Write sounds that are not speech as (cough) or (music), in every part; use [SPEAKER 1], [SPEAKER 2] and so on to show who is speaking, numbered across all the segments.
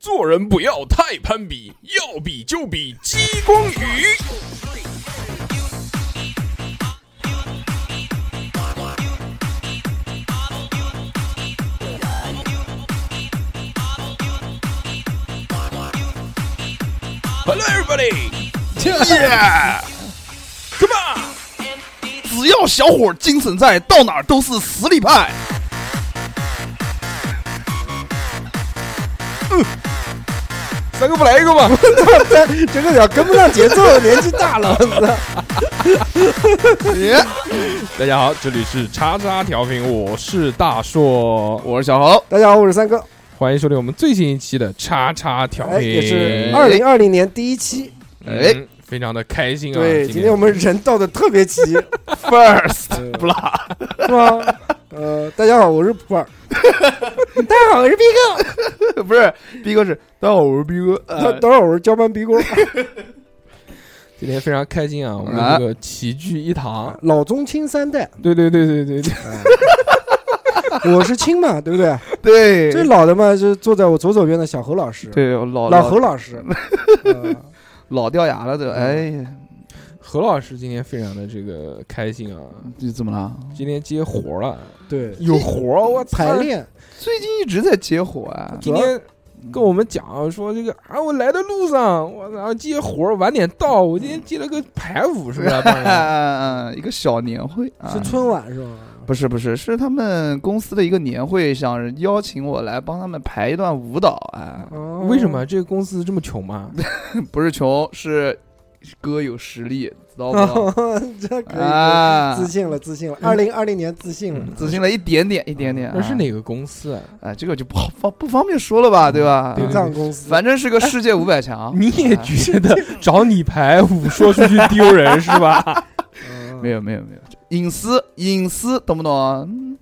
[SPEAKER 1] 做人不要太攀比，要比就比激光鱼。Hello everybody, yeah, come on！
[SPEAKER 2] 只要小伙精神在，到哪儿都是实力派。
[SPEAKER 1] 三个不来一个吧。
[SPEAKER 3] (laughs) 这个点跟不上节奏，年纪大了。
[SPEAKER 1] (laughs)
[SPEAKER 3] 哎
[SPEAKER 1] 大家好，这里是叉叉调频，我是大硕，
[SPEAKER 2] 我是小侯，
[SPEAKER 3] 大家好，我是三哥，
[SPEAKER 1] 欢迎收听我们最新一期的叉叉调
[SPEAKER 3] 哎，
[SPEAKER 1] 频，
[SPEAKER 3] 也是二零二零年第一期。
[SPEAKER 1] 哎、
[SPEAKER 2] 哎
[SPEAKER 1] 非常的开心啊！
[SPEAKER 3] 对，今
[SPEAKER 1] 今
[SPEAKER 3] 天我们人到的特别齐，
[SPEAKER 2] ，First (laughs)
[SPEAKER 3] 嗯
[SPEAKER 2] Blood，
[SPEAKER 3] 是吧？呃，大家好，我是普洱。大家好，我是逼
[SPEAKER 2] 不是逼哥是，大家好，我是逼哥。
[SPEAKER 3] 哥。
[SPEAKER 2] 呃
[SPEAKER 3] 等会儿我是交班逼哥，
[SPEAKER 1] 今天非常开心啊！我们这个齐聚一堂，
[SPEAKER 3] 老宗亲三代。
[SPEAKER 1] 对对对对对对，
[SPEAKER 3] 我是亲嘛，对不对？
[SPEAKER 2] 对，
[SPEAKER 3] 最老的嘛，就是坐在我左手边的小侯老师，
[SPEAKER 2] 对老
[SPEAKER 3] 老嗯侯老师。呃
[SPEAKER 2] 老掉牙了都。哎呀，
[SPEAKER 1] 何老师今天非常的这个开心啊！
[SPEAKER 2] 这怎么了？
[SPEAKER 1] 今天接活了， (laughs)
[SPEAKER 3] 对，
[SPEAKER 1] 有活儿我操
[SPEAKER 3] 排。练
[SPEAKER 2] 最近一直在接火啊。
[SPEAKER 1] 今天跟我们讲说这个啊，我来的路上，我然后接活儿晚点到，我今天接了个排舞是 (laughs) 吧？帮人
[SPEAKER 2] 啊， (laughs) 一个小年会啊，
[SPEAKER 3] 哦是春晚是吧？
[SPEAKER 2] 不是不是，是他们公司的一个年会，想邀请我来帮他们排一段舞蹈啊。
[SPEAKER 3] 哦
[SPEAKER 1] 为什么？这个公司这么穷吗？
[SPEAKER 2] 不是穷，是哥有实力，知道 (laughs) 不？
[SPEAKER 3] 哦， (laughs) 这可以，
[SPEAKER 2] 啊，
[SPEAKER 3] 自信了，自信了。二零二零年自信了
[SPEAKER 1] 嗯，
[SPEAKER 2] 自信了一点点，一点点。
[SPEAKER 1] 那是
[SPEAKER 2] 啊？
[SPEAKER 1] 哪个公司啊？
[SPEAKER 2] 哎，这个就不好方不方便说了吧，对吧？
[SPEAKER 1] 对
[SPEAKER 3] 殡葬公司。
[SPEAKER 2] 啊反正是个世界五百强。
[SPEAKER 1] (laughs) 你也觉得找你排舞说出去丢人是 (laughs) 吧？
[SPEAKER 3] 嗯
[SPEAKER 2] 没有没有没有，隐私隐私懂不懂啊？嗯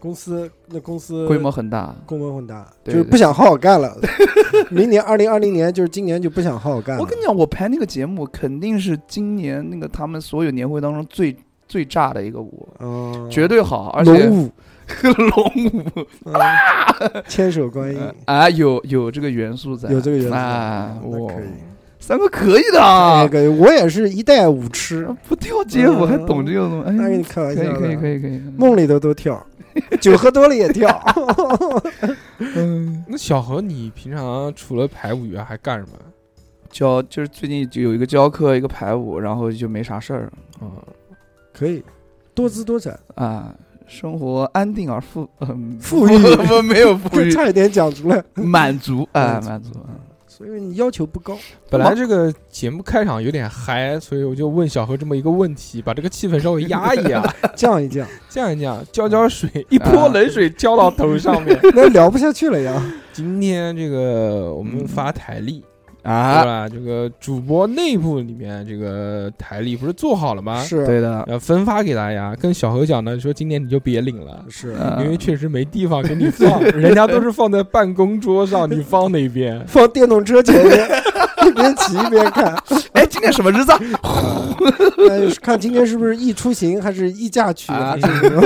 [SPEAKER 3] 公司那公司
[SPEAKER 2] 规模很大，
[SPEAKER 3] 规模很大，就
[SPEAKER 2] 对
[SPEAKER 3] 是
[SPEAKER 2] 对
[SPEAKER 3] 不想好好干了。 (laughs) 明年二零二零年就是今年就不想好好干了。
[SPEAKER 2] 我跟你讲，我排那个节目肯定是今年那个他们所有年会当中最最炸的一个舞，
[SPEAKER 3] 嗯，
[SPEAKER 2] 绝对好，而且啊 (laughs)
[SPEAKER 3] 龙舞，
[SPEAKER 2] 龙舞。
[SPEAKER 3] 嗯千手观音
[SPEAKER 2] 呃啊，有有这个元素在，
[SPEAKER 3] 有这个元素
[SPEAKER 2] 啊，
[SPEAKER 1] 哦
[SPEAKER 3] 那
[SPEAKER 2] 我
[SPEAKER 3] 可以。
[SPEAKER 2] 三哥可以的
[SPEAKER 3] 那
[SPEAKER 2] 啊，
[SPEAKER 3] 个我也是一代舞痴，
[SPEAKER 2] 不跳街舞还懂这哎个东西，
[SPEAKER 3] 那
[SPEAKER 2] 哎
[SPEAKER 3] 跟你，开玩
[SPEAKER 2] 可
[SPEAKER 3] 笑
[SPEAKER 2] 以
[SPEAKER 3] 的，
[SPEAKER 2] 可以可以可以，
[SPEAKER 3] 梦里头都
[SPEAKER 2] (laughs)
[SPEAKER 3] 跳，酒喝多了也跳。
[SPEAKER 2] 嗯，
[SPEAKER 1] 那小何，你平常除了排舞以外还干什么？
[SPEAKER 2] 教就是最近就有一个教课，一个排舞，然后就没啥事儿
[SPEAKER 1] 啊、
[SPEAKER 3] 可以，多姿多彩，
[SPEAKER 2] 啊，生活安定而富，嗯，
[SPEAKER 3] 富裕
[SPEAKER 2] 不 (laughs) 没有富 (laughs)
[SPEAKER 3] 这
[SPEAKER 2] 裕，
[SPEAKER 3] (laughs) 差一点讲出来，
[SPEAKER 2] 满足啊
[SPEAKER 3] 满足
[SPEAKER 2] 满足，
[SPEAKER 3] 所以你要求不高。
[SPEAKER 1] 本来这个节目开场有点嗨，所以我就问小何这么一个问题，把这个气氛稍微压一 (laughs) 压，
[SPEAKER 3] 降一降，
[SPEAKER 1] 降一降，浇浇水，嗯啊一泼冷水浇到头上面。
[SPEAKER 3] 那聊不下去了呀。
[SPEAKER 1] (laughs) 今天这个我们发台历，对
[SPEAKER 2] 啊，
[SPEAKER 1] 吧？这个主播内部里面这个台历不是做好了吗？
[SPEAKER 3] 是
[SPEAKER 2] 啊对的，
[SPEAKER 1] 要分发给大家。跟小何讲呢，说今天你就别领了。
[SPEAKER 3] 是，
[SPEAKER 2] 嗯
[SPEAKER 1] 因为确实没地方给 (laughs) 你放，人家都是放在办公桌上，你放哪边？
[SPEAKER 3] 放电动车前面， (laughs) 一边骑一边看。
[SPEAKER 2] 哎，今天什么日子啊？
[SPEAKER 3] 呃，看今天是不是易出行，还是易驾区，
[SPEAKER 2] 啊
[SPEAKER 3] 还是什么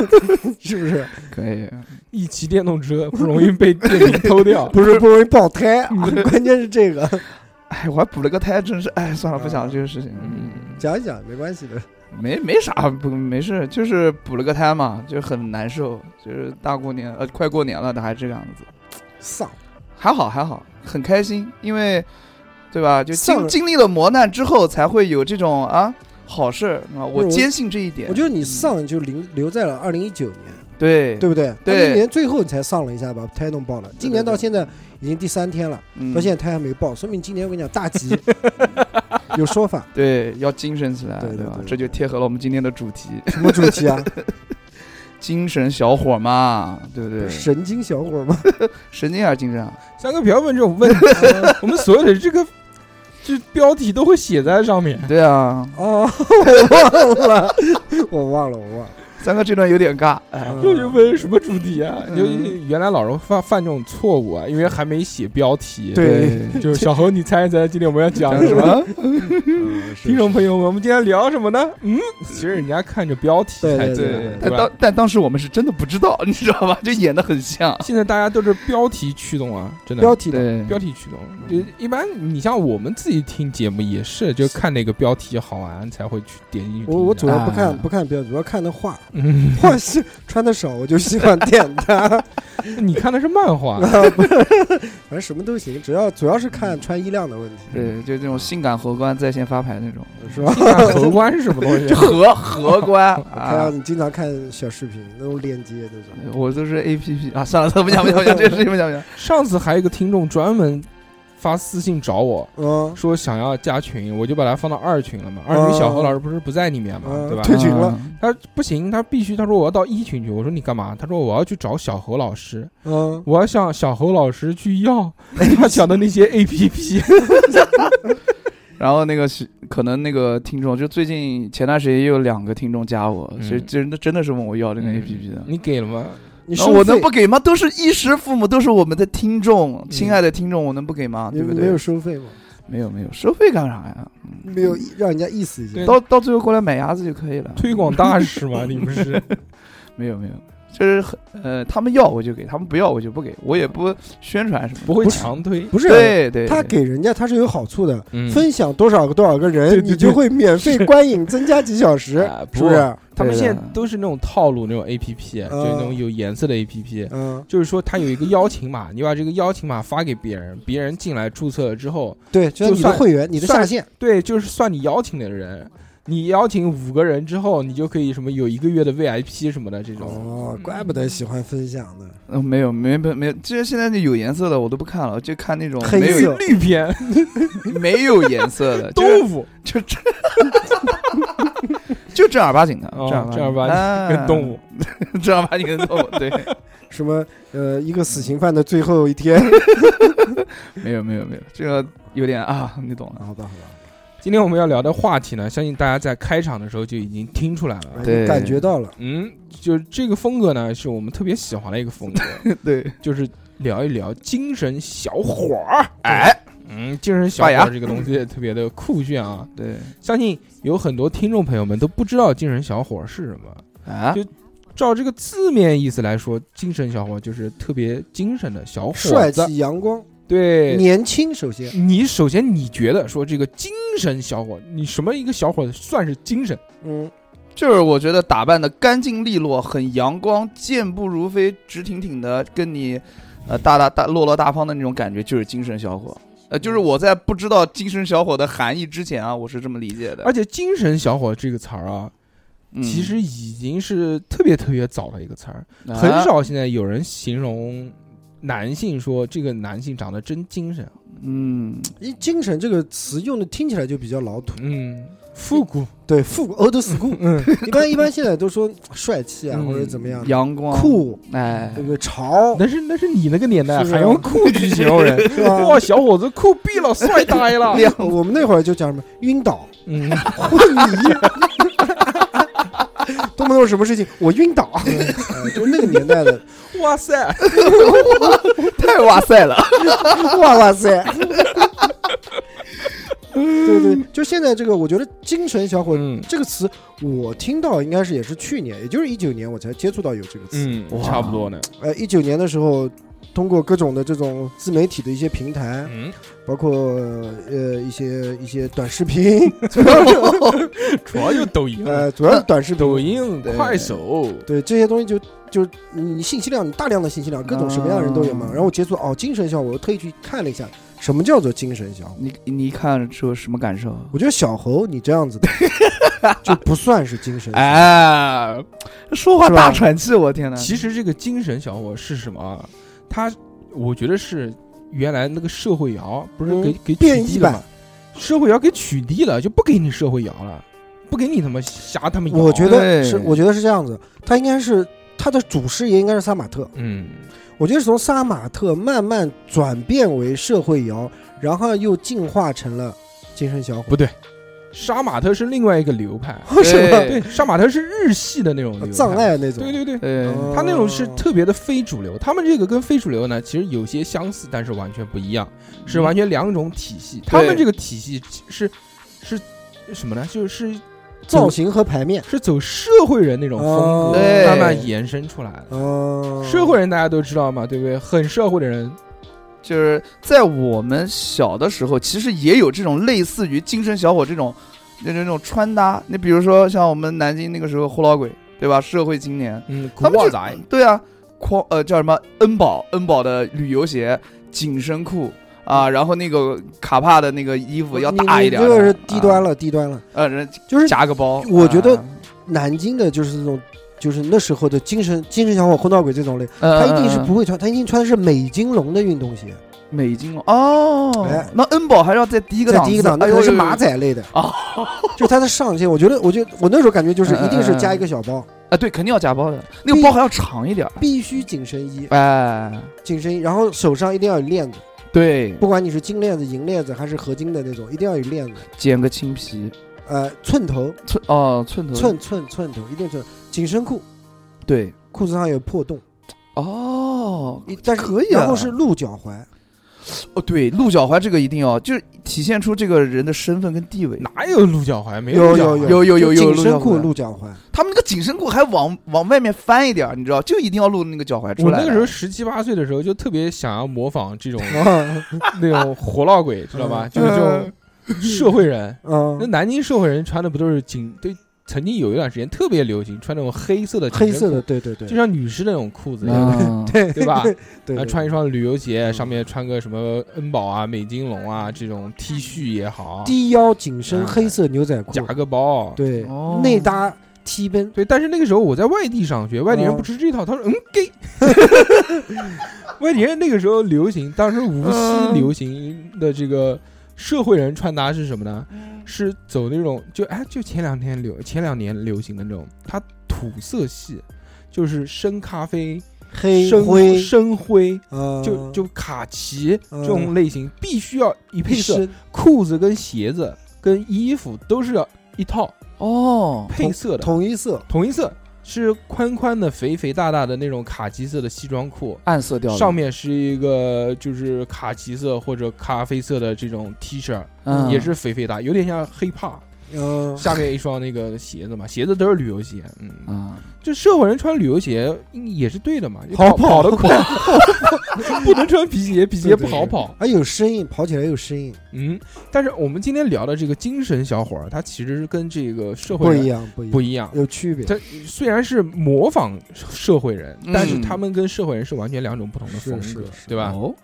[SPEAKER 3] 是不是
[SPEAKER 2] 可以，
[SPEAKER 1] 一骑电动车不容易被电瓶偷掉。
[SPEAKER 3] 不是不容易爆胎
[SPEAKER 2] (laughs)
[SPEAKER 3] 啊？关键是这个，
[SPEAKER 2] 哎，我还补了个胎，真是，哎，算了，不讲这个事情，嗯。
[SPEAKER 1] 嗯，
[SPEAKER 3] 讲一讲没关系的。
[SPEAKER 2] 没没啥，不没事，就是补了个胎嘛，就是很难受，就是大过年呃快过年了，他还这个样子，
[SPEAKER 3] 丧，
[SPEAKER 2] 还好还好，很开心，因为对吧？就
[SPEAKER 3] 上
[SPEAKER 2] 经
[SPEAKER 3] 了
[SPEAKER 2] 经历了磨难之后，才会有这种啊好事儿啊，
[SPEAKER 3] 不是
[SPEAKER 2] 我
[SPEAKER 3] 我
[SPEAKER 2] 坚信这一点。
[SPEAKER 3] 我觉得你丧就留留在了二零一九年，
[SPEAKER 2] 对
[SPEAKER 3] 对不对？
[SPEAKER 2] 对
[SPEAKER 3] 今年最后你才丧了一下，把胎弄爆了。今年到
[SPEAKER 2] 对对
[SPEAKER 3] 现在已经第三天了，
[SPEAKER 2] 嗯
[SPEAKER 3] 到现在胎还没爆，说明今年我跟你讲大
[SPEAKER 2] (laughs)
[SPEAKER 3] 吉，有说法。
[SPEAKER 2] 对要精神起来，
[SPEAKER 3] 对对
[SPEAKER 2] 吧
[SPEAKER 3] 对？对
[SPEAKER 2] 这就贴合了我们今天的主题， (laughs)
[SPEAKER 3] 什么主题啊？
[SPEAKER 2] 精神小伙嘛，对不对？
[SPEAKER 3] 神经小
[SPEAKER 2] (laughs)
[SPEAKER 3] 伙吗？
[SPEAKER 2] 神经还是精神啊？
[SPEAKER 1] 三哥不要问这种问
[SPEAKER 3] (laughs)
[SPEAKER 1] 题，我们所有的这个这标题都会写在上面。
[SPEAKER 2] 对啊，
[SPEAKER 3] 哦，我忘了，我忘了，我忘了。
[SPEAKER 2] 三哥这段有点尬，哎，
[SPEAKER 1] 又去
[SPEAKER 3] 嗯
[SPEAKER 1] 问什么主题啊？
[SPEAKER 2] 嗯
[SPEAKER 1] 就原来老是犯犯这种错误啊，因为还没写标题。
[SPEAKER 3] 对， (laughs)
[SPEAKER 1] 就是小猴，你猜一猜今天我们要讲
[SPEAKER 2] 讲什
[SPEAKER 1] 什么？
[SPEAKER 2] 么？
[SPEAKER 3] 嗯是
[SPEAKER 1] 听众朋友们，我们今天聊什么呢？嗯，其实人家看着标题
[SPEAKER 3] 对
[SPEAKER 1] 才
[SPEAKER 3] 对
[SPEAKER 1] 知道
[SPEAKER 3] 对
[SPEAKER 1] 对
[SPEAKER 2] 但
[SPEAKER 1] 吧
[SPEAKER 2] 当但当时我们是真的不知道， (laughs) 你知道吧？就演的很像。
[SPEAKER 1] 现在大家都是标题驱动啊，真的
[SPEAKER 3] 标题的，
[SPEAKER 2] 对，
[SPEAKER 1] 标题驱动。就一般你像我们自己听节目也是，就看那个标题好玩才会去点进去听
[SPEAKER 3] 我我
[SPEAKER 1] 的
[SPEAKER 3] 主要不看
[SPEAKER 2] 啊
[SPEAKER 3] 不看标题，主要看那画，
[SPEAKER 1] 嗯，
[SPEAKER 3] (laughs) 画是穿的少，我就喜欢点它， (laughs)
[SPEAKER 1] 你看的是漫画，
[SPEAKER 3] 反正什么都行，只要主要是看穿衣量的问题，
[SPEAKER 2] 对，就这种性感荷官在线发牌那种，
[SPEAKER 3] 是吧？
[SPEAKER 1] 看荷官是什么东西
[SPEAKER 3] (laughs)
[SPEAKER 2] 就？荷荷官
[SPEAKER 3] 看到
[SPEAKER 2] 啊。
[SPEAKER 3] 你经常看小视频那种链接那种，
[SPEAKER 2] 我都是 A P P 啊，算了，算了，不讲不讲不讲，这个事情不讲不讲。
[SPEAKER 1] 上次还有一个听众专门发私信找我。
[SPEAKER 3] 嗯，
[SPEAKER 1] 说想要加群，我就把他放到二群了嘛。二群小何老师不是不在里面嘛，
[SPEAKER 3] 嗯
[SPEAKER 1] 对吧？
[SPEAKER 3] 退群了
[SPEAKER 1] 他不行，他必须，他说我要到一群去。我说你干嘛？他说我要去找小何老师，
[SPEAKER 3] 嗯，
[SPEAKER 1] 我要向小何老师去要
[SPEAKER 3] 哎
[SPEAKER 1] (laughs) 他讲的那
[SPEAKER 3] (laughs)
[SPEAKER 1] 些 A P P。
[SPEAKER 2] 然后那个是可能那个听众，就最近前段时间也有两个听众加我，
[SPEAKER 1] 嗯
[SPEAKER 2] 所以真的真的是问我要那个 A P P 的。
[SPEAKER 1] 你给了吗？
[SPEAKER 3] 你
[SPEAKER 2] 那
[SPEAKER 3] 收
[SPEAKER 2] 我
[SPEAKER 3] 费
[SPEAKER 2] 能不给吗？都是衣食父母，都是我们的听众，亲
[SPEAKER 1] 嗯
[SPEAKER 2] 爱的听众，我能不给吗？
[SPEAKER 3] 你
[SPEAKER 2] 对不对？
[SPEAKER 3] 没有收费吗？
[SPEAKER 2] 没有没有，收费干啥呀？
[SPEAKER 3] 没有让人家意思一下
[SPEAKER 1] 对，
[SPEAKER 2] 到到最后过来买鸭子就可以了。
[SPEAKER 1] 推广大使
[SPEAKER 3] (laughs)
[SPEAKER 1] 嘛，你不是？
[SPEAKER 2] 没有没有，就是很呃，他们要我就给，他们不要我就不给，我也不宣传什么。
[SPEAKER 1] 不会
[SPEAKER 3] 不是
[SPEAKER 1] 强推。
[SPEAKER 3] 不是
[SPEAKER 2] 对对，
[SPEAKER 3] 他
[SPEAKER 2] 对
[SPEAKER 3] 给人家他是有好处的，
[SPEAKER 1] 嗯
[SPEAKER 3] 分享多少个多少个人，
[SPEAKER 1] 对对对
[SPEAKER 3] 你就会免费观影增加几小时，
[SPEAKER 1] 啊
[SPEAKER 3] 是不是？
[SPEAKER 1] 他们
[SPEAKER 2] 对的
[SPEAKER 1] 现在都是那种套路，那种 A P P，就
[SPEAKER 3] 嗯
[SPEAKER 1] 那种有颜色的 A P P。
[SPEAKER 3] 嗯，
[SPEAKER 1] 就是说，他有一个邀请码，你把这个邀请码发给别人，别人进来注册了之后，
[SPEAKER 3] 对，就
[SPEAKER 1] 就
[SPEAKER 3] 是你的
[SPEAKER 1] 算
[SPEAKER 3] 会员，你的下线，
[SPEAKER 1] 对，就是算你邀请的人，你邀请五个人之后，你就可以什么有一个月的 VIP 什么的这种。
[SPEAKER 3] 哦，怪不得喜欢分享呢。
[SPEAKER 2] 嗯没有没没没有，其实现在那有颜色的我都不看了，就看那种
[SPEAKER 3] 黑
[SPEAKER 2] 哦没
[SPEAKER 3] 色
[SPEAKER 2] 有
[SPEAKER 1] 绿片
[SPEAKER 2] (laughs) 没有颜色
[SPEAKER 1] (laughs)
[SPEAKER 2] 的，就
[SPEAKER 1] 豆腐
[SPEAKER 2] 就这。就正儿八经的，
[SPEAKER 1] 哦
[SPEAKER 2] 正儿八
[SPEAKER 1] 跟动物，
[SPEAKER 2] 物，正儿八经跟动物，对，
[SPEAKER 3] 什么呃，一个死刑犯的最后一天，
[SPEAKER 2] 没有没有没有，这个有点啊，你懂
[SPEAKER 3] (laughs)
[SPEAKER 2] 的，
[SPEAKER 3] 好吧，好吧，
[SPEAKER 1] 今天我们要聊的话题呢，相信大家在开场的时候就已经听出来了。
[SPEAKER 2] 对
[SPEAKER 3] 哎感觉到了，
[SPEAKER 1] 嗯，就是这个风格呢，是我们特别喜欢的一个风格，
[SPEAKER 2] 对，
[SPEAKER 1] 就是聊一聊精神小伙儿。哎，嗯，精神小
[SPEAKER 2] 发
[SPEAKER 1] 伙
[SPEAKER 2] 芽
[SPEAKER 1] 儿这个东西也特别的酷炫啊！
[SPEAKER 2] 对
[SPEAKER 1] 相信有很多听众朋友们都不知道精神小伙儿是什么。
[SPEAKER 2] 啊
[SPEAKER 1] 就，照这个字面意思来说，精神小伙就是特别精神的小伙
[SPEAKER 3] 帅
[SPEAKER 1] 子。
[SPEAKER 3] 气阳光，
[SPEAKER 1] 对，你
[SPEAKER 3] 年轻，首先，
[SPEAKER 1] 首先你觉得说这个精神小伙，你什么一个小伙子算是精神？
[SPEAKER 3] 嗯，
[SPEAKER 2] 就是我觉得打扮的干净利落，很阳光，健步如飞，直挺挺的，跟你，呃，大大大落落大方的那种感觉，就是精神小伙。呃，就是我在不知道精神小伙的含义之前啊，我是这么理解的。
[SPEAKER 1] 而且“精神小伙”这个词儿啊，
[SPEAKER 2] 嗯
[SPEAKER 1] 其实已经是特别特别早的一个词儿，很，
[SPEAKER 2] 啊
[SPEAKER 1] 少现在有人形容男性说这个男性长得真精神。
[SPEAKER 2] 嗯，
[SPEAKER 3] 一精神这个词用的听起来就比较老土，
[SPEAKER 1] 嗯，复古，
[SPEAKER 3] 对，复古 old school，
[SPEAKER 1] 嗯，
[SPEAKER 3] (laughs) 一般一般现在都说帅气啊
[SPEAKER 1] 嗯
[SPEAKER 3] 或者怎么样，
[SPEAKER 2] 阳光，
[SPEAKER 3] 酷，
[SPEAKER 2] (laughs) 哎
[SPEAKER 3] 对，不对？潮，
[SPEAKER 1] 那是那是你那个年代啊
[SPEAKER 3] 是不是，
[SPEAKER 1] 还用酷去形容人
[SPEAKER 3] 是吧？
[SPEAKER 1] (laughs) 哇，小伙子酷毙了，帅呆了，
[SPEAKER 3] 亮，我们那会儿就讲什么晕倒、
[SPEAKER 1] (laughs) 嗯。
[SPEAKER 3] 昏迷，动不动什么事情我晕倒， (laughs) 哎就是那个年代的，
[SPEAKER 1] 哇塞，
[SPEAKER 2] 太哇塞了，
[SPEAKER 3] 哇哇
[SPEAKER 1] (laughs)
[SPEAKER 3] 塞！对对，就现在这个，我觉得“精神小伙”
[SPEAKER 1] 嗯
[SPEAKER 3] 这个词，我听到应该是也是去年，也就是一九年我才接触到有这个词。
[SPEAKER 1] 嗯
[SPEAKER 2] 哇
[SPEAKER 1] 差不多呢。
[SPEAKER 3] 呃，一九年的时候，通过各种的这种自媒体的一些平台，
[SPEAKER 1] 嗯，
[SPEAKER 3] 包括呃一些一些短
[SPEAKER 1] (laughs)
[SPEAKER 3] 视频，
[SPEAKER 1] 主要就抖音
[SPEAKER 3] 呃，主要是短视频，
[SPEAKER 1] 抖音、
[SPEAKER 2] 对
[SPEAKER 1] 快手，
[SPEAKER 3] 对这些东西就就你信息量，你大量的信息量，各种什么样的人都有嘛。
[SPEAKER 2] 啊
[SPEAKER 3] 然后我接触哦，精神小伙，我特意去看了一下什么叫做精神小伙。
[SPEAKER 2] (laughs) 你你一看之后什么感受？
[SPEAKER 3] 我觉得小猴你这样子的就不算是精神小伙，
[SPEAKER 2] 哎，说话
[SPEAKER 3] 是吧
[SPEAKER 2] 大喘气，我天哪！
[SPEAKER 1] 其实这个精神小伙是什么啊？他，我觉得是原来那个社会摇不是
[SPEAKER 3] 嗯
[SPEAKER 1] 给给取
[SPEAKER 3] 变异
[SPEAKER 1] 缔了吗
[SPEAKER 3] 版？。
[SPEAKER 1] 社会摇给取缔了，就不给你社会摇了，不给你他妈瞎他们摇。
[SPEAKER 3] 我觉得
[SPEAKER 2] 对
[SPEAKER 3] 是，我觉得是这样子，他应该是他的祖师爷应该是杀马特，
[SPEAKER 1] 嗯，
[SPEAKER 3] 我觉得是从杀马特慢慢转变为社会摇，然后又进化成了精神小伙。
[SPEAKER 1] 不对，杀马特是另外一个流派，
[SPEAKER 3] 是吧？
[SPEAKER 1] 对，杀马特是日系的那种流派
[SPEAKER 3] 障，碍那种，
[SPEAKER 1] 对对对，
[SPEAKER 2] 对，
[SPEAKER 3] 哦
[SPEAKER 1] 他那种是特别的非主流，他们这个跟非主流呢，其实有些相似，但是完全不一样，是完全两种体
[SPEAKER 2] 嗯
[SPEAKER 1] 系。他们这个体系是是是什么呢？就是
[SPEAKER 3] 造型和牌面，
[SPEAKER 1] 是走社会人那种风
[SPEAKER 3] 哦
[SPEAKER 1] 格
[SPEAKER 2] 对哦
[SPEAKER 1] 慢慢延伸出来的。
[SPEAKER 3] 嗯，
[SPEAKER 1] 社会人大家都知道嘛，对不对？很社会的人，
[SPEAKER 2] 就是在我们小的时候，其实也有这种类似于精神小伙这种那那种穿搭。你比如说像我们南京那个时候胡老鬼，对吧？社会青年，
[SPEAKER 1] 嗯，古
[SPEAKER 2] 他们
[SPEAKER 1] 惑
[SPEAKER 2] 就
[SPEAKER 1] 仔，
[SPEAKER 2] 对啊，匡呃叫什么恩宝恩宝的旅游鞋、紧身裤啊，然后那个卡帕的那个衣服要
[SPEAKER 3] 你
[SPEAKER 2] 大一点
[SPEAKER 3] 你
[SPEAKER 2] 的，
[SPEAKER 3] 这个是低端
[SPEAKER 2] 啊，
[SPEAKER 3] 了，低端了，
[SPEAKER 2] 呃，人
[SPEAKER 3] 就是
[SPEAKER 2] 夹个包。
[SPEAKER 3] 我觉得
[SPEAKER 2] 啊
[SPEAKER 3] 南京的就是那种，就是那时候的精神精神小伙、混闹鬼这种类，他一定是
[SPEAKER 2] 嗯嗯
[SPEAKER 3] 不会穿，他一定穿的是美津浓的运动鞋，
[SPEAKER 2] 嗯美金龙哦
[SPEAKER 3] 哎，
[SPEAKER 2] 那恩宝还要在第一个
[SPEAKER 3] 在
[SPEAKER 2] 档
[SPEAKER 3] 第一个
[SPEAKER 2] 次
[SPEAKER 3] 档，那
[SPEAKER 2] 哎
[SPEAKER 3] 可
[SPEAKER 2] 呦
[SPEAKER 3] 能是
[SPEAKER 2] 呦呦
[SPEAKER 3] 马仔类的
[SPEAKER 2] 哦，
[SPEAKER 3] (laughs) 就他的上限，我觉得，我觉得我那时候感觉就是
[SPEAKER 2] 嗯
[SPEAKER 3] 一定是
[SPEAKER 2] 嗯
[SPEAKER 3] 加一
[SPEAKER 2] 嗯
[SPEAKER 3] 个小包，
[SPEAKER 2] 啊，对，肯定要夹包的，那个
[SPEAKER 3] 必
[SPEAKER 2] 包还要长一点儿，
[SPEAKER 3] 必须紧身衣，
[SPEAKER 2] 哎，
[SPEAKER 3] 紧身衣，然后手上一定要有链子，
[SPEAKER 2] 对，
[SPEAKER 3] 不管你是金链子、银链子还是合金的那种，一定要有链子，
[SPEAKER 2] 剪个青皮，
[SPEAKER 3] 呃，寸头，
[SPEAKER 2] 寸哦寸头
[SPEAKER 3] 寸寸寸头，一定寸，紧身裤，
[SPEAKER 2] 对
[SPEAKER 3] 裤子上有破洞，
[SPEAKER 2] 哦
[SPEAKER 3] 一但是
[SPEAKER 2] 可以啊
[SPEAKER 3] 然后是露脚踝，
[SPEAKER 2] 哦对，鹿角踝这个一定要，就是体现出这个人的身份跟地位。
[SPEAKER 1] 哪有鹿角踝？没
[SPEAKER 3] 有
[SPEAKER 1] 鹿角
[SPEAKER 3] 有
[SPEAKER 1] 踝
[SPEAKER 2] 有有
[SPEAKER 3] 就
[SPEAKER 2] 有有
[SPEAKER 3] 紧身裤
[SPEAKER 2] 鹿
[SPEAKER 3] 露脚踝，
[SPEAKER 2] 他们那个紧身裤还往往外面翻一点儿，你知道，就一定要露那个脚踝出
[SPEAKER 1] 我
[SPEAKER 2] 来的。
[SPEAKER 1] 那个时候十七八岁的时候，就特别想要模仿
[SPEAKER 2] (laughs)
[SPEAKER 1] 这种
[SPEAKER 3] 啊
[SPEAKER 1] 那种活闹鬼，知道
[SPEAKER 2] 嗯
[SPEAKER 1] 吧？就是这种社会人。那
[SPEAKER 3] 嗯，
[SPEAKER 1] 南京社会人穿的不都是紧？对，曾经有一段时间特别流行穿那种黑色的紧身
[SPEAKER 3] 黑色的，
[SPEAKER 1] 裤，
[SPEAKER 3] 对对对，
[SPEAKER 1] 就像女士那种裤子一样，
[SPEAKER 2] 啊，
[SPEAKER 1] (laughs)
[SPEAKER 3] (laughs) 对
[SPEAKER 1] 对吧？
[SPEAKER 3] 对
[SPEAKER 1] 啊，
[SPEAKER 3] 对，
[SPEAKER 1] 穿一双旅游鞋，
[SPEAKER 3] 嗯
[SPEAKER 1] 上面穿个什么恩宝啊、美津浓啊这种 T 恤也好，
[SPEAKER 3] 低腰紧身
[SPEAKER 1] 嗯
[SPEAKER 3] 黑色牛仔裤
[SPEAKER 1] 夹，个包。
[SPEAKER 3] 对
[SPEAKER 2] 哦，
[SPEAKER 3] 内搭 T 奔，
[SPEAKER 1] 对，但是那个时候我在外地上学，外地人
[SPEAKER 3] 嗯
[SPEAKER 1] 不吃这套，他说嗯 gay。外地人那个时候流行，当时无锡
[SPEAKER 2] 嗯
[SPEAKER 1] 流行的这个社会人穿搭是什么呢？
[SPEAKER 3] 嗯
[SPEAKER 1] 是走那种就哎，就前两天流前两年流行的那种，它土色系，就是深咖啡、
[SPEAKER 3] 黑
[SPEAKER 1] 深
[SPEAKER 3] 灰，
[SPEAKER 1] 深灰，
[SPEAKER 3] 嗯
[SPEAKER 1] 就就卡其
[SPEAKER 3] 嗯
[SPEAKER 1] 这种类型，必须要一配色，
[SPEAKER 3] 深
[SPEAKER 1] 裤子跟鞋子跟衣服都是要一套
[SPEAKER 2] (laughs) 哦，
[SPEAKER 1] 配色的，
[SPEAKER 3] 统一色，
[SPEAKER 1] 同一色。是宽宽的、肥肥大大的那种卡其色的西装裤，
[SPEAKER 2] 暗色调的
[SPEAKER 1] 上面是一个就是卡其色或者咖啡色的这种 T 恤，
[SPEAKER 2] 嗯
[SPEAKER 1] 也是肥肥大，有点像黑怕。
[SPEAKER 3] 嗯，
[SPEAKER 1] 下面一双那个鞋子嘛，鞋子都是旅游鞋，嗯，
[SPEAKER 2] 啊，
[SPEAKER 1] 就社会人穿旅游鞋嗯也是对的嘛，就 (laughs)
[SPEAKER 3] 好
[SPEAKER 1] 跑
[SPEAKER 3] 跑
[SPEAKER 1] 得快，不能穿皮鞋，皮鞋不好跑，
[SPEAKER 3] 还有声音，跑起来有声音，
[SPEAKER 1] 嗯。但是我们今天聊的这个精神小伙儿，他其实是跟这个社
[SPEAKER 3] 不
[SPEAKER 1] 会
[SPEAKER 3] 一
[SPEAKER 1] 人
[SPEAKER 3] 样，不一
[SPEAKER 1] 不
[SPEAKER 3] 样，
[SPEAKER 1] 一样，
[SPEAKER 3] 有区别，
[SPEAKER 1] 他虽然是模仿社会人，
[SPEAKER 2] 嗯
[SPEAKER 1] 但是他们跟社会人是完全两种不同的风
[SPEAKER 3] 是
[SPEAKER 1] 格
[SPEAKER 3] 是，是
[SPEAKER 1] 对吧？
[SPEAKER 2] 哦，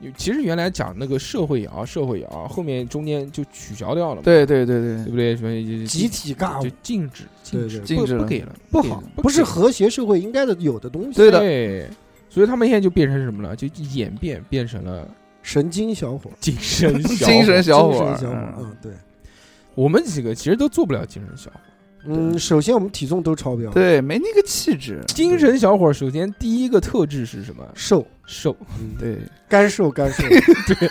[SPEAKER 1] 有其实原来讲那个社会摇，社会摇后面中间就取消掉了嘛，
[SPEAKER 2] (laughs) 对对对
[SPEAKER 1] 对
[SPEAKER 2] 对，
[SPEAKER 1] 不对？什么
[SPEAKER 3] 集体尬
[SPEAKER 1] 就
[SPEAKER 3] 舞
[SPEAKER 1] 禁止，禁
[SPEAKER 3] 对
[SPEAKER 1] 止，
[SPEAKER 3] 对
[SPEAKER 2] 禁止
[SPEAKER 1] 不
[SPEAKER 2] 了
[SPEAKER 1] 不给了，
[SPEAKER 3] 不
[SPEAKER 1] 给
[SPEAKER 3] 好
[SPEAKER 1] 了，
[SPEAKER 3] 不是
[SPEAKER 1] 给了
[SPEAKER 3] 和谐社会应该的有的东西，
[SPEAKER 2] 对的
[SPEAKER 1] 对，所以他们现在就变成什么了？就演变变成了
[SPEAKER 3] 神经小伙，
[SPEAKER 1] 精神
[SPEAKER 3] (laughs)
[SPEAKER 1] 小
[SPEAKER 2] 精
[SPEAKER 1] 伙
[SPEAKER 2] 神小伙
[SPEAKER 3] 精
[SPEAKER 2] 儿
[SPEAKER 3] 神小伙，
[SPEAKER 2] 嗯
[SPEAKER 3] 嗯，对。
[SPEAKER 1] 我们几个其实都做不了精神小伙。
[SPEAKER 3] 嗯，首先我们体重都超标，
[SPEAKER 2] 对，没那个气质，
[SPEAKER 1] 精神小伙首先第一个特质是什么？
[SPEAKER 3] 瘦，
[SPEAKER 1] 瘦。 (laughs)
[SPEAKER 3] 嗯，
[SPEAKER 2] (laughs) 对，
[SPEAKER 3] 干瘦干瘦，
[SPEAKER 1] 对，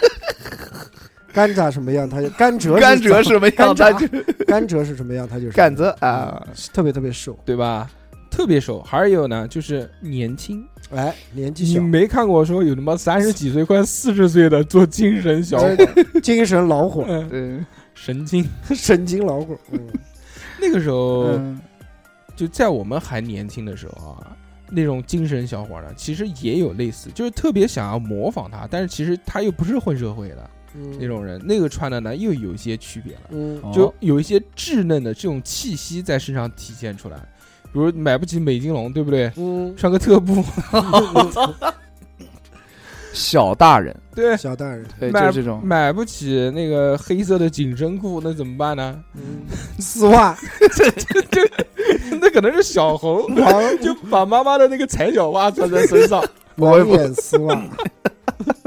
[SPEAKER 3] 甘蔗什么样，它就甘蔗，
[SPEAKER 2] 甘蔗什么样，
[SPEAKER 3] 甘
[SPEAKER 2] 他
[SPEAKER 3] 蔗
[SPEAKER 2] 就
[SPEAKER 3] 甘蔗是什么样，它就是
[SPEAKER 2] 杆子 (laughs) 啊，
[SPEAKER 3] 特别特别瘦，
[SPEAKER 1] 对吧？特别瘦，还有呢，就是年轻。
[SPEAKER 3] 哎，年纪
[SPEAKER 1] 你
[SPEAKER 3] 小，
[SPEAKER 1] 没看过说有他妈三十几岁、快四十岁的做精神小伙，
[SPEAKER 3] 精神老虎，
[SPEAKER 1] 嗯
[SPEAKER 2] (laughs) 对，
[SPEAKER 1] 神经。
[SPEAKER 3] (laughs) 神经老虎，嗯，
[SPEAKER 1] 那个时候，
[SPEAKER 2] 嗯
[SPEAKER 1] 就在我们还年轻的时候啊，那种精神小伙呢，其实也有类似，就是特别想要模仿他，但是其实他又不是混社会的
[SPEAKER 3] 嗯
[SPEAKER 1] 那，种人。那个穿的呢，又有一些区别了，
[SPEAKER 2] 哦
[SPEAKER 3] 嗯，
[SPEAKER 1] 就有一些稚嫩的这种气息在身上体现出来，比如买不起美津浓，对不对？
[SPEAKER 3] (laughs) 嗯，
[SPEAKER 1] 穿个特步，
[SPEAKER 2] 小大人，
[SPEAKER 1] 对，
[SPEAKER 3] (laughs) 小大人，
[SPEAKER 2] 对，就
[SPEAKER 1] 买
[SPEAKER 2] 是这种，
[SPEAKER 1] 买不起那个黑色的紧身裤，那怎么办呢？ (laughs)
[SPEAKER 3] 嗯，丝袜，
[SPEAKER 1] 那可能是小猴，
[SPEAKER 3] 王
[SPEAKER 1] (laughs) 就把妈妈的那个踩
[SPEAKER 2] (laughs)
[SPEAKER 1] 脚袜穿在身上，
[SPEAKER 3] 王眼丝袜，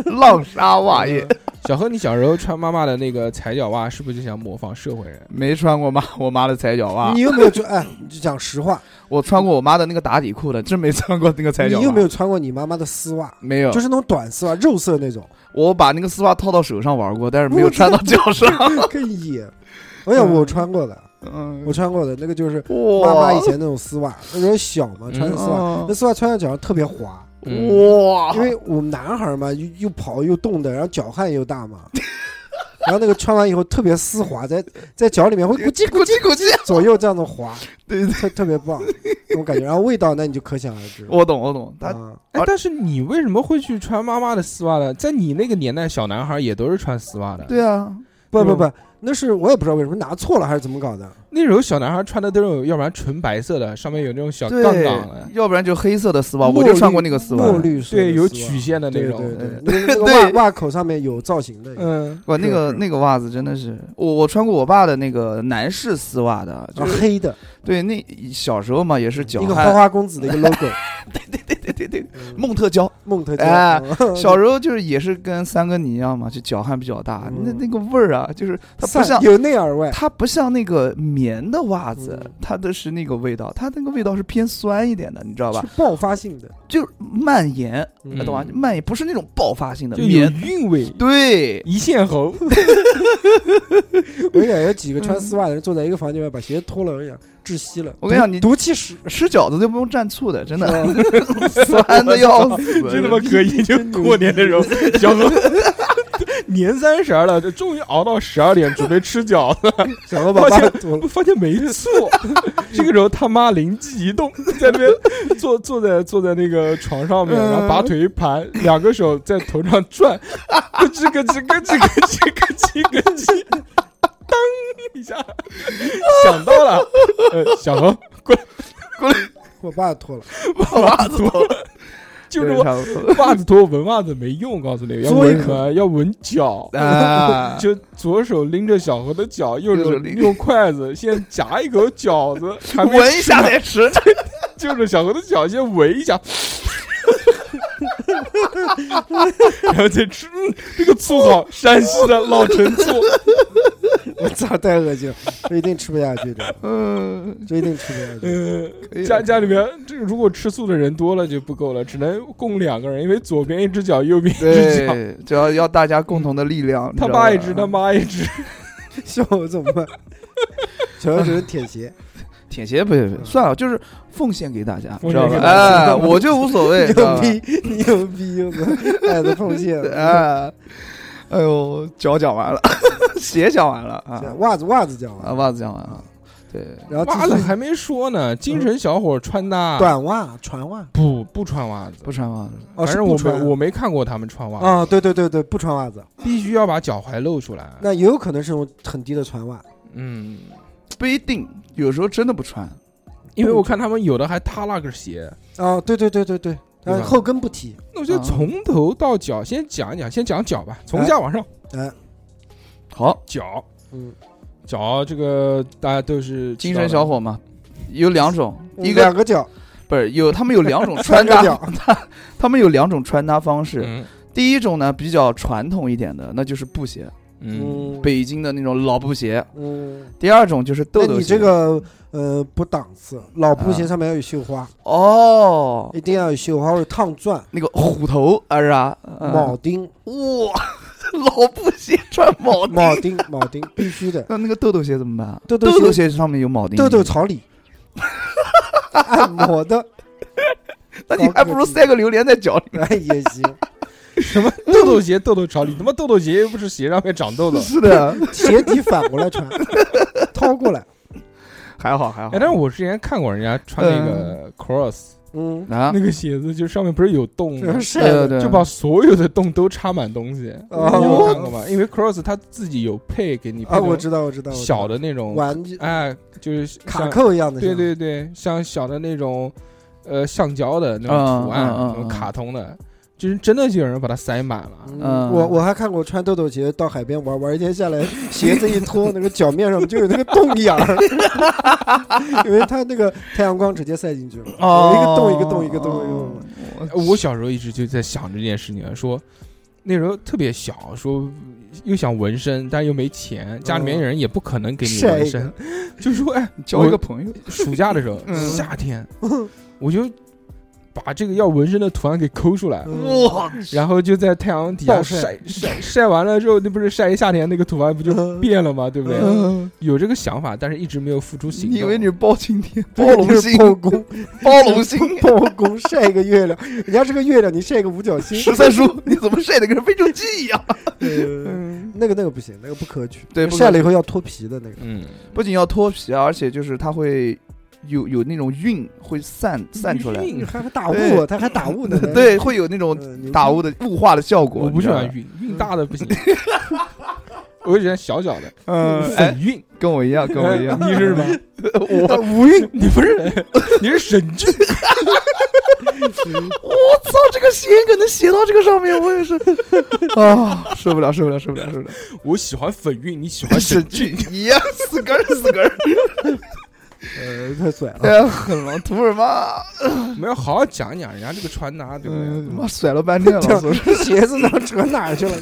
[SPEAKER 2] 浪莎袜也
[SPEAKER 3] 嗯
[SPEAKER 1] 小何，你小时候穿妈妈的那个踩脚袜，是不是就想模仿社会人？
[SPEAKER 2] 没穿过妈我妈的踩脚袜
[SPEAKER 3] 你，有没有就哎，你就讲实话，
[SPEAKER 2] 我穿过我妈的那个打底裤的，真没穿过那个踩
[SPEAKER 3] 你
[SPEAKER 2] 脚袜。
[SPEAKER 3] 有没有穿过你妈妈的丝袜？
[SPEAKER 2] 没有，
[SPEAKER 3] 就是那种短丝袜，肉色
[SPEAKER 2] (laughs)
[SPEAKER 3] 那种，
[SPEAKER 2] 我把那个丝袜套到手上玩过，但是没有穿到脚
[SPEAKER 3] (laughs)
[SPEAKER 2] 上。
[SPEAKER 3] 更野。我想我穿过的，
[SPEAKER 2] 嗯，
[SPEAKER 3] 我穿过的那个就是
[SPEAKER 2] 哇
[SPEAKER 3] 妈妈以前那种丝袜，那时候小嘛，穿的丝袜，
[SPEAKER 2] 嗯啊
[SPEAKER 3] 那丝袜穿在脚上特别滑，
[SPEAKER 2] 哇，
[SPEAKER 3] 因为我们男孩嘛，又又跑又冻的，然后脚汗又大嘛， (laughs) 然后那个穿完以后特别丝滑，在在脚里
[SPEAKER 2] (laughs)
[SPEAKER 3] 面会咕叽咕
[SPEAKER 2] 咕
[SPEAKER 3] 叽
[SPEAKER 2] 叽咕叽，
[SPEAKER 3] 左右这样子滑，
[SPEAKER 2] 对对，
[SPEAKER 3] 特特别棒，那种感觉。然后味道那你就可想而知。
[SPEAKER 2] 我懂我懂，他
[SPEAKER 3] 啊，
[SPEAKER 1] 哎
[SPEAKER 2] 而，
[SPEAKER 1] 但是你为什么会去穿妈妈的丝袜呢？在你那个年代，小男孩也都是穿丝袜的。，
[SPEAKER 2] 对啊，
[SPEAKER 3] 不不不，那是我也不知道为什么拿错了还是怎么搞的。
[SPEAKER 1] 那时候小男孩穿的都是，要不然纯白色的，上面有那种小
[SPEAKER 2] 对
[SPEAKER 1] 杠杠的，，
[SPEAKER 2] 要不然就黑色的丝袜，
[SPEAKER 3] 墨
[SPEAKER 2] 我就穿过那个丝袜
[SPEAKER 3] 墨。绿色的丝袜，
[SPEAKER 1] 对，有曲线的那
[SPEAKER 3] 对
[SPEAKER 1] 种。
[SPEAKER 3] 对对
[SPEAKER 2] 嗯，
[SPEAKER 3] 那个那个
[SPEAKER 2] 对
[SPEAKER 3] 袜袜口上面有造型的。
[SPEAKER 1] 嗯，
[SPEAKER 2] 哇，那个
[SPEAKER 3] 是
[SPEAKER 2] 那个袜子真的是，我我穿过我爸的那个男士丝袜的，
[SPEAKER 3] 啊
[SPEAKER 2] 就，是
[SPEAKER 3] 黑的，
[SPEAKER 2] 对那小时候嘛也是脚
[SPEAKER 3] 一个花
[SPEAKER 2] 汗，
[SPEAKER 3] 花公子的一个 logo，
[SPEAKER 2] 对对对，
[SPEAKER 3] 嗯
[SPEAKER 2] 梦特娇，
[SPEAKER 3] 梦特
[SPEAKER 2] 哎
[SPEAKER 3] 娇，嗯
[SPEAKER 2] 小时候就是也是跟三哥你一样嘛，就脚汗比较大，
[SPEAKER 3] 嗯
[SPEAKER 2] 那那个味儿啊，就是它不
[SPEAKER 3] 散
[SPEAKER 2] 像
[SPEAKER 3] 由内而外，
[SPEAKER 2] 它不像那个棉的袜子
[SPEAKER 3] 嗯，
[SPEAKER 2] 它的是那个味道，它那个味道是偏酸一点的，你知道吧
[SPEAKER 3] 是？爆发性的，
[SPEAKER 2] 就是蔓延，呃
[SPEAKER 1] 嗯
[SPEAKER 2] 哎懂吧？蔓延不是那种爆发性的
[SPEAKER 1] 就有
[SPEAKER 2] 棉，
[SPEAKER 1] 韵味，
[SPEAKER 2] 对，
[SPEAKER 1] 一线红。
[SPEAKER 3] 我跟你讲，有几个穿丝袜的人坐在一个房间里面，把鞋脱了，我跟你讲，窒息了。
[SPEAKER 2] 我跟你讲你
[SPEAKER 3] 毒毒气室，
[SPEAKER 2] 吃饺子都不用蘸醋的，真的
[SPEAKER 3] 是吧
[SPEAKER 2] (laughs) 酸的要死， (laughs)
[SPEAKER 1] 真他妈可以！ (laughs) 就过年的时候，小何年三十儿了，就终于熬到十二点，准备吃饺子，
[SPEAKER 3] 小何把袜子脱了，
[SPEAKER 1] 发现没醋。 (laughs) 这个时候他妈灵机一动，在那边坐坐在坐在那个床上面，
[SPEAKER 2] 嗯
[SPEAKER 1] 然后把腿一盘，两个手在头上转，咯吱咯吱咯吱咯吱咯吱咯吱，当一下想到了，呃，小何
[SPEAKER 3] 我把脱了，
[SPEAKER 1] 把袜子脱了，就是我 (laughs)
[SPEAKER 2] 我
[SPEAKER 1] 袜子脱闻袜子没用，告诉你，要
[SPEAKER 3] 嘬一
[SPEAKER 1] 闻什
[SPEAKER 3] 口
[SPEAKER 1] 么？要闻脚。
[SPEAKER 2] 啊，
[SPEAKER 1] 就左手拎着小何的脚，右
[SPEAKER 2] 右
[SPEAKER 1] 手
[SPEAKER 2] 手拎
[SPEAKER 1] 用筷子先夹一口饺
[SPEAKER 2] (laughs)
[SPEAKER 1] 子，还没
[SPEAKER 2] 闻一下
[SPEAKER 1] 吃呢，
[SPEAKER 2] 再吃，
[SPEAKER 1] (laughs) 就是小何的脚先闻一下， (laughs) 然后再吃。嗯这个醋好，山西的老陈醋。
[SPEAKER 3] (laughs) 我操，太恶心了，这一定吃不下去
[SPEAKER 1] (laughs)
[SPEAKER 3] 的，
[SPEAKER 2] 嗯，
[SPEAKER 3] 这一定吃不下去。
[SPEAKER 1] 嗯，
[SPEAKER 2] 可以了
[SPEAKER 1] 家家里面这个如果吃素的人多了就不够了，只能供两个人，因为左边一只脚，右边一只脚。 (laughs)
[SPEAKER 2] 对，只要要大家共同的力量，
[SPEAKER 1] 嗯
[SPEAKER 2] 你
[SPEAKER 1] 他
[SPEAKER 2] 知道吧
[SPEAKER 1] 爸一只，他妈一只，
[SPEAKER 3] 笑我怎么
[SPEAKER 1] (laughs)
[SPEAKER 3] 办？小何只能舔鞋，
[SPEAKER 2] 舔鞋不行，不行算了，就是奉献给大家，
[SPEAKER 1] 奉献
[SPEAKER 2] 知道
[SPEAKER 1] 给
[SPEAKER 2] 吧？
[SPEAKER 1] 大家
[SPEAKER 2] 哎，我就无所
[SPEAKER 1] (laughs)
[SPEAKER 2] 谓，知道吧
[SPEAKER 3] 牛逼， (laughs) 牛逼，牛逼，爱的奉献。
[SPEAKER 1] (laughs) 啊
[SPEAKER 2] 哎，哎呦，脚讲完了， (laughs) 鞋讲完了啊
[SPEAKER 3] 这样袜子袜子讲
[SPEAKER 2] 啊，
[SPEAKER 3] 完，
[SPEAKER 2] 袜子讲完了，对，
[SPEAKER 1] (laughs)
[SPEAKER 3] 然后
[SPEAKER 1] 妈
[SPEAKER 3] 继
[SPEAKER 1] 的
[SPEAKER 3] 续
[SPEAKER 1] 啊还没说呢。精神小伙穿搭
[SPEAKER 3] (laughs) 短袜、船袜，
[SPEAKER 1] 不不穿袜子，
[SPEAKER 2] 嗯不穿袜子，
[SPEAKER 3] 哦，
[SPEAKER 1] 反
[SPEAKER 3] 是
[SPEAKER 1] 正
[SPEAKER 3] 不
[SPEAKER 1] 我
[SPEAKER 3] 穿
[SPEAKER 1] 没我没看过他们穿袜子
[SPEAKER 3] 啊，对对对对，不穿袜子，
[SPEAKER 1] 必须要把脚踝露出来。
[SPEAKER 3] 那也有可能是用很低的船袜，
[SPEAKER 1] 嗯，
[SPEAKER 2] 不一定，有时候真的不穿，
[SPEAKER 1] 因为我看他们有的还塌那个鞋。啊
[SPEAKER 3] 哦，对对对对对，
[SPEAKER 1] 对
[SPEAKER 3] 然
[SPEAKER 1] 吧
[SPEAKER 3] 后后跟不提，
[SPEAKER 1] 那我就从头到脚先讲一讲，先讲脚吧，从下往上。
[SPEAKER 2] 好，
[SPEAKER 1] 脚，
[SPEAKER 3] 嗯，
[SPEAKER 1] 脚这个大家都是
[SPEAKER 2] 精神小
[SPEAKER 1] 伙，
[SPEAKER 2] 伙嘛，有两种，一个
[SPEAKER 3] 嗯两个脚，
[SPEAKER 2] 不是有，他们有嗯 (laughs) 两种穿
[SPEAKER 3] 三个
[SPEAKER 2] 搭，
[SPEAKER 3] 脚，
[SPEAKER 2] 他们有两种穿搭方式，
[SPEAKER 1] 嗯
[SPEAKER 2] 第一种呢比较传统一点的，那就是布鞋，
[SPEAKER 1] 嗯，
[SPEAKER 3] 嗯，
[SPEAKER 2] 北京的那种老布鞋；
[SPEAKER 3] 嗯，
[SPEAKER 2] 第二种就是豆
[SPEAKER 3] 那
[SPEAKER 2] 豆
[SPEAKER 3] 你
[SPEAKER 2] 鞋，
[SPEAKER 3] 这个呃不档次，老布鞋
[SPEAKER 2] 啊
[SPEAKER 3] 上面要有绣花，
[SPEAKER 2] 哦，
[SPEAKER 3] 一定要有绣花或者烫钻、
[SPEAKER 2] 那个虎头啊是吧？嗯
[SPEAKER 3] 铆
[SPEAKER 2] (laughs)
[SPEAKER 3] 钉、
[SPEAKER 2] 哇，老布鞋穿铆钉。
[SPEAKER 3] 铆钉、铆钉必须的，
[SPEAKER 2] 那那个豆豆鞋怎么办？
[SPEAKER 3] 豆豆
[SPEAKER 2] 豆
[SPEAKER 3] 鞋
[SPEAKER 2] 鞋上面有铆钉，
[SPEAKER 3] 豆豆草里， (laughs) 按摩的，
[SPEAKER 2] 那你还不如塞个榴莲在脚里。
[SPEAKER 3] 哎也行，
[SPEAKER 1] (laughs) 什么豆豆鞋、豆豆潮，你他 (laughs) 妈豆豆鞋又不是鞋上面长痘痘。
[SPEAKER 2] 是的，
[SPEAKER 3] 鞋底反过来穿，掏过来，
[SPEAKER 2] (laughs) 还好还好
[SPEAKER 1] 哎，但是我之前看过人家穿那个 cross
[SPEAKER 3] 嗯，
[SPEAKER 2] 啊
[SPEAKER 1] 那，个鞋子，就上面不是有啊洞吗
[SPEAKER 3] 这？是
[SPEAKER 2] 嗯对对对，
[SPEAKER 1] 就把所有的洞都插满东西，你
[SPEAKER 3] 哦
[SPEAKER 1] 有看过吗？因为 cross 它自己有配给你配
[SPEAKER 3] 啊，
[SPEAKER 1] 那种
[SPEAKER 3] 我知道我知道，我知道
[SPEAKER 1] 小的那种
[SPEAKER 3] 玩具
[SPEAKER 1] 哎，就是
[SPEAKER 3] 卡
[SPEAKER 1] 像，
[SPEAKER 3] 扣一样的，
[SPEAKER 1] 对，对对，像小的那种，呃，橡胶的那种图案，
[SPEAKER 2] 嗯嗯嗯
[SPEAKER 1] 那种
[SPEAKER 2] 嗯
[SPEAKER 1] 卡通的，就是真的就有人把它塞满了。
[SPEAKER 3] 嗯，
[SPEAKER 2] 嗯
[SPEAKER 3] 我我还看过穿豆豆鞋到海边玩，玩一天下来，鞋子一脱，那个脚面上就有那个洞
[SPEAKER 2] (laughs)
[SPEAKER 3] 眼儿，因为它那个太阳光直接晒进去了，哦
[SPEAKER 2] 哦嗯
[SPEAKER 3] 有一个洞一个洞一个洞一个洞。
[SPEAKER 1] 我小时候一直就在想这件事情，说那时候特别小，说又想纹身，但又没钱，家里面人也不可能给你
[SPEAKER 3] 晒一
[SPEAKER 1] 纹
[SPEAKER 3] 个
[SPEAKER 1] 身， (laughs) 就说哎，
[SPEAKER 2] 交一个朋友，
[SPEAKER 1] 暑假的时候，
[SPEAKER 2] (laughs) 嗯
[SPEAKER 1] 夏天，我就把这个要纹身的图案给抠出来，
[SPEAKER 3] 嗯
[SPEAKER 2] 哇，
[SPEAKER 1] 然后就在太阳底下
[SPEAKER 3] 暴晒
[SPEAKER 1] 晒晒晒完了之后，那不是晒一夏天，那个图案不就
[SPEAKER 3] (laughs) 嗯
[SPEAKER 1] 变了吗？对不对？
[SPEAKER 3] 嗯
[SPEAKER 1] 有这个想法，但是一直没有付诸行
[SPEAKER 2] 你以为
[SPEAKER 1] 动。
[SPEAKER 2] 你是包青天、包
[SPEAKER 3] 对
[SPEAKER 2] 龙
[SPEAKER 3] 就是
[SPEAKER 2] 星、
[SPEAKER 3] 包公，
[SPEAKER 2] 包龙星？
[SPEAKER 3] 包公晒一个月亮，人家是个月亮，你晒一个五角星， (laughs)
[SPEAKER 2] 十三叔，你怎么晒的跟非洲鸡一样？
[SPEAKER 3] 呃那个那个不行，那个不可取，
[SPEAKER 2] 对不可取
[SPEAKER 3] 晒了以后要脱皮的那个，
[SPEAKER 1] 嗯，
[SPEAKER 2] 不仅要脱皮啊，而且就是它会有有那种晕，会散散出来。
[SPEAKER 1] 晕
[SPEAKER 3] 还还打雾，
[SPEAKER 2] 对，
[SPEAKER 3] 他还打 (laughs) 雾呢
[SPEAKER 2] (laughs) 对，会有那种
[SPEAKER 3] 嗯，牛逼
[SPEAKER 2] 打雾的雾化的效果。
[SPEAKER 1] 我不喜欢
[SPEAKER 2] 你知
[SPEAKER 1] 晕，晕大的不行， (laughs) 我喜欢小小的
[SPEAKER 2] 道吗。嗯，哎
[SPEAKER 1] 粉，晕，
[SPEAKER 2] 跟我一样，跟我一样。
[SPEAKER 1] (laughs) 你是什么？
[SPEAKER 2] (laughs) 我
[SPEAKER 1] 无韵，你不是，你是神经。
[SPEAKER 2] (laughs) 我操，这个谐音梗能写到这个上面，我也 (laughs) 是啊，受不了，受不了，受不了，受不了。
[SPEAKER 1] 我喜欢粉韵，你喜欢神经。
[SPEAKER 2] 经，一样死根儿死根 (laughs) 儿，
[SPEAKER 3] 呃，太拽了，
[SPEAKER 2] (laughs) 太狠了，徒儿妈，
[SPEAKER 1] 没有好好讲一讲人家这个穿搭，对不
[SPEAKER 2] 嗯，
[SPEAKER 1] 对？
[SPEAKER 2] 妈甩了半天 (laughs) 了，
[SPEAKER 3] 这
[SPEAKER 2] 我说
[SPEAKER 3] (laughs) 鞋子能扯哪儿去了？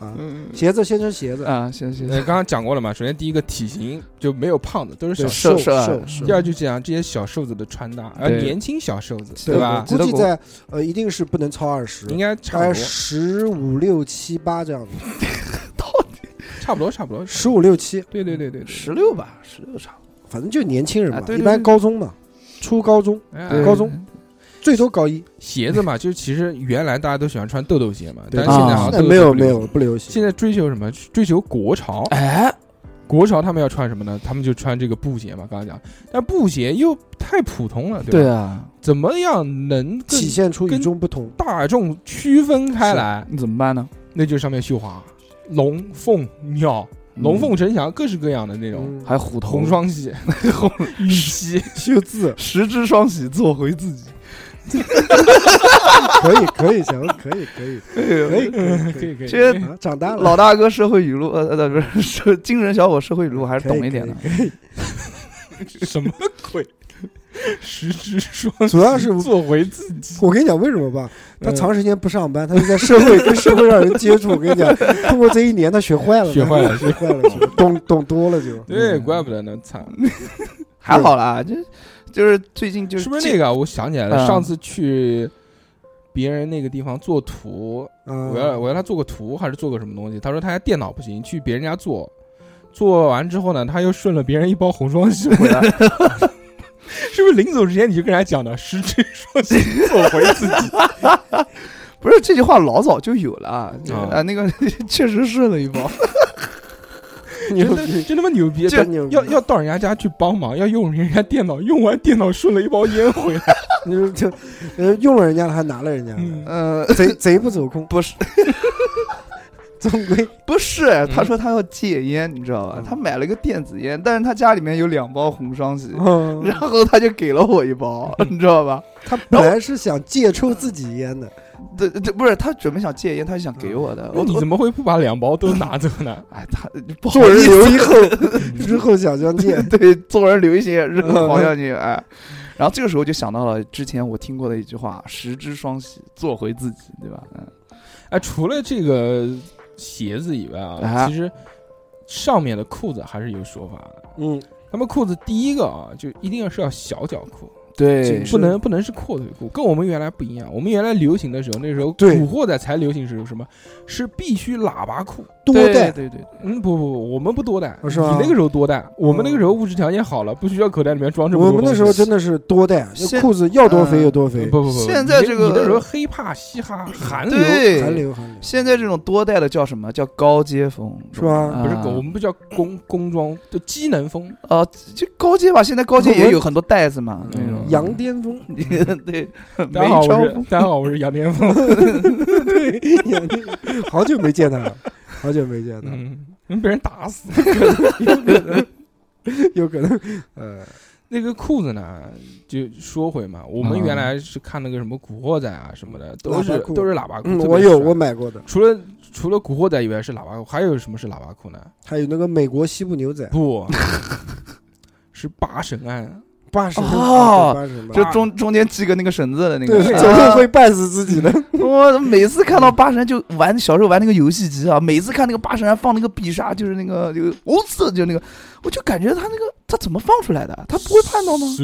[SPEAKER 3] 啊，
[SPEAKER 2] 嗯
[SPEAKER 3] 鞋子先说鞋子，
[SPEAKER 2] 啊，行行
[SPEAKER 1] 呃，刚刚讲过了嘛，首先第一个体型就没有胖子，都是小
[SPEAKER 3] 对
[SPEAKER 2] 是
[SPEAKER 1] 瘦。
[SPEAKER 2] 瘦
[SPEAKER 3] 瘦
[SPEAKER 2] 瘦啊
[SPEAKER 3] 瘦
[SPEAKER 2] 是
[SPEAKER 3] 瘦
[SPEAKER 1] 第。二就讲这些小瘦子的穿搭，而
[SPEAKER 2] 对
[SPEAKER 1] 年轻小瘦子，
[SPEAKER 2] 对
[SPEAKER 1] 吧？
[SPEAKER 3] 我
[SPEAKER 2] 吉
[SPEAKER 3] 估
[SPEAKER 2] 德
[SPEAKER 3] 计
[SPEAKER 2] 国
[SPEAKER 3] 在呃，一定是不能超二十，
[SPEAKER 1] 应该
[SPEAKER 3] 大
[SPEAKER 1] 差
[SPEAKER 3] 概
[SPEAKER 1] 不多，
[SPEAKER 3] 十五六七八这样子，
[SPEAKER 1] 差不多，差不多。
[SPEAKER 3] 十五六七，
[SPEAKER 1] 对对对对对，
[SPEAKER 2] 十六吧，十六差不多，
[SPEAKER 3] 反正就年轻人
[SPEAKER 2] 啊
[SPEAKER 3] 嘛，
[SPEAKER 2] 对对
[SPEAKER 3] 一般
[SPEAKER 2] 对
[SPEAKER 3] 高中嘛，初高中
[SPEAKER 1] 哎
[SPEAKER 3] 对
[SPEAKER 1] 高
[SPEAKER 3] 高
[SPEAKER 1] 中
[SPEAKER 3] 中最多高一，
[SPEAKER 1] 鞋子嘛，就是其实原来大家都喜欢穿豆豆鞋嘛，但
[SPEAKER 3] 对，
[SPEAKER 1] 是现在好像豆
[SPEAKER 3] 那
[SPEAKER 1] 豆
[SPEAKER 3] 啊没有
[SPEAKER 1] 不流
[SPEAKER 3] 没
[SPEAKER 1] 行
[SPEAKER 3] 有，不流行，
[SPEAKER 1] 现在追求什么？追求国潮。
[SPEAKER 2] 哎，
[SPEAKER 1] 国潮他们要穿什么呢？他们就穿这个布鞋嘛，刚刚讲，但布鞋又太普通了，对吧？
[SPEAKER 2] 对啊，
[SPEAKER 1] 怎么样能更
[SPEAKER 3] 体现出与
[SPEAKER 1] 跟
[SPEAKER 3] 众不同。
[SPEAKER 1] 大众区分开来？
[SPEAKER 2] 你怎么办呢？
[SPEAKER 1] 那就是上面绣花，龙凤鸟、龙凤呈祥，各式各样的那种
[SPEAKER 3] 嗯
[SPEAKER 2] 还虎
[SPEAKER 1] (laughs)
[SPEAKER 2] 头
[SPEAKER 1] 红双喜、
[SPEAKER 2] 红
[SPEAKER 1] 玉溪，
[SPEAKER 3] (laughs) 秀字
[SPEAKER 2] 十只双喜做回自己，
[SPEAKER 3] 可以可以 (laughs) 行，可以可以可以可以
[SPEAKER 1] 可
[SPEAKER 3] 可
[SPEAKER 1] 以可以。
[SPEAKER 2] 哎这
[SPEAKER 3] 以，啊长大了
[SPEAKER 2] 老大哥社会语录，呃呃，不是是精神小伙社会语录，还是懂一点的。
[SPEAKER 3] 可以可以可以
[SPEAKER 1] 什么鬼？ (laughs) 十只双
[SPEAKER 3] 主要是
[SPEAKER 1] (laughs) 做回自己，
[SPEAKER 3] 我跟你讲为什么吧？他
[SPEAKER 1] 嗯
[SPEAKER 3] 长时间不上班，他就在社会跟社会上人接触。我跟你讲，通过这一年，他学坏了，
[SPEAKER 1] 学坏了
[SPEAKER 3] 学坏了，学懂懂多了就。
[SPEAKER 1] 对，
[SPEAKER 2] 嗯
[SPEAKER 1] 哎怪不得呢，惨。
[SPEAKER 2] 还好啦，这就是最近就是
[SPEAKER 1] 是不是那个啊？我想起来了，
[SPEAKER 2] 嗯
[SPEAKER 1] 上次去别人那个地方做图，我要
[SPEAKER 3] 啊，
[SPEAKER 1] 我要他做个图还是做个什么东西？他说他家电脑不行，去别人家做。做完之后呢，他又顺了别人一包红双喜回来，是不是？临走之前你就跟人家讲的，十只双喜做回自己，
[SPEAKER 2] 不是这句话老早就有了啊
[SPEAKER 1] 啊
[SPEAKER 2] 啊，那个 (laughs) 确实顺了一包，
[SPEAKER 3] 牛
[SPEAKER 1] 真的
[SPEAKER 3] 逼，
[SPEAKER 1] 真他妈牛逼！
[SPEAKER 2] 这
[SPEAKER 3] 真牛逼
[SPEAKER 1] 要
[SPEAKER 3] (laughs)
[SPEAKER 1] 要到人家家去帮忙，要用人家电脑，用完电脑顺了一包烟回来，
[SPEAKER 3] 你说就呃用了人家的还拿了人家的，
[SPEAKER 1] 嗯
[SPEAKER 2] 呃，
[SPEAKER 3] 贼贼不走空，
[SPEAKER 2] 不是
[SPEAKER 3] (laughs) 总归
[SPEAKER 2] 不是，他说他要戒烟，你知道吧
[SPEAKER 3] 嗯？
[SPEAKER 2] 他买了个电子烟，但是他家里面有两包红双喜，
[SPEAKER 3] 嗯
[SPEAKER 2] (laughs) 然后他就给了我一包，你知道吧？
[SPEAKER 3] 他本来是想戒抽自己烟的，
[SPEAKER 2] 这这不是他准备想戒烟，他是想给我的，
[SPEAKER 1] 嗯那
[SPEAKER 2] 我
[SPEAKER 1] 你怎么会不把两包都拿走
[SPEAKER 2] (laughs)
[SPEAKER 1] 呢？
[SPEAKER 2] 哎，他不好
[SPEAKER 3] 做
[SPEAKER 2] 意
[SPEAKER 3] 人
[SPEAKER 2] 思
[SPEAKER 3] 留一后， (laughs) 日后想 (laughs) 相
[SPEAKER 2] (laughs)
[SPEAKER 3] 见。
[SPEAKER 2] 对，做人留一些日后
[SPEAKER 3] 嗯
[SPEAKER 2] 好像你哎。然后这个时候就想到了之前我听过的一句话：“十之双喜，做回自己”，对吧？嗯，
[SPEAKER 1] 哎，除了这个鞋子以外啊，
[SPEAKER 2] 啊
[SPEAKER 1] 其实上面的裤子还是有说法的。
[SPEAKER 3] 嗯，
[SPEAKER 1] 他们裤子第一个啊，就一定要是要小脚裤，
[SPEAKER 2] 对
[SPEAKER 3] 是
[SPEAKER 1] 不能不能是阔腿裤，跟我们原来不一样。我们原来流行的时候，那时候
[SPEAKER 3] 对
[SPEAKER 1] 古惑仔才流行时候什么，是必须喇叭裤。
[SPEAKER 3] 多带
[SPEAKER 2] 对对对，
[SPEAKER 1] 嗯，不不不，我们不多带，
[SPEAKER 3] 哦是吗哦
[SPEAKER 1] 你那个时候多带，我们那个时候物质条件好了，不需要口袋里面装这么
[SPEAKER 3] 我
[SPEAKER 1] 多东西。
[SPEAKER 3] 们那时候真的是多带，
[SPEAKER 2] 现
[SPEAKER 3] 那裤子要多肥有多肥
[SPEAKER 1] 嗯，不不不，
[SPEAKER 2] 现在
[SPEAKER 1] 你
[SPEAKER 2] 这个
[SPEAKER 1] 你那时候黑怕嘻哈韩流
[SPEAKER 2] 对
[SPEAKER 3] 韩流韩流。
[SPEAKER 2] 现在这种多带的叫什么？叫高阶风，
[SPEAKER 3] 是吧
[SPEAKER 1] 不是狗，我们不叫工工装，就机能风。
[SPEAKER 2] 啊，就高阶吧，现在高阶也有很多带子嘛，那
[SPEAKER 1] 嗯
[SPEAKER 2] 种
[SPEAKER 3] 羊癫疯，
[SPEAKER 2] (laughs) 对，
[SPEAKER 1] 大家好，我
[SPEAKER 2] 梅超
[SPEAKER 1] 是
[SPEAKER 2] 风
[SPEAKER 1] 大家好，我是杨天风。
[SPEAKER 3] 对，羊癫好久没见他了，好久没见他了，
[SPEAKER 1] 嗯，能被人打死。
[SPEAKER 3] 有可能，呃，
[SPEAKER 1] 那个裤子呢，就说回嘛，我们
[SPEAKER 2] 嗯
[SPEAKER 1] 原来是看那个什么《古惑仔》啊什么的，都
[SPEAKER 3] 喇
[SPEAKER 1] 是
[SPEAKER 3] 叭裤
[SPEAKER 1] 都是喇叭裤。
[SPEAKER 3] 嗯
[SPEAKER 1] 特别
[SPEAKER 3] 我有
[SPEAKER 1] 帅
[SPEAKER 3] 我买过的，
[SPEAKER 1] 除了除了《古惑仔》以外是喇叭裤，还有什么是喇叭裤呢？哦
[SPEAKER 3] (laughs) 还有那个美国西部牛仔，
[SPEAKER 1] 不，是八神庵
[SPEAKER 3] 八十分啊
[SPEAKER 2] 哦
[SPEAKER 3] 八十分吧
[SPEAKER 2] 就中中间系个那个绳子的那个
[SPEAKER 3] 对，，
[SPEAKER 2] 啊
[SPEAKER 3] 总是会绊死自己的。
[SPEAKER 2] 我每次看到八神就玩小时候玩那个游戏机啊，每次看那个八神还放那个必杀，就是那个就我操，就那个，我就感觉他那个他怎么放出来的？他不会判断吗？
[SPEAKER 3] (laughs)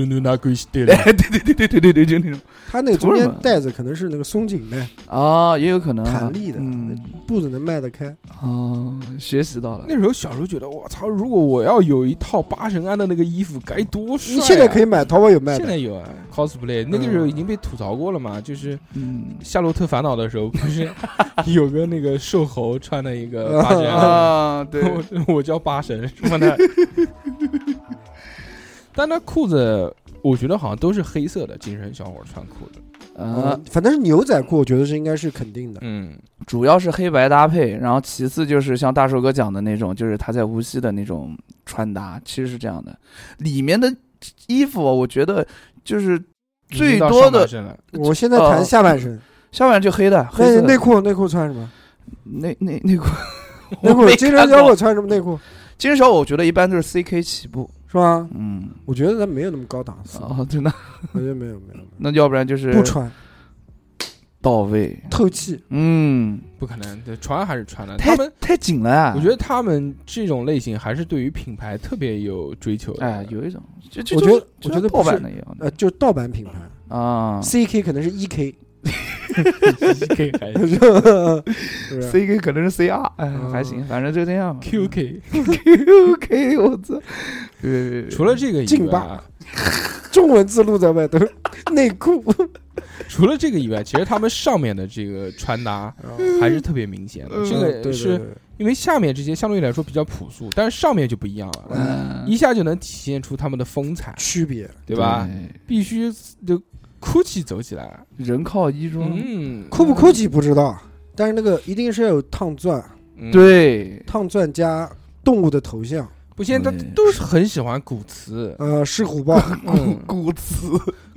[SPEAKER 2] 哎，对对对对对对对，就那种
[SPEAKER 3] 他那个中
[SPEAKER 2] 图
[SPEAKER 3] 间
[SPEAKER 2] 什么
[SPEAKER 3] 带子可能是那个松紧带，
[SPEAKER 2] 啊，也有可能啊
[SPEAKER 3] 弹力的
[SPEAKER 2] 嗯
[SPEAKER 3] 步子能迈得开。
[SPEAKER 2] 啊，学习到了
[SPEAKER 1] 那。时候小时候觉得，我操！如果我要有一套八神庵的那个衣服，该多帅、啊！
[SPEAKER 3] 你现在可以，买，淘宝有卖
[SPEAKER 1] 现
[SPEAKER 3] 的。
[SPEAKER 1] 在有啊，cosplay。那个时候已经被吐槽过了嘛，就是《
[SPEAKER 2] 嗯
[SPEAKER 1] 夏洛特烦恼》的时候，不
[SPEAKER 2] (laughs)
[SPEAKER 1] 是有个那个瘦猴穿的一个八神庵，
[SPEAKER 2] 啊，对，
[SPEAKER 1] (laughs) 我我叫八神什么的。 (laughs) 但他裤子，我觉得好像都是黑色的，精神小伙穿裤子。
[SPEAKER 2] 啊
[SPEAKER 3] (laughs) 嗯，，反正是牛仔裤，我觉得是应该是肯定的。
[SPEAKER 1] 嗯，
[SPEAKER 2] 主要是黑白搭配，然后其次就是像大寿哥讲的那种，就是他在无锡的那种穿搭，其实是这样的。里面的衣服，我觉得就是最
[SPEAKER 1] 已经到
[SPEAKER 2] 多
[SPEAKER 1] 上半
[SPEAKER 2] 的
[SPEAKER 1] 身了
[SPEAKER 3] 我现在谈下半身，
[SPEAKER 2] 下半就黑的，嗯哦黑
[SPEAKER 3] 哎那
[SPEAKER 2] 色
[SPEAKER 3] 你
[SPEAKER 2] 的
[SPEAKER 3] 内裤内裤穿什么？，
[SPEAKER 2] 内内内裤
[SPEAKER 3] (laughs) 内
[SPEAKER 2] (laughs)
[SPEAKER 3] 裤
[SPEAKER 2] 我没
[SPEAKER 3] 精
[SPEAKER 2] 看
[SPEAKER 3] 神小
[SPEAKER 2] 过
[SPEAKER 3] 伙穿什么内裤
[SPEAKER 2] 精神小伙，我觉得一般都是 CK 起步，
[SPEAKER 3] 是吧？
[SPEAKER 2] 嗯，
[SPEAKER 3] 我觉得咱没有那么高档次，
[SPEAKER 2] 哦，真的，
[SPEAKER 3] 我觉得没有没
[SPEAKER 2] (laughs)
[SPEAKER 3] 有没
[SPEAKER 2] 那要不然就是
[SPEAKER 3] 有，不穿
[SPEAKER 2] 到位，
[SPEAKER 3] 透气。
[SPEAKER 2] 嗯，
[SPEAKER 1] 不可能，对，穿还是穿的。
[SPEAKER 2] 太
[SPEAKER 1] 他们，
[SPEAKER 2] 太紧了啊，
[SPEAKER 1] 我觉得他们这种类型还是对于品牌特别有追求的。
[SPEAKER 2] 哎，有一种，就就
[SPEAKER 3] 我觉得
[SPEAKER 2] 就就
[SPEAKER 3] 我觉得
[SPEAKER 2] 像盗
[SPEAKER 3] 不是
[SPEAKER 2] 版的一样的
[SPEAKER 3] 呃，就盗版品牌
[SPEAKER 2] 啊
[SPEAKER 3] ，CK 可能是 EK，
[SPEAKER 1] ，CK
[SPEAKER 2] (laughs)
[SPEAKER 1] 还是
[SPEAKER 3] 是吧是吧
[SPEAKER 2] ，CK 可能是 CR，哎，
[SPEAKER 3] 嗯
[SPEAKER 2] 还行，反正就这样
[SPEAKER 1] 嗯
[SPEAKER 2] 吧。
[SPEAKER 1] QK。
[SPEAKER 2] QK，我操，别别别别，
[SPEAKER 1] 除了这个以
[SPEAKER 3] 劲
[SPEAKER 1] 外
[SPEAKER 3] 霸
[SPEAKER 1] 啊，
[SPEAKER 3] 中文字露在
[SPEAKER 2] (laughs)
[SPEAKER 3] 外头，内裤。
[SPEAKER 1] 除了这个以外，其实他们上面的这个穿搭还是特别明显的。
[SPEAKER 2] 哦嗯
[SPEAKER 1] 这
[SPEAKER 3] 对
[SPEAKER 1] 个
[SPEAKER 3] 对
[SPEAKER 1] 是
[SPEAKER 3] 对
[SPEAKER 1] 因为下面这些相对来说比较朴素，但是上面就不一样了，
[SPEAKER 2] 嗯，
[SPEAKER 1] 一下就能体现出他们的风采，
[SPEAKER 3] 区别，
[SPEAKER 1] 对吧？？必须就哭泣走起来。
[SPEAKER 2] 人靠衣装，
[SPEAKER 1] 嗯，
[SPEAKER 3] 哭不哭泣不知道，但是那个一定是要有烫钻，
[SPEAKER 1] 嗯，
[SPEAKER 2] 对，
[SPEAKER 3] 烫钻加动物的头像，
[SPEAKER 1] 不现在
[SPEAKER 2] 对
[SPEAKER 1] 都是很喜欢古驰，
[SPEAKER 3] 呃，是
[SPEAKER 2] (laughs)
[SPEAKER 3] 虎豹、
[SPEAKER 1] 嗯，
[SPEAKER 2] 骨子，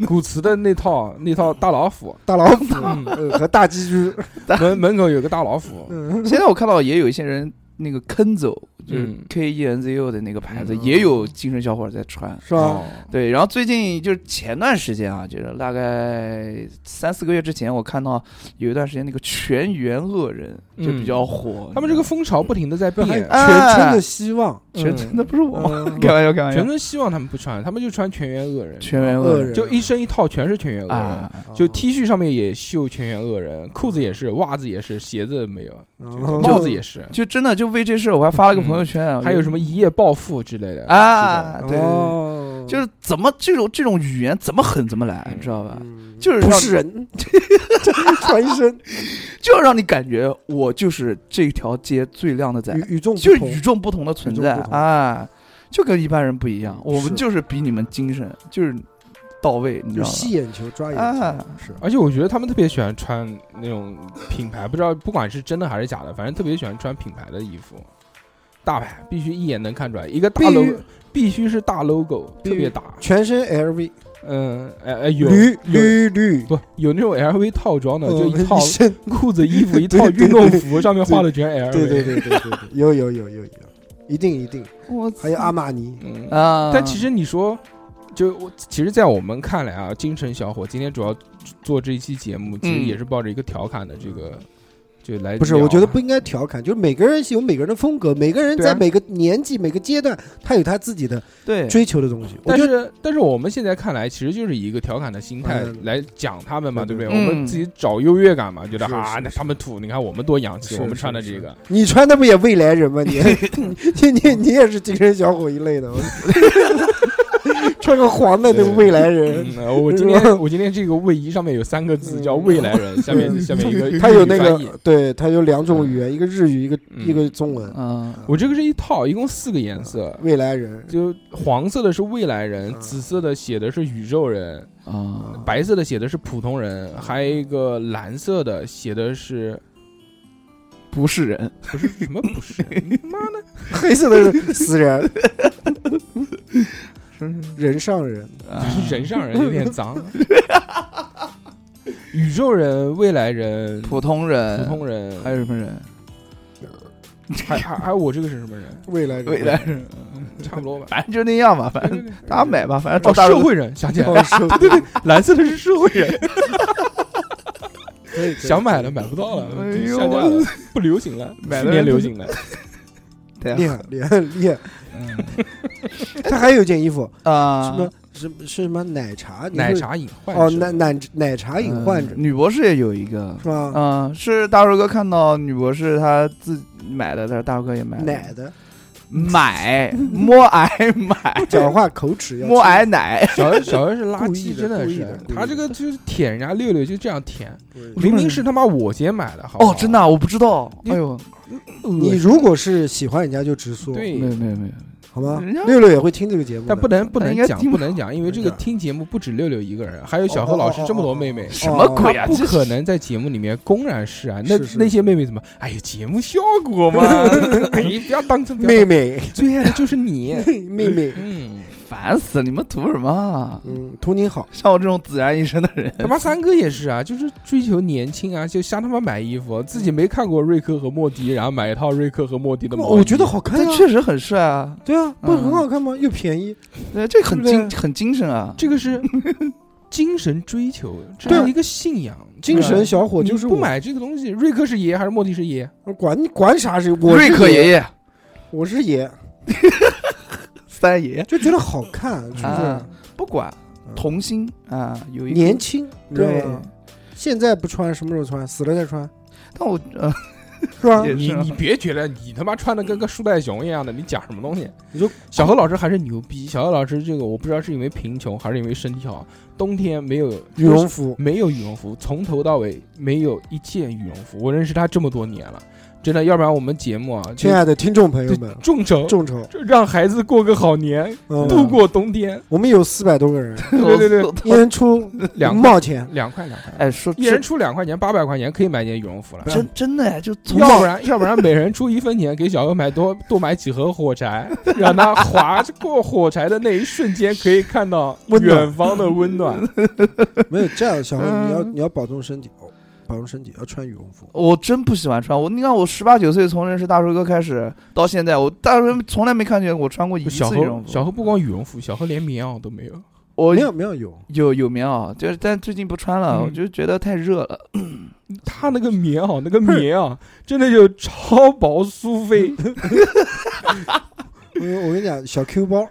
[SPEAKER 1] 古驰的那套那套大老
[SPEAKER 2] (laughs)
[SPEAKER 1] 虎，
[SPEAKER 3] 大老虎
[SPEAKER 1] 嗯
[SPEAKER 3] 呃和大鸡居，
[SPEAKER 2] 哦
[SPEAKER 1] 门门口有个大老虎，
[SPEAKER 3] 嗯，
[SPEAKER 2] 现在我看到也有一些人那个坑走，就是
[SPEAKER 1] 嗯
[SPEAKER 2] K E N Z O 的那个牌子，
[SPEAKER 3] 嗯
[SPEAKER 2] 也有精神小伙在穿。
[SPEAKER 3] 是吧？
[SPEAKER 1] 哦
[SPEAKER 2] 对，然后最近就是前段时间啊，就是大概三四个月之前，我看到有一段时间那个全员恶人就比较火，
[SPEAKER 1] 嗯他们这个风潮不停的在变，
[SPEAKER 3] 还有
[SPEAKER 1] 全
[SPEAKER 2] 哎
[SPEAKER 3] 全村的希望，
[SPEAKER 2] 全真的不是我，
[SPEAKER 3] 嗯
[SPEAKER 2] 开玩笑，开玩笑，
[SPEAKER 1] 村希望他们不穿，他们就穿全员恶人，
[SPEAKER 2] 全员
[SPEAKER 3] 恶
[SPEAKER 2] 恶
[SPEAKER 3] 人
[SPEAKER 1] 就一身一套全是全员恶人，
[SPEAKER 2] 啊，
[SPEAKER 1] 就 T 恤上面也绣全员恶人，裤子也是，袜子也是，鞋子没有，
[SPEAKER 3] 嗯
[SPEAKER 1] 帽子也是，
[SPEAKER 2] 就真的就为这事儿，我还发了个朋友圈，
[SPEAKER 1] 还有什么一夜暴富之类的
[SPEAKER 2] 啊？
[SPEAKER 1] 这种
[SPEAKER 2] 对，
[SPEAKER 3] 哦，
[SPEAKER 2] 就是怎么这种这种语言怎么狠怎么来，你知道吧？
[SPEAKER 3] 嗯
[SPEAKER 2] 就是
[SPEAKER 3] 不
[SPEAKER 2] 让
[SPEAKER 3] 是人， (laughs) 穿一 (laughs) 身
[SPEAKER 2] 就要让你感觉我就是这条街最靓的仔，
[SPEAKER 3] 与与众
[SPEAKER 2] 就
[SPEAKER 3] 不
[SPEAKER 2] 是
[SPEAKER 3] 同
[SPEAKER 2] 与，众不同的存在
[SPEAKER 3] 与众不同
[SPEAKER 2] 啊，就跟一般人不一样，我们
[SPEAKER 3] 是
[SPEAKER 2] 就是比你们精神，就是到位，你知
[SPEAKER 3] 就
[SPEAKER 2] 道
[SPEAKER 3] 吸
[SPEAKER 2] 吗？
[SPEAKER 3] 眼球、抓眼
[SPEAKER 2] 啊
[SPEAKER 3] 球，是
[SPEAKER 1] 而且我觉得他们特别喜欢穿那种品牌，不知道不管是真的还是假的，反正特别喜欢穿品牌的衣服，大牌必须一眼能看出来，一个大
[SPEAKER 3] 必
[SPEAKER 1] logo
[SPEAKER 3] 须
[SPEAKER 1] 必须是大 logo，
[SPEAKER 3] 必
[SPEAKER 1] 特
[SPEAKER 3] 须
[SPEAKER 1] 别大，
[SPEAKER 3] 全身 LV，
[SPEAKER 1] 嗯，哎哎有
[SPEAKER 3] 绿
[SPEAKER 1] 有
[SPEAKER 3] 绿绿，
[SPEAKER 1] 不有那种 LV 套装的，就
[SPEAKER 3] 嗯
[SPEAKER 1] 一套
[SPEAKER 3] 身，
[SPEAKER 1] 裤子、衣服一套
[SPEAKER 3] (laughs) 对对
[SPEAKER 1] 运动服，上面画的全 LV。
[SPEAKER 3] 对对对对对，对有有有有有，一定一定，
[SPEAKER 2] 我
[SPEAKER 3] 还有阿玛尼，
[SPEAKER 1] 嗯
[SPEAKER 2] 啊，
[SPEAKER 1] 但其实你说，就我其实，在我们看来啊，精神小伙今天主要做这一期节目，其实
[SPEAKER 2] 嗯
[SPEAKER 1] 也是抱着一个调侃的这个，就来
[SPEAKER 3] 不是，
[SPEAKER 1] 聊
[SPEAKER 3] 我觉得
[SPEAKER 1] 啊
[SPEAKER 3] 不应该调侃，就是每个人有每个人的风格，每个人
[SPEAKER 1] 对啊
[SPEAKER 3] 在每个年纪、每个阶段，他有他自己的
[SPEAKER 2] 对，
[SPEAKER 3] 追求的东西。我
[SPEAKER 1] 但
[SPEAKER 3] 觉得
[SPEAKER 1] 是，但是我们现在看来，其实就是以一个调侃的心态
[SPEAKER 3] 嗯
[SPEAKER 1] 来讲他们嘛，对
[SPEAKER 3] 对
[SPEAKER 1] 不
[SPEAKER 3] 对
[SPEAKER 1] 对？
[SPEAKER 2] 对
[SPEAKER 1] 我们自己找优越感嘛，觉得
[SPEAKER 3] 是
[SPEAKER 1] 啊，
[SPEAKER 3] 是
[SPEAKER 1] 那他们土，你看我们多洋气，
[SPEAKER 3] 是
[SPEAKER 1] 我们穿的
[SPEAKER 3] 是
[SPEAKER 1] 这个，
[SPEAKER 3] 你穿的不也未来人吗？
[SPEAKER 1] (laughs)
[SPEAKER 3] 你你你你也是精神小伙一类的， (laughs) 穿个黄的那个未来人，
[SPEAKER 1] 嗯，呃我今
[SPEAKER 3] 是吧
[SPEAKER 1] 天 (laughs) 我今天这个卫衣上面有三个字
[SPEAKER 3] 嗯
[SPEAKER 1] 叫未来人，下面
[SPEAKER 3] 嗯
[SPEAKER 1] 下面一个
[SPEAKER 3] (laughs) 他有
[SPEAKER 1] 日语
[SPEAKER 3] 那
[SPEAKER 1] 翻译嗯
[SPEAKER 3] 个，对他有两种语言，一个日语，一个一个中文。
[SPEAKER 2] 嗯，
[SPEAKER 1] 我这个是一套，一共四个颜色，
[SPEAKER 3] 未来人，
[SPEAKER 1] 就黄色的是未来人，
[SPEAKER 3] 嗯
[SPEAKER 1] 紫色的写的是宇宙人，
[SPEAKER 2] 啊
[SPEAKER 1] 白色的写的是普通人，还有一个蓝色的写的是
[SPEAKER 2] 不是人，
[SPEAKER 3] 嗯
[SPEAKER 1] 不是什么不
[SPEAKER 2] (laughs)
[SPEAKER 1] 是？你妈的！
[SPEAKER 3] 黑色的是
[SPEAKER 1] (laughs)
[SPEAKER 3] 死人，人上人，
[SPEAKER 2] 啊
[SPEAKER 1] 人上人有点脏。啊
[SPEAKER 2] (laughs)
[SPEAKER 1] 宇宙人、未来人、
[SPEAKER 2] 普通人，
[SPEAKER 1] 普通人，
[SPEAKER 2] 还有什么人？
[SPEAKER 1] 还还还有我这个是什么人？
[SPEAKER 3] 未来人
[SPEAKER 2] 未来人，
[SPEAKER 1] 差不多吧。
[SPEAKER 2] 反正就那样吧，反正大家买吧，反正
[SPEAKER 1] 哦，
[SPEAKER 2] 找大
[SPEAKER 1] 社
[SPEAKER 2] 陆哦
[SPEAKER 1] 会人想起来，
[SPEAKER 3] 到时候
[SPEAKER 1] (laughs) 对对，蓝色的是社会人，
[SPEAKER 3] 可以可以
[SPEAKER 1] 想买了买不到了，
[SPEAKER 2] 哎呦
[SPEAKER 1] 下架了，不流行了，
[SPEAKER 2] 买了
[SPEAKER 1] 去年流行的。
[SPEAKER 2] 对啊
[SPEAKER 3] 厉害厉害厉害！
[SPEAKER 1] 嗯
[SPEAKER 3] 他还有一件衣服，什
[SPEAKER 2] 啊，
[SPEAKER 3] 么什么是什么奶茶？你
[SPEAKER 1] 奶
[SPEAKER 3] 会
[SPEAKER 1] 茶隐患
[SPEAKER 3] 哦，
[SPEAKER 1] 是吧
[SPEAKER 3] 奶奶奶茶隐患者
[SPEAKER 2] 嗯女博士也有一个，
[SPEAKER 3] 是吧？
[SPEAKER 2] 嗯，是大肉哥看到女博士她自己买的，他说大肉哥也买
[SPEAKER 1] 嗯
[SPEAKER 2] 了
[SPEAKER 3] 奶的
[SPEAKER 2] 买摸癌买
[SPEAKER 3] 讲话口齿要
[SPEAKER 2] 摸癌奶，
[SPEAKER 1] (laughs) 小 S 小 S 是垃
[SPEAKER 3] 故意
[SPEAKER 1] 圾，
[SPEAKER 3] 的
[SPEAKER 1] 真
[SPEAKER 3] 故意
[SPEAKER 1] 是
[SPEAKER 3] 的故意
[SPEAKER 1] 他这个就是舔人家六六，就这样舔，
[SPEAKER 3] 清楚
[SPEAKER 1] 明明是他妈我先买的，好不好
[SPEAKER 2] 哦，真的啊我不知道，
[SPEAKER 1] 你
[SPEAKER 2] 哎呦，
[SPEAKER 3] 你如果是喜欢人家就直说，
[SPEAKER 2] 哎没
[SPEAKER 1] 对，
[SPEAKER 2] 有
[SPEAKER 1] 嗯
[SPEAKER 2] 没有没有，
[SPEAKER 3] 好吗
[SPEAKER 2] 人家？
[SPEAKER 3] 六六也会听这个节目的，
[SPEAKER 1] 但不能不能
[SPEAKER 2] 应该
[SPEAKER 1] 讲
[SPEAKER 2] 听
[SPEAKER 1] 不能讲，因为这个听节目不止六六一个人，还有小何老师这么多妹妹。
[SPEAKER 3] 哦
[SPEAKER 2] 什么鬼
[SPEAKER 1] 他
[SPEAKER 2] 啊？
[SPEAKER 1] 不
[SPEAKER 2] 这
[SPEAKER 1] 可能在节目里面公然示爱，那
[SPEAKER 3] 是是
[SPEAKER 1] 那些妹妹怎么？哎呀，节目效果
[SPEAKER 3] (laughs)
[SPEAKER 1] 嘛，你不要当真。 (laughs) 不要当
[SPEAKER 3] 妹妹 (laughs)
[SPEAKER 1] 最爱的就是你。
[SPEAKER 3] 妹妹，
[SPEAKER 1] 嗯，
[SPEAKER 2] 烦死了！你们图什么啊？
[SPEAKER 3] 嗯，图你好，
[SPEAKER 2] 像我这种孑然一身的人，
[SPEAKER 1] 他妈三哥也是啊，就是追求年轻啊，就瞎他妈买衣服，自己没看过瑞克和莫迪，然后买一套瑞克和莫迪的毛衣。
[SPEAKER 3] 哦
[SPEAKER 1] 啊
[SPEAKER 3] 我觉得好看
[SPEAKER 2] 但
[SPEAKER 3] 呀，
[SPEAKER 2] 确实很帅啊，
[SPEAKER 3] 对啊，不
[SPEAKER 2] 嗯
[SPEAKER 3] 很好看吗？又便宜，
[SPEAKER 2] 对，这很
[SPEAKER 3] 对不
[SPEAKER 2] 精
[SPEAKER 3] 对
[SPEAKER 2] 很精神啊。
[SPEAKER 1] 这个
[SPEAKER 3] (laughs)
[SPEAKER 1] 是精神追求，这
[SPEAKER 3] 对啊
[SPEAKER 1] 是一个信仰。
[SPEAKER 3] 精神小伙
[SPEAKER 1] 我
[SPEAKER 3] 就是
[SPEAKER 1] 不
[SPEAKER 3] 我，
[SPEAKER 1] 买这个东西，瑞克是爷还是莫迪是爷？
[SPEAKER 3] 管你管啥是我是
[SPEAKER 2] 瑞克
[SPEAKER 3] 爷，
[SPEAKER 2] 爷爷
[SPEAKER 3] 我是爷，
[SPEAKER 2] 三爷
[SPEAKER 3] 就觉得好看，
[SPEAKER 1] 嗯
[SPEAKER 3] 是不
[SPEAKER 2] 啊
[SPEAKER 3] 是？，
[SPEAKER 2] 不管童星啊，有一个
[SPEAKER 3] 年轻，你知道
[SPEAKER 2] 对，
[SPEAKER 3] 吗现在不穿，什么时候穿？死了再穿，
[SPEAKER 2] 但我呃
[SPEAKER 3] 是吧？
[SPEAKER 2] 也
[SPEAKER 1] 你
[SPEAKER 2] 是啊
[SPEAKER 1] 你别觉得你他妈穿的跟个树袋熊一样的，你讲什么东西？
[SPEAKER 3] 你就
[SPEAKER 1] 小何老师还是牛逼。小何老师这个我不知道是因为贫穷还是因为身体好，冬天没有
[SPEAKER 3] 羽绒服，
[SPEAKER 1] 没有羽绒服，从头到尾没有一件羽绒服。我认识他这么多年了，真的，要不然我们节目啊，就
[SPEAKER 3] 亲爱的听众朋友们，
[SPEAKER 1] 众筹
[SPEAKER 3] 众筹，
[SPEAKER 1] 就让孩子过个好年，
[SPEAKER 3] 嗯
[SPEAKER 1] 度过冬天，
[SPEAKER 3] 我们有四百多个人，
[SPEAKER 1] 对对对
[SPEAKER 2] (laughs) 我
[SPEAKER 3] 一 (laughs) 人出
[SPEAKER 1] 两
[SPEAKER 3] 五毛钱，
[SPEAKER 1] 两块两块，
[SPEAKER 2] 哎，说
[SPEAKER 1] 一人
[SPEAKER 2] 真
[SPEAKER 1] 出两块钱，八百块钱可以买件羽绒服了。
[SPEAKER 2] 真真的哎，就从
[SPEAKER 1] 啊要不然，要不然每人出一分钱，给小何买多多买几盒火柴， (laughs) 让他划过火柴的那一瞬间，可以看 (laughs) 到
[SPEAKER 3] 温暖
[SPEAKER 1] 远方的温 (laughs) 暖。
[SPEAKER 3] 没有这样，小何，你要
[SPEAKER 2] 嗯
[SPEAKER 3] 你要保重身体，哦，保重身体，要穿羽绒服。
[SPEAKER 2] 我真不喜欢穿。我你看，我十八九岁从认识大叔哥开始到现在，我大叔哥从来没看见我穿过一次
[SPEAKER 1] 小
[SPEAKER 2] 羽
[SPEAKER 1] 何
[SPEAKER 2] 绒，服。
[SPEAKER 1] 小何不光羽绒服，小何连棉袄都没有。
[SPEAKER 2] 我
[SPEAKER 3] 没有没有有，
[SPEAKER 2] 有有棉袄，就是但最近不穿了，
[SPEAKER 1] 嗯
[SPEAKER 2] 我就觉得太热了。
[SPEAKER 1] (laughs) 他那个棉袄，那个棉袄真的就超薄苏菲，
[SPEAKER 3] 我我跟你讲，小 Q 包，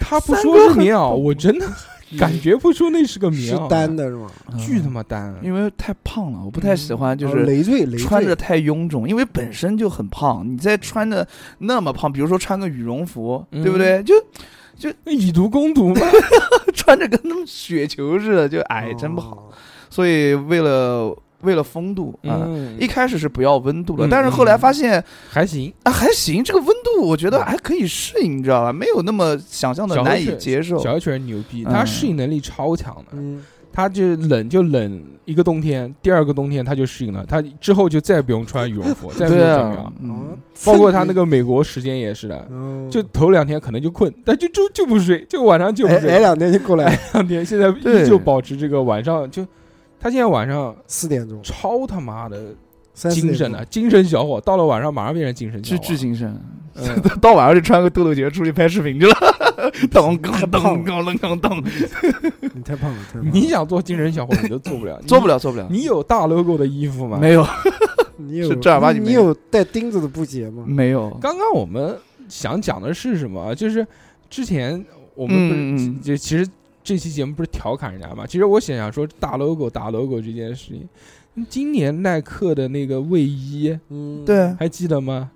[SPEAKER 1] 他不说是棉袄，我真的感觉不出那是个棉
[SPEAKER 3] 是
[SPEAKER 1] 袄，啊
[SPEAKER 3] 单的是吗？
[SPEAKER 1] 嗯巨他妈嗯单。啊
[SPEAKER 2] 嗯因为太胖了，我不太喜欢就
[SPEAKER 3] 哦
[SPEAKER 2] 是
[SPEAKER 3] 累赘累
[SPEAKER 2] 穿着
[SPEAKER 3] 赘，
[SPEAKER 2] 太臃肿，因为本身就很胖，你再穿的那么胖，比如说穿个羽绒服，
[SPEAKER 1] 嗯
[SPEAKER 2] 对不对？就 (laughs)
[SPEAKER 1] 那以毒攻毒嘛，
[SPEAKER 2] 穿着跟那种雪球似的，就哎，真不
[SPEAKER 1] 哦
[SPEAKER 2] 好。
[SPEAKER 3] 好。
[SPEAKER 2] 所以为了为了风度啊。
[SPEAKER 1] 嗯
[SPEAKER 2] 一，开始是不要温度的，
[SPEAKER 1] 嗯
[SPEAKER 2] 但是后来发现
[SPEAKER 1] 还行。
[SPEAKER 2] 啊，还行，这个温度我觉得还可以适应，你知道吧？没有那么想象的
[SPEAKER 1] 小
[SPEAKER 2] 难
[SPEAKER 1] 黑
[SPEAKER 2] 以
[SPEAKER 1] 是
[SPEAKER 2] 接受。
[SPEAKER 1] 小何确实牛逼，
[SPEAKER 2] 嗯
[SPEAKER 1] 他适应能力超强的。
[SPEAKER 3] 嗯，
[SPEAKER 1] 他就冷就冷一个冬天，第二个冬天他就适应了，他之后就再也不用穿羽绒
[SPEAKER 2] (laughs)
[SPEAKER 1] 服，再也不用
[SPEAKER 2] 对
[SPEAKER 1] 穿棉
[SPEAKER 2] 啊
[SPEAKER 1] 袄，，
[SPEAKER 2] 嗯，
[SPEAKER 1] 包括他那个美国时间也是的，
[SPEAKER 3] 哦，
[SPEAKER 1] 就头两天可能就困，但就就就不睡，就晚上就不哎
[SPEAKER 3] 来来
[SPEAKER 2] 哎
[SPEAKER 1] 睡，
[SPEAKER 3] 哎两天就过来，
[SPEAKER 1] 两天现在依旧保持这个晚上就，他现在晚上
[SPEAKER 3] 四点钟，
[SPEAKER 1] 超他妈的
[SPEAKER 3] 三四
[SPEAKER 1] 精
[SPEAKER 3] 点
[SPEAKER 1] 神啊
[SPEAKER 3] 钟
[SPEAKER 1] 的，精神小伙，到了晚上马上变成精神小
[SPEAKER 2] 巨
[SPEAKER 1] 伙，
[SPEAKER 2] 巨精神， (laughs)
[SPEAKER 1] 嗯
[SPEAKER 2] 到晚上就穿个豆豆姐出去拍视频去了， (laughs) 咚
[SPEAKER 3] 太
[SPEAKER 2] 咚
[SPEAKER 3] 胖
[SPEAKER 2] 咚
[SPEAKER 3] 了
[SPEAKER 2] 咚咚咚，
[SPEAKER 3] 你太胖了，太胖了
[SPEAKER 1] 你想做精神小伙你都做不
[SPEAKER 2] (laughs)
[SPEAKER 1] 了，
[SPEAKER 2] (laughs) 做不了，做不了，嗯
[SPEAKER 1] 你。你有大 logo 的衣服吗？
[SPEAKER 2] 没 (laughs) 有，
[SPEAKER 3] 你有
[SPEAKER 2] 是正儿八经
[SPEAKER 3] 你
[SPEAKER 2] 没嗯
[SPEAKER 3] 你
[SPEAKER 2] 有
[SPEAKER 3] 有带钉子的布节吗？
[SPEAKER 2] 没有，
[SPEAKER 1] 刚刚我们想讲的是什么？就是之前我们不是、
[SPEAKER 2] 嗯嗯
[SPEAKER 1] 就其实这期节目不是调侃人家嘛？其实我想想说大 logo 大 logo 这件事情，今年耐克的那个卫衣
[SPEAKER 3] 嗯，
[SPEAKER 2] 对，
[SPEAKER 1] 还记得吗？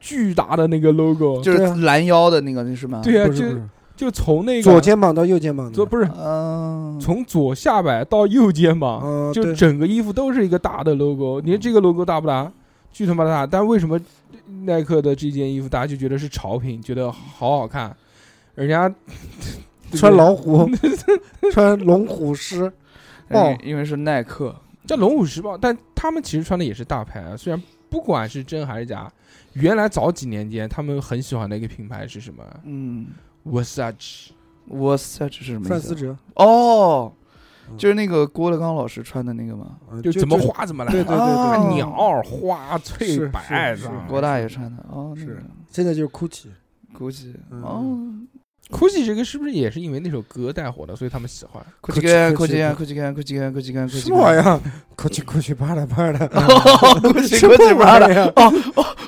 [SPEAKER 1] 巨大的那个 logo，
[SPEAKER 2] 就是拦腰的那个，那是吗？
[SPEAKER 1] 对啊，
[SPEAKER 3] 不是不
[SPEAKER 1] 就是就从那个
[SPEAKER 3] 左肩膀到右肩膀的，
[SPEAKER 1] 左不是
[SPEAKER 2] 嗯，
[SPEAKER 1] 从左下摆到右肩膀，
[SPEAKER 3] 嗯，
[SPEAKER 1] 就
[SPEAKER 3] 对嗯
[SPEAKER 1] 整个衣服都是一个大的 logo。你看这个 logo 大不大？巨他妈大！但为什么耐克的这件衣服大家就觉得是潮品，觉得好好看？人家 (laughs) 对不对
[SPEAKER 3] 穿
[SPEAKER 1] (laughs)
[SPEAKER 3] 老虎，穿龙虎狮，
[SPEAKER 2] 因为因为是耐克，
[SPEAKER 1] 叫龙虎时报，但他们其实穿的也是大牌啊。虽然不管是真还是假，原来早几年间他们很喜欢的一个品牌是什么
[SPEAKER 2] 嗯，
[SPEAKER 1] ？Versace。
[SPEAKER 2] 我塞，这是什么
[SPEAKER 3] 范
[SPEAKER 2] 意
[SPEAKER 3] 思
[SPEAKER 2] 思？
[SPEAKER 3] 哲，
[SPEAKER 2] 哦，
[SPEAKER 3] 嗯
[SPEAKER 2] 就是那个郭德纲老师穿的那个嘛，
[SPEAKER 3] 嗯
[SPEAKER 1] 就怎么画怎么来，
[SPEAKER 3] 对对对
[SPEAKER 2] 啊
[SPEAKER 3] 对，
[SPEAKER 1] 鸟花翠
[SPEAKER 3] 是
[SPEAKER 1] 白
[SPEAKER 3] 是是
[SPEAKER 1] 吧
[SPEAKER 2] 郭大爷穿的哦，那个
[SPEAKER 1] 是
[SPEAKER 3] 现在就是 GUCCI，
[SPEAKER 2] 估计
[SPEAKER 3] 嗯
[SPEAKER 2] 哦，
[SPEAKER 1] ，Gucci 这个是不是也是因为那首歌带火的，所以他们喜欢？
[SPEAKER 2] 估计
[SPEAKER 3] Gucci，
[SPEAKER 2] 干，估
[SPEAKER 3] Gucci，
[SPEAKER 2] 计干，估计干，估计干，估计干，估计
[SPEAKER 3] 什么玩意儿？GUCCI
[SPEAKER 2] 嗯
[SPEAKER 3] GUCCI 巴拉巴拉，
[SPEAKER 2] 估计
[SPEAKER 3] (laughs) 什
[SPEAKER 2] 估
[SPEAKER 3] 么
[SPEAKER 2] 计哦不
[SPEAKER 3] 玩
[SPEAKER 2] 的，
[SPEAKER 3] 意儿？
[SPEAKER 2] 哦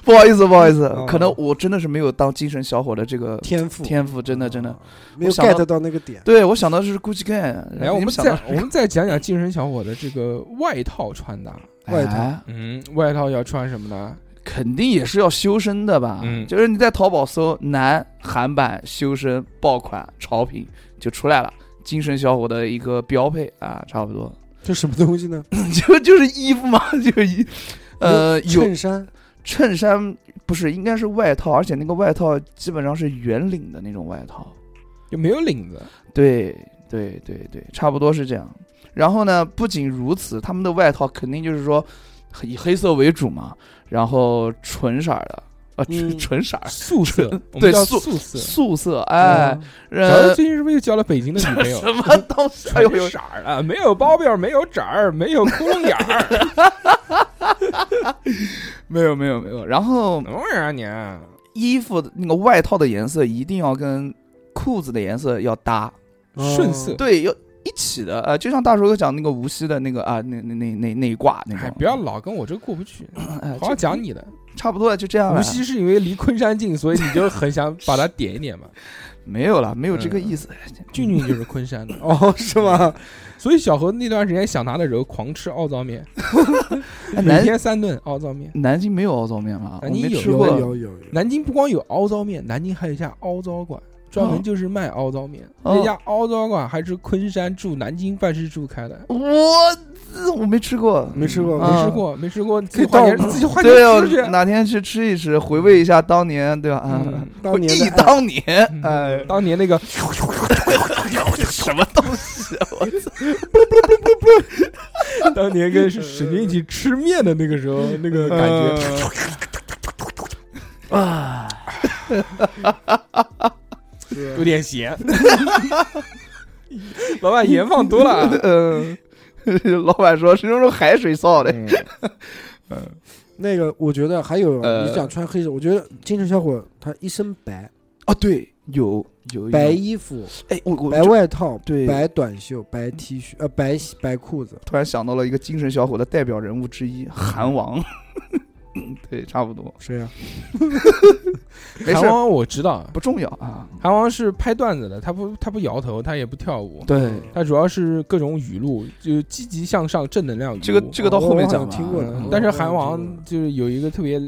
[SPEAKER 2] 不好意思，不好意思
[SPEAKER 3] 嗯，
[SPEAKER 2] 可能我真的是没有当精神小伙的这个
[SPEAKER 3] 天赋，
[SPEAKER 2] 天赋，真的真的
[SPEAKER 3] 啊，，没有
[SPEAKER 2] 我想到
[SPEAKER 3] get 到那个点。
[SPEAKER 2] 对我想到是估计干，
[SPEAKER 3] 哎
[SPEAKER 1] 来，我
[SPEAKER 2] 你
[SPEAKER 1] 们
[SPEAKER 2] 想
[SPEAKER 1] 再
[SPEAKER 2] 到
[SPEAKER 1] 我们再讲讲精神小伙的这个外套穿搭。
[SPEAKER 3] 外套
[SPEAKER 2] 哎
[SPEAKER 1] 嗯，外套要穿什么呢？
[SPEAKER 2] 肯定也是要修身的吧？
[SPEAKER 1] 嗯
[SPEAKER 2] 就是你在淘宝搜男韩版修身爆款潮品就出来了，精神小伙的一个标配啊，差不多， (laughs)
[SPEAKER 3] 这什么东西呢？
[SPEAKER 2] 就就是衣服嘛，就是衣，呃，有
[SPEAKER 3] 衬衫，
[SPEAKER 2] 衬衫不是，应该是外套，而且那个外套基本上是圆领的那种外套，
[SPEAKER 1] 就没有领子，
[SPEAKER 2] 对对对对，差不多是这样。然后呢，不仅如此，他们的外套肯定就是说以黑色为主嘛，然后纯色儿的。啊，纯
[SPEAKER 3] 嗯
[SPEAKER 2] 纯色儿，
[SPEAKER 1] 素色，我们
[SPEAKER 2] 对
[SPEAKER 1] 叫
[SPEAKER 2] 素
[SPEAKER 1] 素色。
[SPEAKER 2] 素色，哎，
[SPEAKER 3] 嗯，
[SPEAKER 1] 小
[SPEAKER 2] 呃
[SPEAKER 1] 欧，最近是不是又交了北京的女朋友？
[SPEAKER 2] 什么东西？
[SPEAKER 1] (laughs)
[SPEAKER 2] 哎呦
[SPEAKER 1] 纯
[SPEAKER 2] 呦，
[SPEAKER 1] 色儿了，啊没有包边，没有褶儿，没有窟窿眼儿，
[SPEAKER 2] 没有没有没有。然后
[SPEAKER 1] 什么玩意儿啊你？
[SPEAKER 2] 衣服的那个外套的颜色一定要跟裤子的颜色要搭，
[SPEAKER 3] 哦
[SPEAKER 1] 顺色
[SPEAKER 2] 对，要一起的。呃，就像大叔哥讲那个无锡的那个啊，那那那那那一挂那
[SPEAKER 1] 哎，
[SPEAKER 2] 种，
[SPEAKER 1] 不要老跟我这过不去，
[SPEAKER 2] 哎，
[SPEAKER 1] 好好
[SPEAKER 2] 就
[SPEAKER 1] 讲你的。
[SPEAKER 2] 差不多了，就这样了
[SPEAKER 1] 无。锡是因为离昆山近，所以你就很想把它点一点嘛。
[SPEAKER 2] 没有了，没有这
[SPEAKER 1] 嗯
[SPEAKER 2] 个意思。
[SPEAKER 1] 俊俊就是昆山的，
[SPEAKER 3] 哦，是吗？
[SPEAKER 1] 所以小何那段时间想他的时候，狂吃奥灶面，
[SPEAKER 2] 哎
[SPEAKER 1] 每
[SPEAKER 2] 南
[SPEAKER 1] 天三顿奥灶面。
[SPEAKER 2] 南京没有鏊糟面了，我
[SPEAKER 1] 南京
[SPEAKER 2] 没
[SPEAKER 1] 哎有
[SPEAKER 2] 吃
[SPEAKER 3] 有
[SPEAKER 2] 过。
[SPEAKER 3] 有有有，
[SPEAKER 1] 南京不光有凹糟面，南京还有一家凹糟馆，专门就是卖凹糟面。
[SPEAKER 2] 哦
[SPEAKER 1] 那家凹糟馆还是昆山驻南京办事处开的，
[SPEAKER 2] 我我没吃过，
[SPEAKER 3] 没吃过，
[SPEAKER 2] 嗯
[SPEAKER 3] 没
[SPEAKER 1] 没
[SPEAKER 3] 吃
[SPEAKER 1] 吃
[SPEAKER 3] 过。
[SPEAKER 1] 过，没吃过，自
[SPEAKER 3] 可
[SPEAKER 1] 己花
[SPEAKER 3] 以
[SPEAKER 1] 钱
[SPEAKER 3] 到我们
[SPEAKER 1] 自己花钱
[SPEAKER 2] 对哦
[SPEAKER 1] 吃去，。
[SPEAKER 2] 哪天去吃一吃，回味一下当年，对吧？啊
[SPEAKER 1] 嗯，
[SPEAKER 3] 当年
[SPEAKER 2] 忆
[SPEAKER 3] 的爱
[SPEAKER 2] 当年，
[SPEAKER 1] 嗯
[SPEAKER 2] 哎，
[SPEAKER 1] 当年
[SPEAKER 2] (laughs)
[SPEAKER 1] 那个
[SPEAKER 2] 什么东西、啊？我
[SPEAKER 1] 当年跟沈
[SPEAKER 2] (laughs)
[SPEAKER 1] 军一起吃面的那个时候，
[SPEAKER 2] 嗯
[SPEAKER 1] 那个感觉， (laughs)
[SPEAKER 2] 啊！
[SPEAKER 1] 有点咸。 (laughs) 老板盐放多了，啊
[SPEAKER 2] 嗯， (laughs) 老板说是用海水烧的，
[SPEAKER 1] 嗯
[SPEAKER 3] 那个，我觉得还有
[SPEAKER 2] 呃
[SPEAKER 3] 你想穿黑色，我觉得精神小伙他一身白，
[SPEAKER 2] 啊，对，有有
[SPEAKER 3] 白
[SPEAKER 2] 有
[SPEAKER 3] 衣服，
[SPEAKER 2] 哎，我我
[SPEAKER 3] 白外套，
[SPEAKER 2] 对
[SPEAKER 3] 白短袖，白 T 恤，呃，白西白裤子，
[SPEAKER 2] 突然想到了一个精神小伙的代表人物之一，韩王。 (laughs) 对，差不多，
[SPEAKER 3] 谁呀？
[SPEAKER 2] 没
[SPEAKER 1] 韩
[SPEAKER 2] 事，
[SPEAKER 1] 王嗯我知道，
[SPEAKER 2] 不重要啊。
[SPEAKER 1] 韩王是拍段子的，他不他不摇头，他也不跳舞，
[SPEAKER 2] 对，
[SPEAKER 1] 他主要是各种语录，就积极向上、正能量语录。
[SPEAKER 2] 这个这个到
[SPEAKER 3] 我
[SPEAKER 2] 后面
[SPEAKER 3] 我好
[SPEAKER 2] 讲
[SPEAKER 3] 像
[SPEAKER 2] 吧
[SPEAKER 3] 听过了
[SPEAKER 1] 嗯
[SPEAKER 3] 我
[SPEAKER 1] 但是
[SPEAKER 3] 我好
[SPEAKER 1] 韩
[SPEAKER 3] 像听过
[SPEAKER 1] 王
[SPEAKER 3] 了
[SPEAKER 1] 就是有一个特别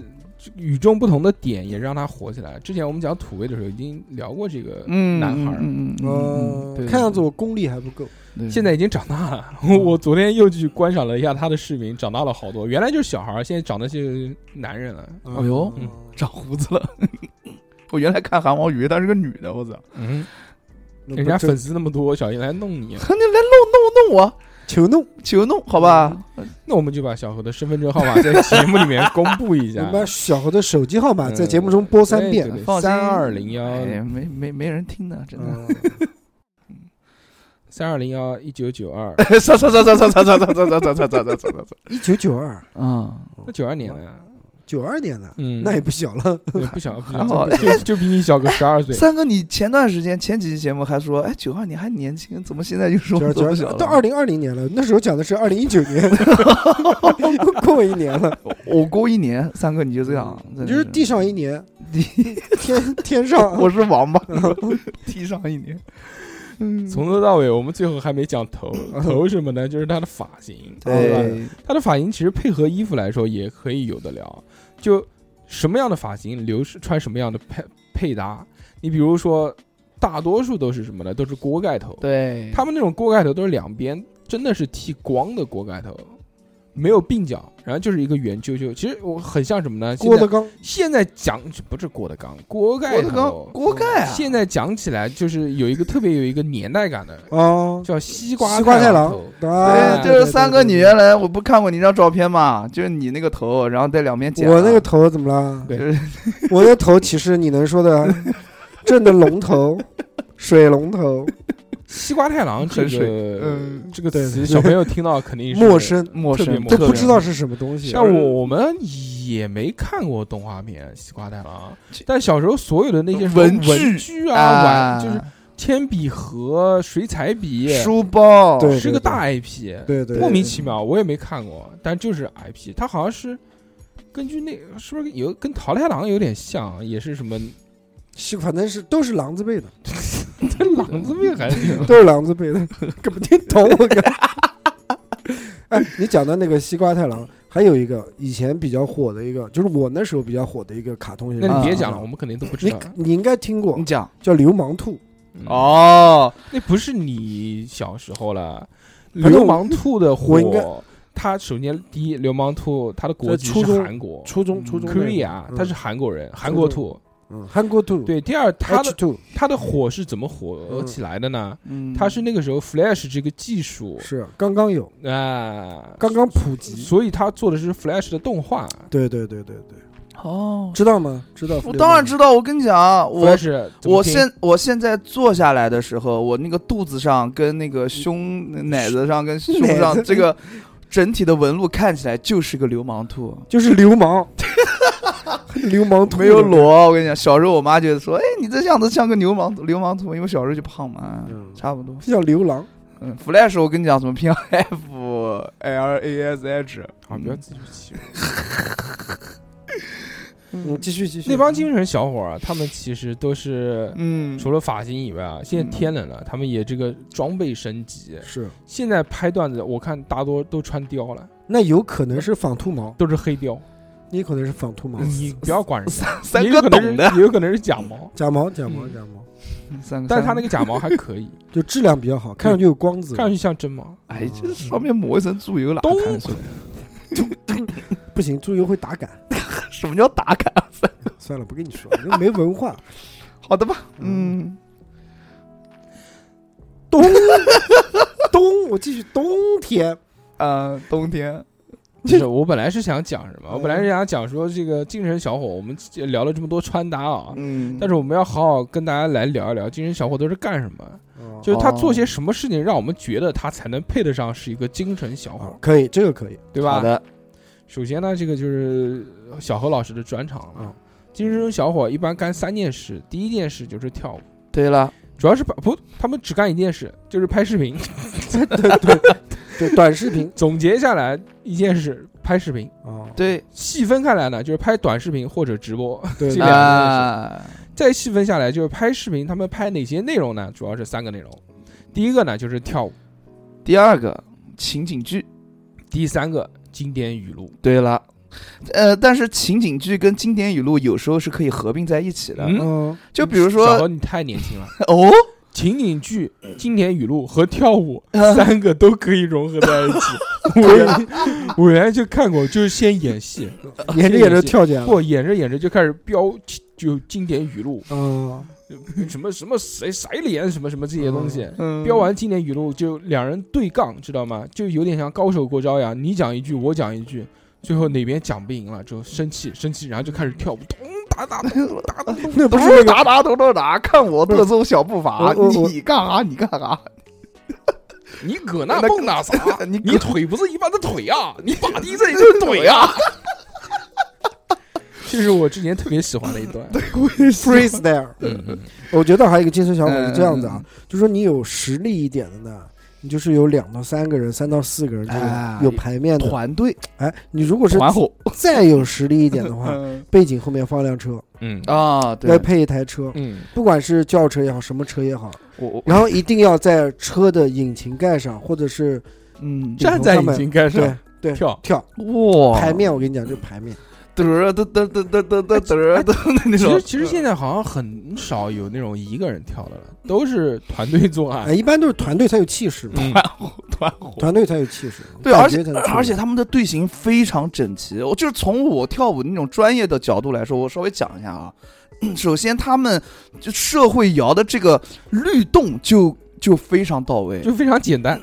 [SPEAKER 1] 与众不同的点，也让他火起来了。之前我们讲土味的时候已经聊过这个，
[SPEAKER 2] 嗯，
[SPEAKER 1] 男孩儿
[SPEAKER 2] 嗯嗯嗯嗯嗯
[SPEAKER 3] 呃
[SPEAKER 2] 对，
[SPEAKER 3] 看样子我功力还不够，
[SPEAKER 2] 对
[SPEAKER 1] 现在已经长大了。
[SPEAKER 2] 嗯
[SPEAKER 1] 我昨天又去观赏了一下他的视频，长大了好多。原来就是小孩儿，现在长得是男人了。
[SPEAKER 3] 哎
[SPEAKER 2] 哎呦长胡子了。 (laughs) 我原来看韩王以为她是个女的，我操！
[SPEAKER 1] 嗯，
[SPEAKER 3] 人
[SPEAKER 1] 人家粉丝那么多，小心来弄
[SPEAKER 2] (laughs)
[SPEAKER 1] 你。
[SPEAKER 2] (laughs) 你来弄弄弄我，
[SPEAKER 3] 求弄，
[SPEAKER 2] 求弄好吧？
[SPEAKER 1] 那我们就把小何的身份证号码在节目里面公布一
[SPEAKER 3] 你 (laughs)
[SPEAKER 1] 下。
[SPEAKER 3] 把小何的手机号码
[SPEAKER 1] 嗯
[SPEAKER 3] 在节目中播三遍，
[SPEAKER 1] 对
[SPEAKER 2] 呃放心
[SPEAKER 1] 三二零幺
[SPEAKER 2] 哎，没没没人听的，真的。
[SPEAKER 3] 嗯
[SPEAKER 1] 三二零幺一九九二，
[SPEAKER 2] (laughs) 操操操操操操操操操操操操操操！
[SPEAKER 3] 一九九二，
[SPEAKER 2] 啊，
[SPEAKER 1] 那九二年的，
[SPEAKER 3] 九二年的，
[SPEAKER 1] 嗯，
[SPEAKER 3] 那也不小
[SPEAKER 2] (laughs)
[SPEAKER 3] 了。
[SPEAKER 1] 不小，不
[SPEAKER 2] 还好
[SPEAKER 1] 小，就就比你小个十二岁。
[SPEAKER 2] 三哥，你前段时间前几期节目还说，哎，九二年还年轻，怎么现在就说
[SPEAKER 3] 九二
[SPEAKER 2] 我都
[SPEAKER 3] 九
[SPEAKER 2] 不
[SPEAKER 3] 二
[SPEAKER 2] 小了？
[SPEAKER 3] 到二零二零年了，那时候讲的是二零一九
[SPEAKER 2] (laughs)
[SPEAKER 3] 年，过一年了，
[SPEAKER 2] 我过一年，三哥你就这样，真
[SPEAKER 3] 你
[SPEAKER 2] 的
[SPEAKER 3] 就是地上一年，
[SPEAKER 2] 地
[SPEAKER 3] 天天
[SPEAKER 2] (laughs)
[SPEAKER 3] 上
[SPEAKER 2] 我是王八，地上一年。嗯，
[SPEAKER 1] 从头到尾，我们最后还没讲头，头是什么呢？就是他的发型，吧？
[SPEAKER 2] 对，
[SPEAKER 1] 他的发型其实配合衣服来说也可以有的聊，就什么样的发型留是穿什么样的配配搭。你比如说，大多数都是什么呢？都是锅盖头，
[SPEAKER 2] 对，
[SPEAKER 1] 他们那种锅盖头都是两边真的是剃光的锅盖头，没有鬓角，然后就是一个圆啾啾。其实我很像什么呢？现
[SPEAKER 3] 郭
[SPEAKER 1] 在
[SPEAKER 3] 德纲
[SPEAKER 1] 现在讲不是郭德纲，锅盖
[SPEAKER 2] 郭
[SPEAKER 1] 头。
[SPEAKER 2] 德纲锅盖啊，
[SPEAKER 1] 现在讲起来就是有一个特别有一个年代感的，
[SPEAKER 3] 啊，
[SPEAKER 1] 叫西瓜
[SPEAKER 3] 西瓜太郎
[SPEAKER 1] 头。
[SPEAKER 3] 啊，
[SPEAKER 2] 对，
[SPEAKER 1] 哎
[SPEAKER 2] 就是三哥，你
[SPEAKER 3] 原
[SPEAKER 2] 原来我不看过你那张照片嘛，就是你那个头，然后在两边剪啊，
[SPEAKER 3] 我那个头怎么了？
[SPEAKER 1] 对
[SPEAKER 2] 就是 (laughs)
[SPEAKER 3] 我那头岂是你能说的正的龙头、水龙头、
[SPEAKER 1] 西瓜太郎这
[SPEAKER 2] 很水
[SPEAKER 1] 个呃
[SPEAKER 2] 嗯，
[SPEAKER 1] 这个
[SPEAKER 3] 对
[SPEAKER 1] 词，
[SPEAKER 3] 对
[SPEAKER 1] 小朋友听到肯定
[SPEAKER 3] (laughs)
[SPEAKER 1] 是
[SPEAKER 3] 陌。生，
[SPEAKER 2] 陌
[SPEAKER 1] 特别
[SPEAKER 2] 生，
[SPEAKER 1] 陌
[SPEAKER 3] 都
[SPEAKER 1] 生
[SPEAKER 2] 特
[SPEAKER 3] 不
[SPEAKER 2] 别
[SPEAKER 3] 知道是什么东西。
[SPEAKER 1] 像我我们也没看过动画片《西瓜太郎》，但小时候所有的那些什么
[SPEAKER 2] 文具
[SPEAKER 1] 文具啊、玩就是铅笔盒、水彩笔，
[SPEAKER 2] 书包，
[SPEAKER 3] 对
[SPEAKER 1] 是个大 IP，
[SPEAKER 3] 对对，对
[SPEAKER 1] 莫名其妙，我也没看过，但就是 IP，它好像是根据那是不是有跟桃太郎有点像，也是什么 (laughs)
[SPEAKER 2] (laughs)
[SPEAKER 3] 西反正是都是狼字辈 (laughs) 的，
[SPEAKER 1] 狼字辈还
[SPEAKER 3] (laughs)
[SPEAKER 1] 是什么
[SPEAKER 3] 都是狼字辈的，根本听不懂我 (laughs) 靠。哎，你讲的那个西瓜太郎，还有一个以前比较火的一个，就是我那时候比较火的一个卡通
[SPEAKER 1] 那
[SPEAKER 3] 人物。
[SPEAKER 1] 你别
[SPEAKER 2] 啊
[SPEAKER 1] 讲了，我们肯定都不知
[SPEAKER 3] 你
[SPEAKER 1] 道。
[SPEAKER 3] 你应该听过
[SPEAKER 2] 你，讲
[SPEAKER 3] 叫流氓兔。
[SPEAKER 1] 嗯，
[SPEAKER 2] 哦，
[SPEAKER 1] 那不是你小时候了。
[SPEAKER 3] 正
[SPEAKER 1] 流氓兔的
[SPEAKER 3] 我应该
[SPEAKER 1] 火，它首先第一，流氓兔它的国
[SPEAKER 3] 在
[SPEAKER 1] 籍
[SPEAKER 3] 初
[SPEAKER 1] 是
[SPEAKER 3] 中
[SPEAKER 1] 韩国
[SPEAKER 3] 初中初中那个
[SPEAKER 1] 哦嗯，Korea，它是韩国人，韩国兔。
[SPEAKER 3] 嗯，韩国兔，
[SPEAKER 1] 对，第二，它
[SPEAKER 3] ，H
[SPEAKER 1] 的
[SPEAKER 3] two
[SPEAKER 1] 它的火是怎么火
[SPEAKER 3] 哎嗯
[SPEAKER 1] 起来的呢？
[SPEAKER 2] 嗯
[SPEAKER 1] 它是那个时候 Flash 这个技术
[SPEAKER 3] 是刚刚有，
[SPEAKER 1] 啊，
[SPEAKER 3] 刚刚普及。
[SPEAKER 1] 所以他做的是 Flash 的动画
[SPEAKER 3] 对对对对对，
[SPEAKER 2] 哦，
[SPEAKER 3] 知道吗？知道。
[SPEAKER 2] 我当然知道，我跟你讲啊，我
[SPEAKER 1] ，Flash 怎么
[SPEAKER 2] 我
[SPEAKER 1] 拼
[SPEAKER 2] 现我现在坐下来的时候，我那个肚子上跟那个胸奶子上跟胸
[SPEAKER 3] 奶
[SPEAKER 2] 上
[SPEAKER 3] 子
[SPEAKER 2] 这个整体的纹路看起来就是个流氓兔。
[SPEAKER 3] 就是流
[SPEAKER 1] (laughs)
[SPEAKER 3] 氓，流氓兔
[SPEAKER 2] 没有。裸，我跟你讲，小时候我妈觉得说，哎，你这样子像个流氓流氓兔，因为小时候就胖嘛，
[SPEAKER 3] 嗯
[SPEAKER 2] 差不多。
[SPEAKER 3] 叫流氓，
[SPEAKER 2] 嗯，Flash 我跟你讲怎么拼 F L A S H，
[SPEAKER 1] 啊，不要自己欺负
[SPEAKER 3] 嗯，继续继续。
[SPEAKER 1] 那帮精神小伙儿，他们其实都是
[SPEAKER 2] 嗯，
[SPEAKER 1] 除了发型以外啊，现
[SPEAKER 3] 嗯
[SPEAKER 1] 在天冷了，他们也这个装备升级。
[SPEAKER 3] 是，
[SPEAKER 1] 现在拍段子，我看大多都穿貂了，
[SPEAKER 3] 那有可能是仿兔毛，
[SPEAKER 1] 都是黑貂。
[SPEAKER 3] 也可能是仿兔毛，
[SPEAKER 1] 你不要管人家，
[SPEAKER 2] 三
[SPEAKER 1] 也有
[SPEAKER 2] 哥
[SPEAKER 1] 可能是
[SPEAKER 2] 懂的，
[SPEAKER 1] 也有可能是假毛，
[SPEAKER 3] 假毛假毛
[SPEAKER 2] 嗯
[SPEAKER 3] 假毛，
[SPEAKER 2] 三个，
[SPEAKER 1] 但是他那
[SPEAKER 2] 个，
[SPEAKER 1] 个假毛还可以，
[SPEAKER 3] 就质量比较好，看上去有光泽，
[SPEAKER 1] 看上去像真
[SPEAKER 2] (laughs)
[SPEAKER 1] 毛。
[SPEAKER 2] 哎，这上面抹一层猪油了，
[SPEAKER 1] 咚
[SPEAKER 2] 看出来
[SPEAKER 3] 不行，猪油会打杆。
[SPEAKER 2] 什么叫打卡？
[SPEAKER 3] (laughs) 算了，不跟你说，你没文化。
[SPEAKER 2] 好的吧，嗯，
[SPEAKER 3] 冬冬，我继续冬天，
[SPEAKER 2] 呃，冬天，
[SPEAKER 1] 就是我本来是想讲什么，
[SPEAKER 3] 嗯
[SPEAKER 1] 我本来是想讲说这个精神小伙，我们聊了这么多穿搭啊，
[SPEAKER 2] 嗯，
[SPEAKER 1] 但是我们要好好跟大家来聊一聊精神小伙都是干什么。
[SPEAKER 3] 哦
[SPEAKER 1] 就是
[SPEAKER 2] 哦
[SPEAKER 1] 他做些什么事情，让我们觉得他才能配得上是一个精神小伙
[SPEAKER 3] 哦，可以，这个可以，
[SPEAKER 1] 对
[SPEAKER 2] 好
[SPEAKER 1] 吧？
[SPEAKER 2] 的，
[SPEAKER 1] 首先呢，这个就是小何老师的专场了
[SPEAKER 3] 嗯。
[SPEAKER 1] 精神小伙一般干三件事，第一件事就是跳舞，
[SPEAKER 2] 对了，
[SPEAKER 1] 主要是把不，他们只干一件事，就是拍视频。 (laughs)
[SPEAKER 3] 对，短视频
[SPEAKER 1] 总结下来，一件事拍视频，
[SPEAKER 3] 啊，
[SPEAKER 2] 对
[SPEAKER 1] 细分开来呢，就是拍短视频或者直播。 (laughs)
[SPEAKER 3] 对
[SPEAKER 1] 这两个
[SPEAKER 2] 啊，
[SPEAKER 1] 再细分下来，就是拍视频，他们拍哪些内容呢？主要是三个内容。第一个呢就是跳舞，
[SPEAKER 2] 第二个情景剧，
[SPEAKER 1] 第三个经典语录。
[SPEAKER 2] 对了。呃，但是情景剧跟经典语录有时候是可以合并在一起的，
[SPEAKER 1] 嗯
[SPEAKER 3] 嗯，
[SPEAKER 2] 就比如
[SPEAKER 1] 小
[SPEAKER 2] 说
[SPEAKER 1] 何，你太年轻了。
[SPEAKER 2] 哦，
[SPEAKER 1] 情景剧、
[SPEAKER 2] 嗯
[SPEAKER 1] 经典语录和跳
[SPEAKER 2] (laughs)
[SPEAKER 1] 舞
[SPEAKER 2] 啊
[SPEAKER 1] 三个都可以融合在一
[SPEAKER 2] (laughs)
[SPEAKER 1] 起。我原 (laughs) 我原来就看过，就是先演戏，
[SPEAKER 3] 演着演着跳起
[SPEAKER 2] 嗯
[SPEAKER 3] 来了，
[SPEAKER 1] 不演着演着就开始标就经典语录，
[SPEAKER 3] 嗯，
[SPEAKER 1] 什么什么谁谁脸什么什么这些东西。
[SPEAKER 2] 嗯
[SPEAKER 1] 标完经典语录就两人对杠，知道吗？就有点像高手过招一样，你讲一句我讲一句，最后哪边讲不赢了就生气生气，然后就开始跳舞，咚哒哒咚哒哒咚。
[SPEAKER 3] 那不
[SPEAKER 2] 不
[SPEAKER 3] 是
[SPEAKER 2] 是
[SPEAKER 3] 那个
[SPEAKER 2] 打打咚咚打，看我特种小步伐，
[SPEAKER 3] 我我我
[SPEAKER 2] 你干啥？你干啥？
[SPEAKER 1] 你搁那蹦那啥？
[SPEAKER 2] (laughs) 你
[SPEAKER 1] 你腿不是一般的腿啊！你打的
[SPEAKER 2] (laughs)
[SPEAKER 1] 这就是腿啊！这是我之前特别喜欢的一段。
[SPEAKER 3] freestyle。
[SPEAKER 1] 嗯，
[SPEAKER 3] (laughs) 我觉得还有一个精神小伙
[SPEAKER 2] 嗯
[SPEAKER 3] 是这样子啊，就说你有实力一点的呢，你就是有两到三个人、三到四个人这
[SPEAKER 2] 哎
[SPEAKER 3] 种有排面的。
[SPEAKER 2] 团队
[SPEAKER 3] 哎，你如果是
[SPEAKER 2] 团伙
[SPEAKER 3] 再有实力一点
[SPEAKER 1] (laughs)
[SPEAKER 3] 的话，
[SPEAKER 2] 嗯
[SPEAKER 3] 背景后面放辆车，
[SPEAKER 1] 嗯
[SPEAKER 2] 啊，
[SPEAKER 3] 再
[SPEAKER 2] 对，
[SPEAKER 3] 配一
[SPEAKER 1] (laughs)
[SPEAKER 3] 台车，
[SPEAKER 1] 嗯，
[SPEAKER 3] 不管是轿车也好，什么车也好，
[SPEAKER 2] 我我
[SPEAKER 3] 然后一定要在车的引擎盖上，或者是
[SPEAKER 2] 嗯，
[SPEAKER 1] 站在引擎盖
[SPEAKER 3] 对
[SPEAKER 1] 上
[SPEAKER 3] 对
[SPEAKER 1] 啊跳，哦
[SPEAKER 3] 跳
[SPEAKER 2] 哇
[SPEAKER 3] 排面，我跟你讲，就排面，
[SPEAKER 2] 嘚嘚嘚嘚嘚嘚嘚嘚嘚那
[SPEAKER 1] 其
[SPEAKER 2] 种
[SPEAKER 1] 实，其实现在好像很少有那种一个人跳的了，都是团队作
[SPEAKER 3] 哎，
[SPEAKER 1] (laughs) 案。
[SPEAKER 3] 一般都是团队才有气势嘛，
[SPEAKER 1] 嗯
[SPEAKER 2] 团伙。
[SPEAKER 3] 团队才有气势，
[SPEAKER 2] 对，
[SPEAKER 3] 感
[SPEAKER 2] 而且
[SPEAKER 3] 觉才能出来
[SPEAKER 2] 而且他们的队形非常整齐。我就是从我跳舞那种专业的角度来说，我稍微讲一下啊。首先，他们就社会摇的这个律动就就非常到位，
[SPEAKER 1] 就非常简单，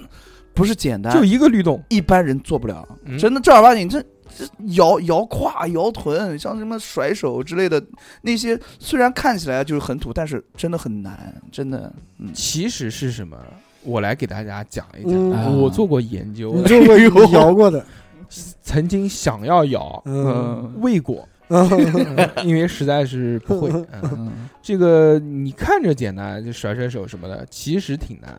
[SPEAKER 2] 不是简单，
[SPEAKER 1] 就一个律动。
[SPEAKER 2] 一般人做不了。
[SPEAKER 1] 嗯
[SPEAKER 2] 真的正儿八经，这这摇摇胯、摇臀，像什么甩手之类的那些，虽然看起来就是很土，但是真的很难，真的。
[SPEAKER 1] (laughs)
[SPEAKER 2] 嗯，
[SPEAKER 1] 其实是什么？我来给大家讲一
[SPEAKER 3] 嗯
[SPEAKER 1] 讲，我做过研究
[SPEAKER 3] 你，做过
[SPEAKER 2] 哎呦
[SPEAKER 3] 你摇过
[SPEAKER 1] (laughs)
[SPEAKER 3] 的，
[SPEAKER 1] 曾经想要咬，
[SPEAKER 3] 嗯，
[SPEAKER 1] 未果， (laughs) 因为实在是不会。嗯
[SPEAKER 2] 嗯
[SPEAKER 1] 这个你看着简单，就甩甩手什么的，其实挺难。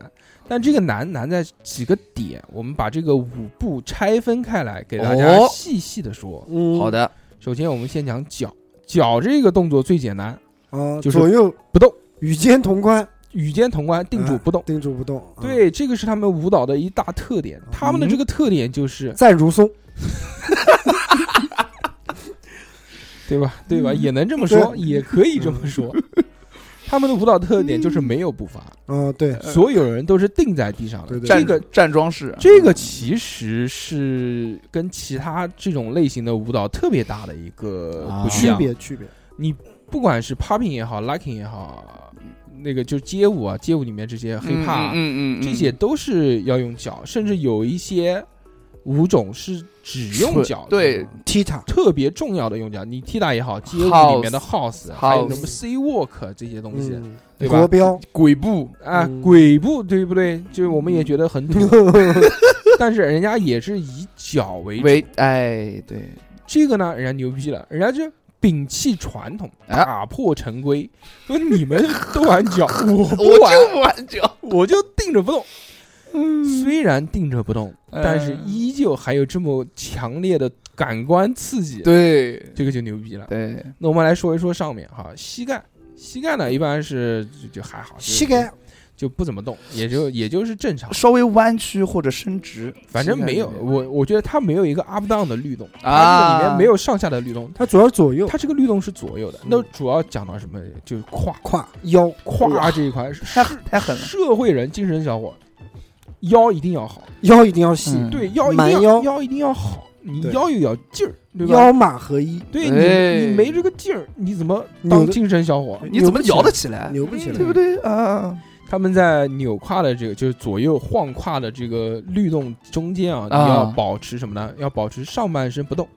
[SPEAKER 1] 但这个难难在几个点，我们把这个五步拆分开来，给大家
[SPEAKER 2] 哦
[SPEAKER 1] 细细的说。
[SPEAKER 3] (laughs) 嗯，
[SPEAKER 2] 好的，
[SPEAKER 1] 首先，我们先讲脚，脚这个动作最简单，
[SPEAKER 3] 啊，
[SPEAKER 1] 就是
[SPEAKER 3] 左右
[SPEAKER 1] 不动，
[SPEAKER 3] 与肩同宽，
[SPEAKER 1] 与肩同宽，定住
[SPEAKER 3] 嗯
[SPEAKER 1] 不动。
[SPEAKER 3] 定住不动，啊，
[SPEAKER 1] 对，这个是他们舞蹈的一大特点。他们的这个特点就是，
[SPEAKER 3] 站如松，
[SPEAKER 1] 对吧？对吧？也能这么说， (laughs) 也可以这么说。他们的舞蹈特点就是没有步伐，
[SPEAKER 3] 啊，对，
[SPEAKER 2] 嗯
[SPEAKER 1] 所有人都是定在地上的。
[SPEAKER 3] 对对
[SPEAKER 1] 这
[SPEAKER 2] 站
[SPEAKER 1] 个
[SPEAKER 2] 站桩式，嗯
[SPEAKER 1] 这个其实是跟其他这种类型的舞蹈特别大的一个
[SPEAKER 4] 啊
[SPEAKER 1] 不一
[SPEAKER 3] 区
[SPEAKER 1] 样。
[SPEAKER 3] 别区别，
[SPEAKER 1] 你不管是 popping 也好，locking 也好，那个就街舞啊，街舞里面这些 hip
[SPEAKER 2] 嗯
[SPEAKER 1] hop 啊、
[SPEAKER 2] 嗯嗯嗯，
[SPEAKER 1] 这些都是要用脚，甚至有一些舞种是只用脚的，
[SPEAKER 2] 对
[SPEAKER 3] 踢踏，
[SPEAKER 1] 特别重要的用脚。你踢打也好，街舞里面的 house，还有什么 C walk 这些东西，
[SPEAKER 3] 嗯，
[SPEAKER 1] 对吧
[SPEAKER 3] 国标，
[SPEAKER 2] 鬼步，
[SPEAKER 1] 啊，
[SPEAKER 3] 嗯
[SPEAKER 1] 鬼步对不对？就是我们也觉得很
[SPEAKER 2] (laughs)
[SPEAKER 1] 土，但是人家也是以脚为主
[SPEAKER 2] 为哎对，
[SPEAKER 1] 这个呢，人家牛逼了，人家就摒弃传统，
[SPEAKER 2] 啊
[SPEAKER 1] 打破常规，说你们都玩
[SPEAKER 2] (laughs)
[SPEAKER 1] 脚，我不
[SPEAKER 2] 我
[SPEAKER 1] 玩，
[SPEAKER 2] 就不玩 (laughs) 脚，
[SPEAKER 1] 我就定着不动。
[SPEAKER 2] 嗯
[SPEAKER 1] 虽然定着不动，但是依旧还有这么强烈的感官刺激，
[SPEAKER 2] 对
[SPEAKER 1] 这个就牛逼了。
[SPEAKER 2] 对，
[SPEAKER 1] 那我们来说一说上面哈，膝盖，膝盖呢一般是就就还好，就
[SPEAKER 3] 膝盖
[SPEAKER 1] 就不怎么动，也就也就是正常，
[SPEAKER 2] 稍微弯曲或者伸直，
[SPEAKER 1] 反正没有
[SPEAKER 2] 膝盖里面
[SPEAKER 1] 我我觉得它没有一个 up down 的律动，它这个
[SPEAKER 2] 啊
[SPEAKER 1] 里面没有上下的律动，
[SPEAKER 3] 它主要是左右
[SPEAKER 1] 它这个律动是左右的。
[SPEAKER 3] 嗯
[SPEAKER 1] 那主要讲到什么？就是胯
[SPEAKER 3] 胯腰
[SPEAKER 1] 胯这一块，
[SPEAKER 2] 太太狠
[SPEAKER 1] (laughs)
[SPEAKER 2] 了，
[SPEAKER 1] 社会人、精神小伙，腰一定要好，
[SPEAKER 3] 腰一定要细，
[SPEAKER 2] 嗯
[SPEAKER 1] 对，腰一
[SPEAKER 3] 蛮
[SPEAKER 1] 定要
[SPEAKER 3] 腰
[SPEAKER 1] 腰一定要好，你
[SPEAKER 3] 对
[SPEAKER 1] 腰又要劲儿，对吧？
[SPEAKER 3] 腰马合一，
[SPEAKER 1] 对
[SPEAKER 2] 哎
[SPEAKER 1] 你，你没这个劲儿，你怎么
[SPEAKER 3] 扭
[SPEAKER 1] 当
[SPEAKER 3] 得
[SPEAKER 1] 精神小伙？
[SPEAKER 2] 你怎么摇得起来？
[SPEAKER 3] 扭不起来，
[SPEAKER 2] 对不对啊？
[SPEAKER 1] 他们在扭胯的这个，就是左右晃胯的这个律动中间啊，你
[SPEAKER 2] 啊
[SPEAKER 1] 要保持什么呢？要保持上半身不动，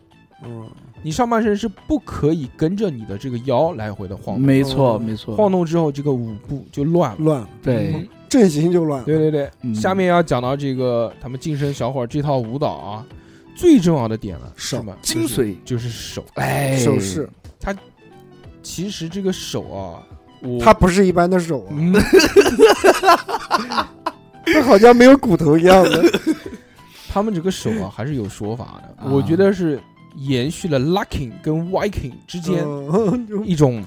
[SPEAKER 3] 嗯，
[SPEAKER 1] 你上半身是不可以跟着你的这个腰来回的晃动，
[SPEAKER 2] 没
[SPEAKER 3] 错没
[SPEAKER 2] 错
[SPEAKER 1] 晃动之后这个舞步就乱了。
[SPEAKER 3] 乱了，
[SPEAKER 2] 嗯对
[SPEAKER 1] 嗯，
[SPEAKER 3] 阵型就乱了，
[SPEAKER 1] 对对对，
[SPEAKER 2] 嗯
[SPEAKER 1] 下面要讲到这个他们晋升小伙儿这套舞蹈啊，最重要的点了，
[SPEAKER 3] 手
[SPEAKER 1] 什么
[SPEAKER 2] 精髓，
[SPEAKER 1] 就是手。
[SPEAKER 2] 哎，
[SPEAKER 3] 手势，
[SPEAKER 1] 其实这个手啊，我
[SPEAKER 3] 它不是一般的手啊，
[SPEAKER 1] (laughs) 嗯，
[SPEAKER 3] 它好像没有骨头一样
[SPEAKER 1] (laughs)
[SPEAKER 3] 的，
[SPEAKER 1] 他们这个手啊还是有说法的，
[SPEAKER 2] 啊
[SPEAKER 1] 我觉得是延续了 locking 跟 viking 之间
[SPEAKER 3] 嗯，就
[SPEAKER 1] 一种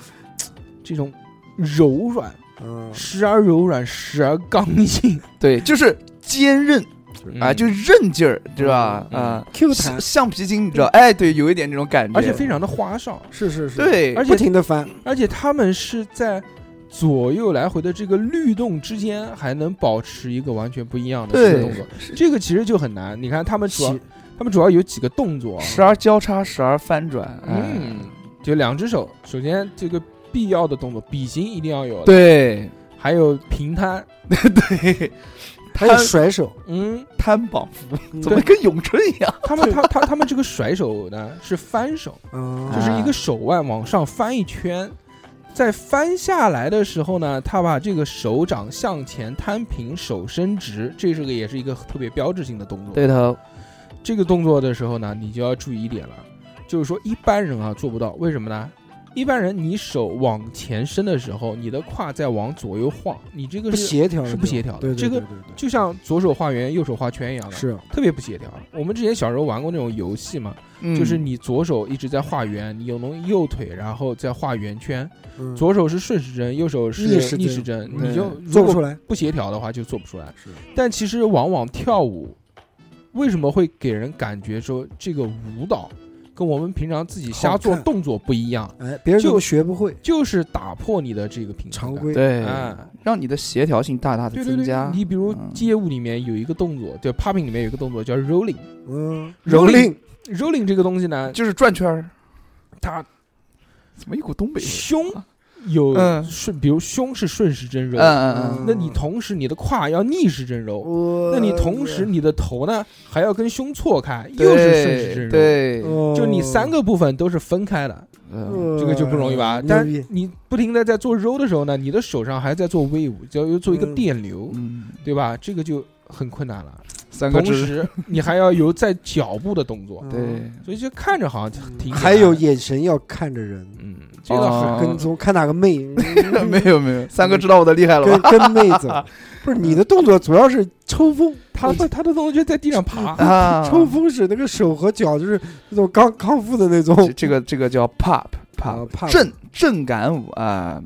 [SPEAKER 1] 这种柔软，
[SPEAKER 3] 嗯
[SPEAKER 1] 时而柔软，时而刚性
[SPEAKER 2] 对，就是坚韧啊，
[SPEAKER 1] 嗯
[SPEAKER 2] 就韧劲儿，对吧？
[SPEAKER 1] 嗯
[SPEAKER 2] 啊，
[SPEAKER 3] ，Q 弹
[SPEAKER 2] 橡橡皮筋，你知道？哎，对，有一点这种感觉，
[SPEAKER 1] 而且非常的花哨，
[SPEAKER 3] 是是是，，
[SPEAKER 2] 对，
[SPEAKER 1] 而
[SPEAKER 3] 不
[SPEAKER 1] 且
[SPEAKER 3] 停的翻，
[SPEAKER 1] 而且他们是在左右来回的这个律动之间，还能保持一个完全不一样的这个
[SPEAKER 2] 对
[SPEAKER 1] 动作。，这个其实就很难。你看他们主要
[SPEAKER 3] 起，
[SPEAKER 1] 他们主要有几个动作啊，
[SPEAKER 2] 时而交叉，时而翻转，哎
[SPEAKER 1] 嗯，，就两只手，首先这个必要的动作，比心一定要有，，
[SPEAKER 2] 对
[SPEAKER 1] 还有平摊，
[SPEAKER 2] 对，
[SPEAKER 3] 还有
[SPEAKER 2] 摊
[SPEAKER 3] 甩手，
[SPEAKER 2] (laughs)
[SPEAKER 1] 嗯，
[SPEAKER 2] 摊绑服
[SPEAKER 3] 嗯
[SPEAKER 2] 怎么跟咏春一样？
[SPEAKER 1] 他们他他他们这个甩手呢是翻手，
[SPEAKER 3] 嗯，
[SPEAKER 1] 就是一个手腕往上翻一圈。在翻下来的时候呢，他把这个手掌向前摊平，手伸直，这是个也是一个特别标志性的动作。
[SPEAKER 2] 对头，
[SPEAKER 1] 这个动作的时候呢，你就要注意一点了，就是说一般人啊做不到，为什么呢？一般人你手往前伸的时候，你的胯在往左右晃，你这
[SPEAKER 3] 不
[SPEAKER 1] 个是
[SPEAKER 3] 协调的
[SPEAKER 1] 是
[SPEAKER 3] 这种，
[SPEAKER 1] 不协调的
[SPEAKER 3] 对，对
[SPEAKER 1] 这个
[SPEAKER 3] 对对对
[SPEAKER 1] 就像左手画圆，右手画圈一样的，
[SPEAKER 3] 是啊
[SPEAKER 1] 特别不协调。我们之前小时候玩过那种游戏嘛，
[SPEAKER 2] 嗯
[SPEAKER 3] 嗯
[SPEAKER 1] 就是你左手一直在画圆，你用右腿然后再画圆圈，
[SPEAKER 3] 嗯
[SPEAKER 1] 左手是顺时针，右手
[SPEAKER 3] 逆
[SPEAKER 1] 是
[SPEAKER 3] 时
[SPEAKER 1] 逆
[SPEAKER 3] 针
[SPEAKER 1] 时针，
[SPEAKER 2] 对
[SPEAKER 1] 你就
[SPEAKER 3] 做
[SPEAKER 1] 如
[SPEAKER 3] 不
[SPEAKER 1] 果
[SPEAKER 3] 出来，
[SPEAKER 1] 不协调的话就做不出来。
[SPEAKER 3] 是
[SPEAKER 1] 但其实往往跳舞为什么会给人感觉说这个舞蹈跟我们平常自己瞎做
[SPEAKER 3] 好看
[SPEAKER 1] 动作不一样，
[SPEAKER 3] 哎，别人
[SPEAKER 1] 就
[SPEAKER 3] 都学不会
[SPEAKER 1] 就是打破你的这个平
[SPEAKER 3] 常
[SPEAKER 1] 衡感
[SPEAKER 3] 规，
[SPEAKER 2] 对，
[SPEAKER 1] 啊。
[SPEAKER 2] 让你的协调性大大的
[SPEAKER 1] 对对
[SPEAKER 2] 增
[SPEAKER 1] 对
[SPEAKER 2] 加，。
[SPEAKER 1] 你比如
[SPEAKER 2] 嗯
[SPEAKER 1] 街舞里面有一个动作，就 popping 里面有一个动作叫 rolling。
[SPEAKER 3] 嗯，蹂
[SPEAKER 1] rolling
[SPEAKER 3] 躏
[SPEAKER 1] rolling 这个东西呢，
[SPEAKER 2] 就是转圈儿，
[SPEAKER 1] 它
[SPEAKER 2] 怎么一股东北味？
[SPEAKER 1] 胸有
[SPEAKER 2] 嗯
[SPEAKER 1] 顺，比如胸是顺时针揉
[SPEAKER 2] 嗯，嗯
[SPEAKER 1] 那你同时你的胯要逆时针揉，
[SPEAKER 3] 我
[SPEAKER 1] 那你同时你的头呢还要跟胸错开，
[SPEAKER 2] 嗯，
[SPEAKER 1] 又是顺时针揉，
[SPEAKER 2] 对，对
[SPEAKER 3] 哦
[SPEAKER 1] 就你三个部分都是分开的，
[SPEAKER 2] 嗯
[SPEAKER 3] 呃
[SPEAKER 1] 这个就不容易吧？
[SPEAKER 3] 牛
[SPEAKER 1] 但
[SPEAKER 3] 逼
[SPEAKER 1] 是你不停的在做揉的时候呢，你的手上还在做 wave，就又做一个
[SPEAKER 3] 嗯
[SPEAKER 1] 电流，
[SPEAKER 2] 嗯，
[SPEAKER 1] 对吧？这个就很困难了。
[SPEAKER 2] 三个
[SPEAKER 1] 同
[SPEAKER 2] 指，
[SPEAKER 1] 时你还要有在脚步的动作，
[SPEAKER 2] 对，
[SPEAKER 1] 所以就看着好像挺
[SPEAKER 3] 嗯还有眼神要看着人，
[SPEAKER 1] 嗯，这个很
[SPEAKER 2] 哦
[SPEAKER 3] 跟踪看哪个妹，
[SPEAKER 2] (laughs)
[SPEAKER 1] 啊
[SPEAKER 2] 没
[SPEAKER 3] 跟
[SPEAKER 2] 有没有，
[SPEAKER 1] 嗯
[SPEAKER 2] 三哥知道我的厉害了吧？
[SPEAKER 3] 跟妹子，不是你的动作主要是抽风，
[SPEAKER 2] 嗯
[SPEAKER 1] 他的他的动作就在地上爬，
[SPEAKER 3] (laughs)
[SPEAKER 1] (laughs)
[SPEAKER 2] 啊，
[SPEAKER 3] 抽风使那个手和脚就是那种刚康复的那种，
[SPEAKER 2] 这这个这个叫 pop
[SPEAKER 3] 啊
[SPEAKER 2] pop
[SPEAKER 3] ，pop
[SPEAKER 2] 震震感舞啊，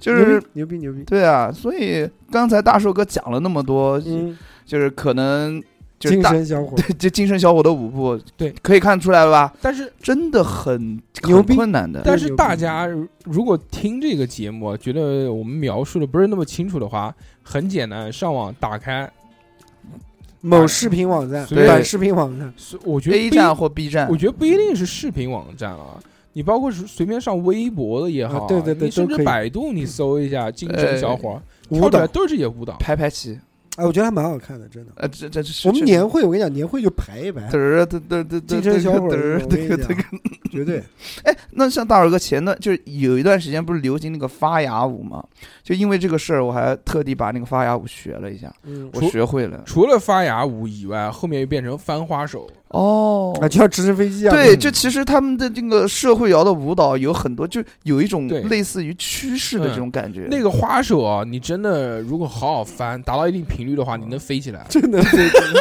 [SPEAKER 2] 就是
[SPEAKER 3] 牛逼牛逼牛逼，
[SPEAKER 2] 对啊，所以刚才大寿哥讲了那么多，
[SPEAKER 3] 嗯，
[SPEAKER 2] 就是可能就是
[SPEAKER 3] 精
[SPEAKER 2] 大
[SPEAKER 3] 神小伙，
[SPEAKER 2] 这精神小伙的舞步，
[SPEAKER 1] 对
[SPEAKER 2] 可以看出来了吧？
[SPEAKER 1] 但是
[SPEAKER 2] 真的很
[SPEAKER 3] 牛
[SPEAKER 2] 很
[SPEAKER 3] 逼
[SPEAKER 2] 困难的，
[SPEAKER 1] 但是大家如果听这个节目，觉得我们描述的不是那么清楚的话，很简单，上网打开，
[SPEAKER 3] 某视频网站，
[SPEAKER 1] 对
[SPEAKER 3] 短视频网站，
[SPEAKER 1] 是我觉得
[SPEAKER 2] A
[SPEAKER 1] 不一
[SPEAKER 2] 站或 B 站
[SPEAKER 1] 我，觉得不一定是视频网站啊，你包括是随便上微博的也好，
[SPEAKER 3] 啊对对对
[SPEAKER 1] 你甚
[SPEAKER 3] 都
[SPEAKER 1] 至
[SPEAKER 3] 可以
[SPEAKER 1] 百度你搜一下“精神小伙”，
[SPEAKER 3] 舞
[SPEAKER 1] 跳出来
[SPEAKER 3] 蹈，
[SPEAKER 1] 都是这些舞蹈。
[SPEAKER 2] 拍拍旗，
[SPEAKER 3] 哎，我觉得还蛮好看的，真的。
[SPEAKER 2] 呃，这这这
[SPEAKER 3] 我们年会，我跟你讲，年会就排一排
[SPEAKER 2] 嘚，儿嘚嘚嘚
[SPEAKER 3] 精神小伙
[SPEAKER 2] 嘚
[SPEAKER 3] 儿
[SPEAKER 2] 儿
[SPEAKER 3] 我跟
[SPEAKER 2] 嘚
[SPEAKER 3] 你
[SPEAKER 2] 个
[SPEAKER 3] 讲
[SPEAKER 2] 嘚个。(laughs)
[SPEAKER 3] 绝对。
[SPEAKER 2] 哎，那像大耳哥前段就是有一段时间不是流行那个发芽舞嘛？就因为这个事儿，我还特地把那个发芽舞学了一下，
[SPEAKER 3] 嗯，
[SPEAKER 2] 我
[SPEAKER 1] 除
[SPEAKER 2] 学会了。
[SPEAKER 1] 除了发芽舞以外，后面又变成翻花手，
[SPEAKER 2] 哦
[SPEAKER 3] 啊，就像直升飞机啊，
[SPEAKER 2] 对，
[SPEAKER 1] 嗯
[SPEAKER 2] 就其实他们的这个社会摇的舞蹈有很多，就有一种
[SPEAKER 1] 对
[SPEAKER 2] 类似于趋势的这种感觉。
[SPEAKER 1] 那个花手啊，你真的如果好好翻，达到一定频率的话，你能飞起来。
[SPEAKER 3] (laughs) 真的，对真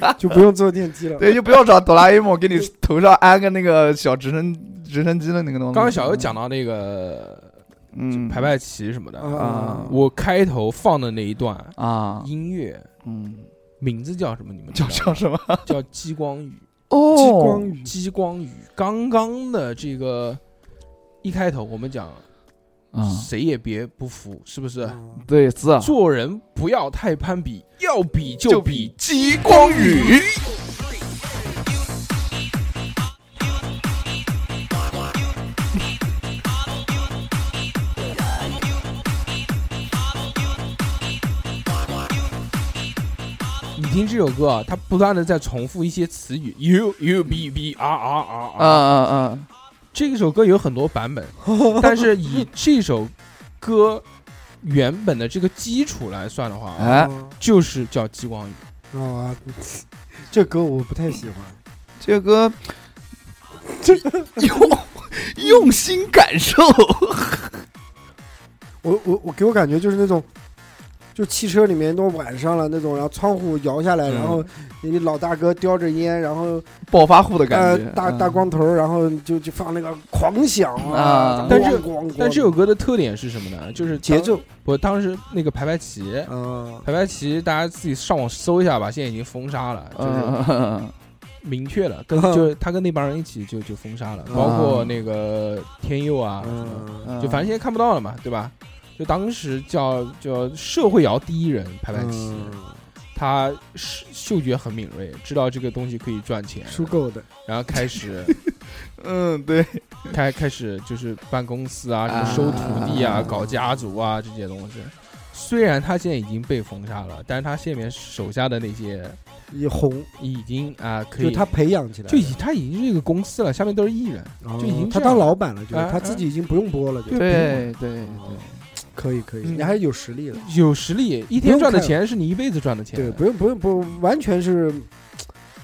[SPEAKER 3] 的就不用坐电梯 (laughs) 了。
[SPEAKER 2] 对，就不要找哆啦 A 梦给你头上安个那个小直升直升机的那个
[SPEAKER 3] 嗯
[SPEAKER 2] 东西。
[SPEAKER 1] 刚刚小优，讲到那个
[SPEAKER 2] 嗯，
[SPEAKER 1] 排排棋什么的，
[SPEAKER 3] 啊，
[SPEAKER 1] 我开头放的那一段
[SPEAKER 2] 啊，
[SPEAKER 1] 音乐
[SPEAKER 2] 嗯，
[SPEAKER 1] 名字叫什么？你们知
[SPEAKER 2] 叫
[SPEAKER 1] 道吗
[SPEAKER 2] 叫什么？
[SPEAKER 1] 叫激光雨，
[SPEAKER 2] 哦，
[SPEAKER 3] 激光雨
[SPEAKER 1] 激光雨。刚刚的这个一开头我们讲，
[SPEAKER 2] 嗯，
[SPEAKER 1] 谁也别不服，是不是？
[SPEAKER 3] 啊
[SPEAKER 2] 对，字啊啊，
[SPEAKER 1] 做人不要太攀比，要比就
[SPEAKER 2] 就
[SPEAKER 1] 比
[SPEAKER 2] 比激光雨。
[SPEAKER 1] 你听这首歌啊，它不断的在重复一些词语，u u b b r r r
[SPEAKER 2] 啊
[SPEAKER 1] 啊。
[SPEAKER 2] 啊啊！
[SPEAKER 1] 这首歌有很多版
[SPEAKER 2] (laughs)
[SPEAKER 1] 本，但是以这首歌原本的这个基础来算的话，
[SPEAKER 2] 哎，
[SPEAKER 3] 啊
[SPEAKER 1] 就是叫激光雨。
[SPEAKER 3] 啊，这歌我不太喜欢。
[SPEAKER 2] 这个这用用心感受，
[SPEAKER 3] 我我我给我感觉就是那种，就汽车里面都晚上了那种，然后窗户摇下来，
[SPEAKER 1] 嗯
[SPEAKER 3] 然后你老大哥叼着烟，然后
[SPEAKER 2] 暴发户的感
[SPEAKER 3] 呃
[SPEAKER 2] 觉。嗯
[SPEAKER 3] 大大光头，然后就就放那个狂响
[SPEAKER 2] 啊
[SPEAKER 1] 但是
[SPEAKER 3] 咣咣咣
[SPEAKER 1] 但这首歌的特点是什么呢？就是
[SPEAKER 3] 节
[SPEAKER 1] 当
[SPEAKER 3] 奏，
[SPEAKER 1] 我当时那个排排棋，
[SPEAKER 3] 啊，
[SPEAKER 1] 排排棋大家自己上网搜一下吧，现在已经封杀了，就是
[SPEAKER 2] 嗯，
[SPEAKER 1] 明确了，跟
[SPEAKER 3] (laughs)
[SPEAKER 1] 就是他跟那帮人一起就就封杀了，包括那个天佑啊，
[SPEAKER 3] 嗯，
[SPEAKER 1] 就反正现在看不到了嘛，对吧？就当时叫叫社会摇第一人排
[SPEAKER 3] 嗯
[SPEAKER 1] 排棋，他是嗅觉很敏锐，知道这个东西可以赚钱，
[SPEAKER 3] 输够的，
[SPEAKER 1] 然后开始
[SPEAKER 2] 嗯，对，
[SPEAKER 1] 开开始就是办公司啊，什么
[SPEAKER 2] 啊
[SPEAKER 1] 收徒弟啊，搞家族啊这些东西。虽然他现在已经被封杀了，但是他下面手下的那些
[SPEAKER 3] 一红，
[SPEAKER 1] 已经啊、可
[SPEAKER 3] 就
[SPEAKER 1] 以，
[SPEAKER 3] 他培养起来了，
[SPEAKER 1] 就已他已经是一个公司了，下面都是艺人，
[SPEAKER 3] 哦
[SPEAKER 1] 就已经
[SPEAKER 3] 他
[SPEAKER 1] 这样
[SPEAKER 3] 当
[SPEAKER 1] 了
[SPEAKER 3] 老板了，就是
[SPEAKER 1] 哎
[SPEAKER 3] 他自己已经不用播了，就
[SPEAKER 2] 对对
[SPEAKER 3] 哦可以可以，
[SPEAKER 1] 嗯
[SPEAKER 3] 你还是有实力的。
[SPEAKER 1] 有实力，一天赚的钱是你一辈子赚的钱。
[SPEAKER 3] 对，不用不用不完全是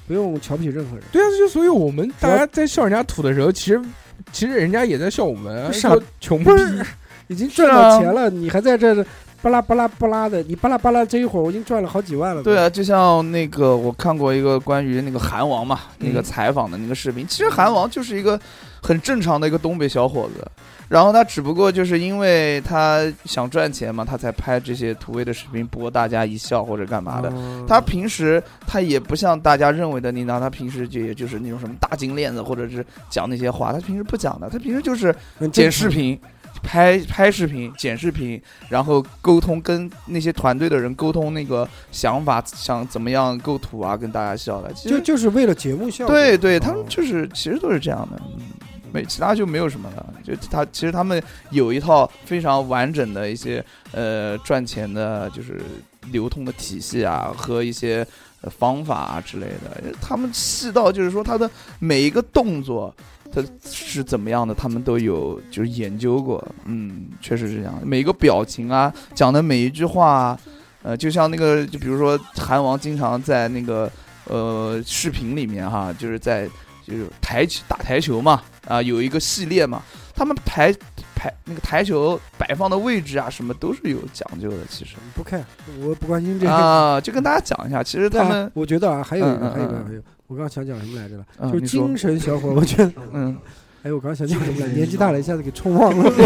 [SPEAKER 3] 不用瞧不起任何人。
[SPEAKER 1] 对啊，就所以我们大家在笑人家土的时候，其实其实人家也在笑我们，啊
[SPEAKER 3] 傻
[SPEAKER 1] 说穷逼
[SPEAKER 3] 不是已经赚到钱
[SPEAKER 2] 啊
[SPEAKER 3] 了，你还在这儿巴拉巴拉巴拉的，你巴拉巴拉这一会儿我已经赚了好几万了。
[SPEAKER 2] (laughs) 对啊，，就像那个我看过一个关于那个韩王嘛，
[SPEAKER 1] 嗯
[SPEAKER 2] 那个采访的那个视频，其实韩王就是一个很正常的一个东北小伙子。然后他只不过就是因为他想赚钱嘛，他才拍这些土味的视频博大家一笑或者干嘛的。
[SPEAKER 3] 嗯
[SPEAKER 2] 他平时他也不像大家认为的那样，他平时就也就是那种什么大金链子，或者是讲那些话，他平时不讲的，他平时就是
[SPEAKER 3] 很正
[SPEAKER 2] 剪
[SPEAKER 3] 常
[SPEAKER 2] 视，频。拍拍视频、剪视频，然后沟通跟那些团队的人沟通那个想法，想怎么样构图啊，跟大家笑的。其
[SPEAKER 3] 就
[SPEAKER 2] 实
[SPEAKER 3] 就是为了节目效果。
[SPEAKER 2] 对对，他们
[SPEAKER 3] 哦
[SPEAKER 2] 就是其实都是这样的。嗯没其他就没有什么了。就他其实他们有一套非常完整的一些呃赚钱的，就是流通的体系啊和一些呃方法啊之类的。他们细到就是说他的每一个动作。它是怎么样的，他们都有就是研究过，嗯，确实是这样。每一个表情啊，讲的每一句话、啊，呃，就像那个，就比如说韩王经常在那个呃视频里面哈，就是在就是台球打台球嘛，啊、有一个系列嘛，他们台排那个台球摆放的位置啊，什么都是有讲究的，其实
[SPEAKER 3] 不看，我不关心这个。
[SPEAKER 2] 啊，就跟大家讲一下，其实他
[SPEAKER 3] 他
[SPEAKER 2] 们，
[SPEAKER 3] 我觉得啊，还有一
[SPEAKER 2] 嗯
[SPEAKER 3] 个，
[SPEAKER 2] 嗯
[SPEAKER 3] 还有一个，
[SPEAKER 2] 嗯
[SPEAKER 3] 还有，我刚刚想讲什么来着了？
[SPEAKER 2] 嗯
[SPEAKER 3] 就
[SPEAKER 2] 你
[SPEAKER 3] 是
[SPEAKER 2] 说
[SPEAKER 3] 精神小伙，我觉得，
[SPEAKER 2] 嗯，
[SPEAKER 3] 哎，我刚刚想讲什
[SPEAKER 2] (laughs)
[SPEAKER 3] 么来着？年纪大了，一下子给冲忘了。你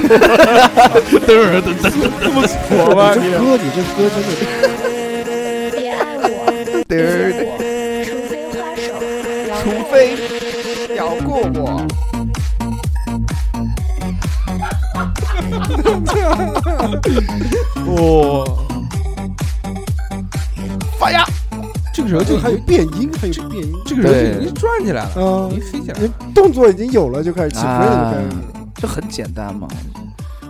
[SPEAKER 3] (laughs)
[SPEAKER 1] 我吧
[SPEAKER 3] 这歌，你这歌真的，
[SPEAKER 4] 别爱我，
[SPEAKER 2] 对
[SPEAKER 4] 别
[SPEAKER 2] 对
[SPEAKER 4] 爱
[SPEAKER 2] 对，
[SPEAKER 4] 我，除非花手，
[SPEAKER 2] 除非饶过我。
[SPEAKER 3] (laughs)
[SPEAKER 1] 哦，
[SPEAKER 2] 发芽，
[SPEAKER 1] 这个时候就
[SPEAKER 3] 还有变音，还有变音，
[SPEAKER 1] 这个时候就
[SPEAKER 2] 对
[SPEAKER 1] 已经转起来了，
[SPEAKER 3] (laughs) 啊
[SPEAKER 1] 已经，飞起来
[SPEAKER 3] 你
[SPEAKER 1] 了。
[SPEAKER 3] 动作已经有了，就开始起飞了，就开始。
[SPEAKER 2] 这很简单嘛，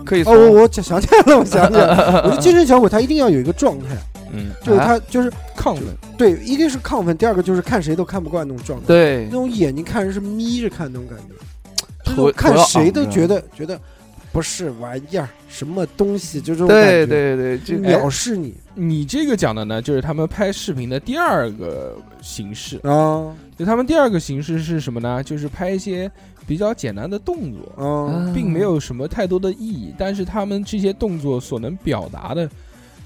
[SPEAKER 2] 可以
[SPEAKER 3] 哦，
[SPEAKER 2] 从
[SPEAKER 3] 我我想想起来了，我想起来了，我觉得精神小伙他一定要有一个状态，
[SPEAKER 1] 嗯，
[SPEAKER 3] 就是
[SPEAKER 2] 啊
[SPEAKER 3] 他就是
[SPEAKER 1] 亢奋，
[SPEAKER 3] 对，一个是亢奋，第二个就是看谁都看不惯那种状态，
[SPEAKER 2] 对
[SPEAKER 3] 那种眼睛看人是眯着看那种感觉，就是
[SPEAKER 2] 头
[SPEAKER 3] 我看
[SPEAKER 2] 头要
[SPEAKER 3] 谁都
[SPEAKER 2] 昂着
[SPEAKER 3] 觉得觉得不是玩意儿，什么东西，就这种
[SPEAKER 2] 对
[SPEAKER 3] 感觉，哎
[SPEAKER 2] 对对，就哎
[SPEAKER 3] 藐视你
[SPEAKER 1] 你这个讲的呢，就是他们拍视频的第二个形式。
[SPEAKER 3] 啊
[SPEAKER 1] 就他们第二个形式是什么呢？就是拍一些比较简单的动作，
[SPEAKER 2] 嗯
[SPEAKER 3] 啊，
[SPEAKER 1] 并没有什么太多的意义，但是他们这些动作所能表达的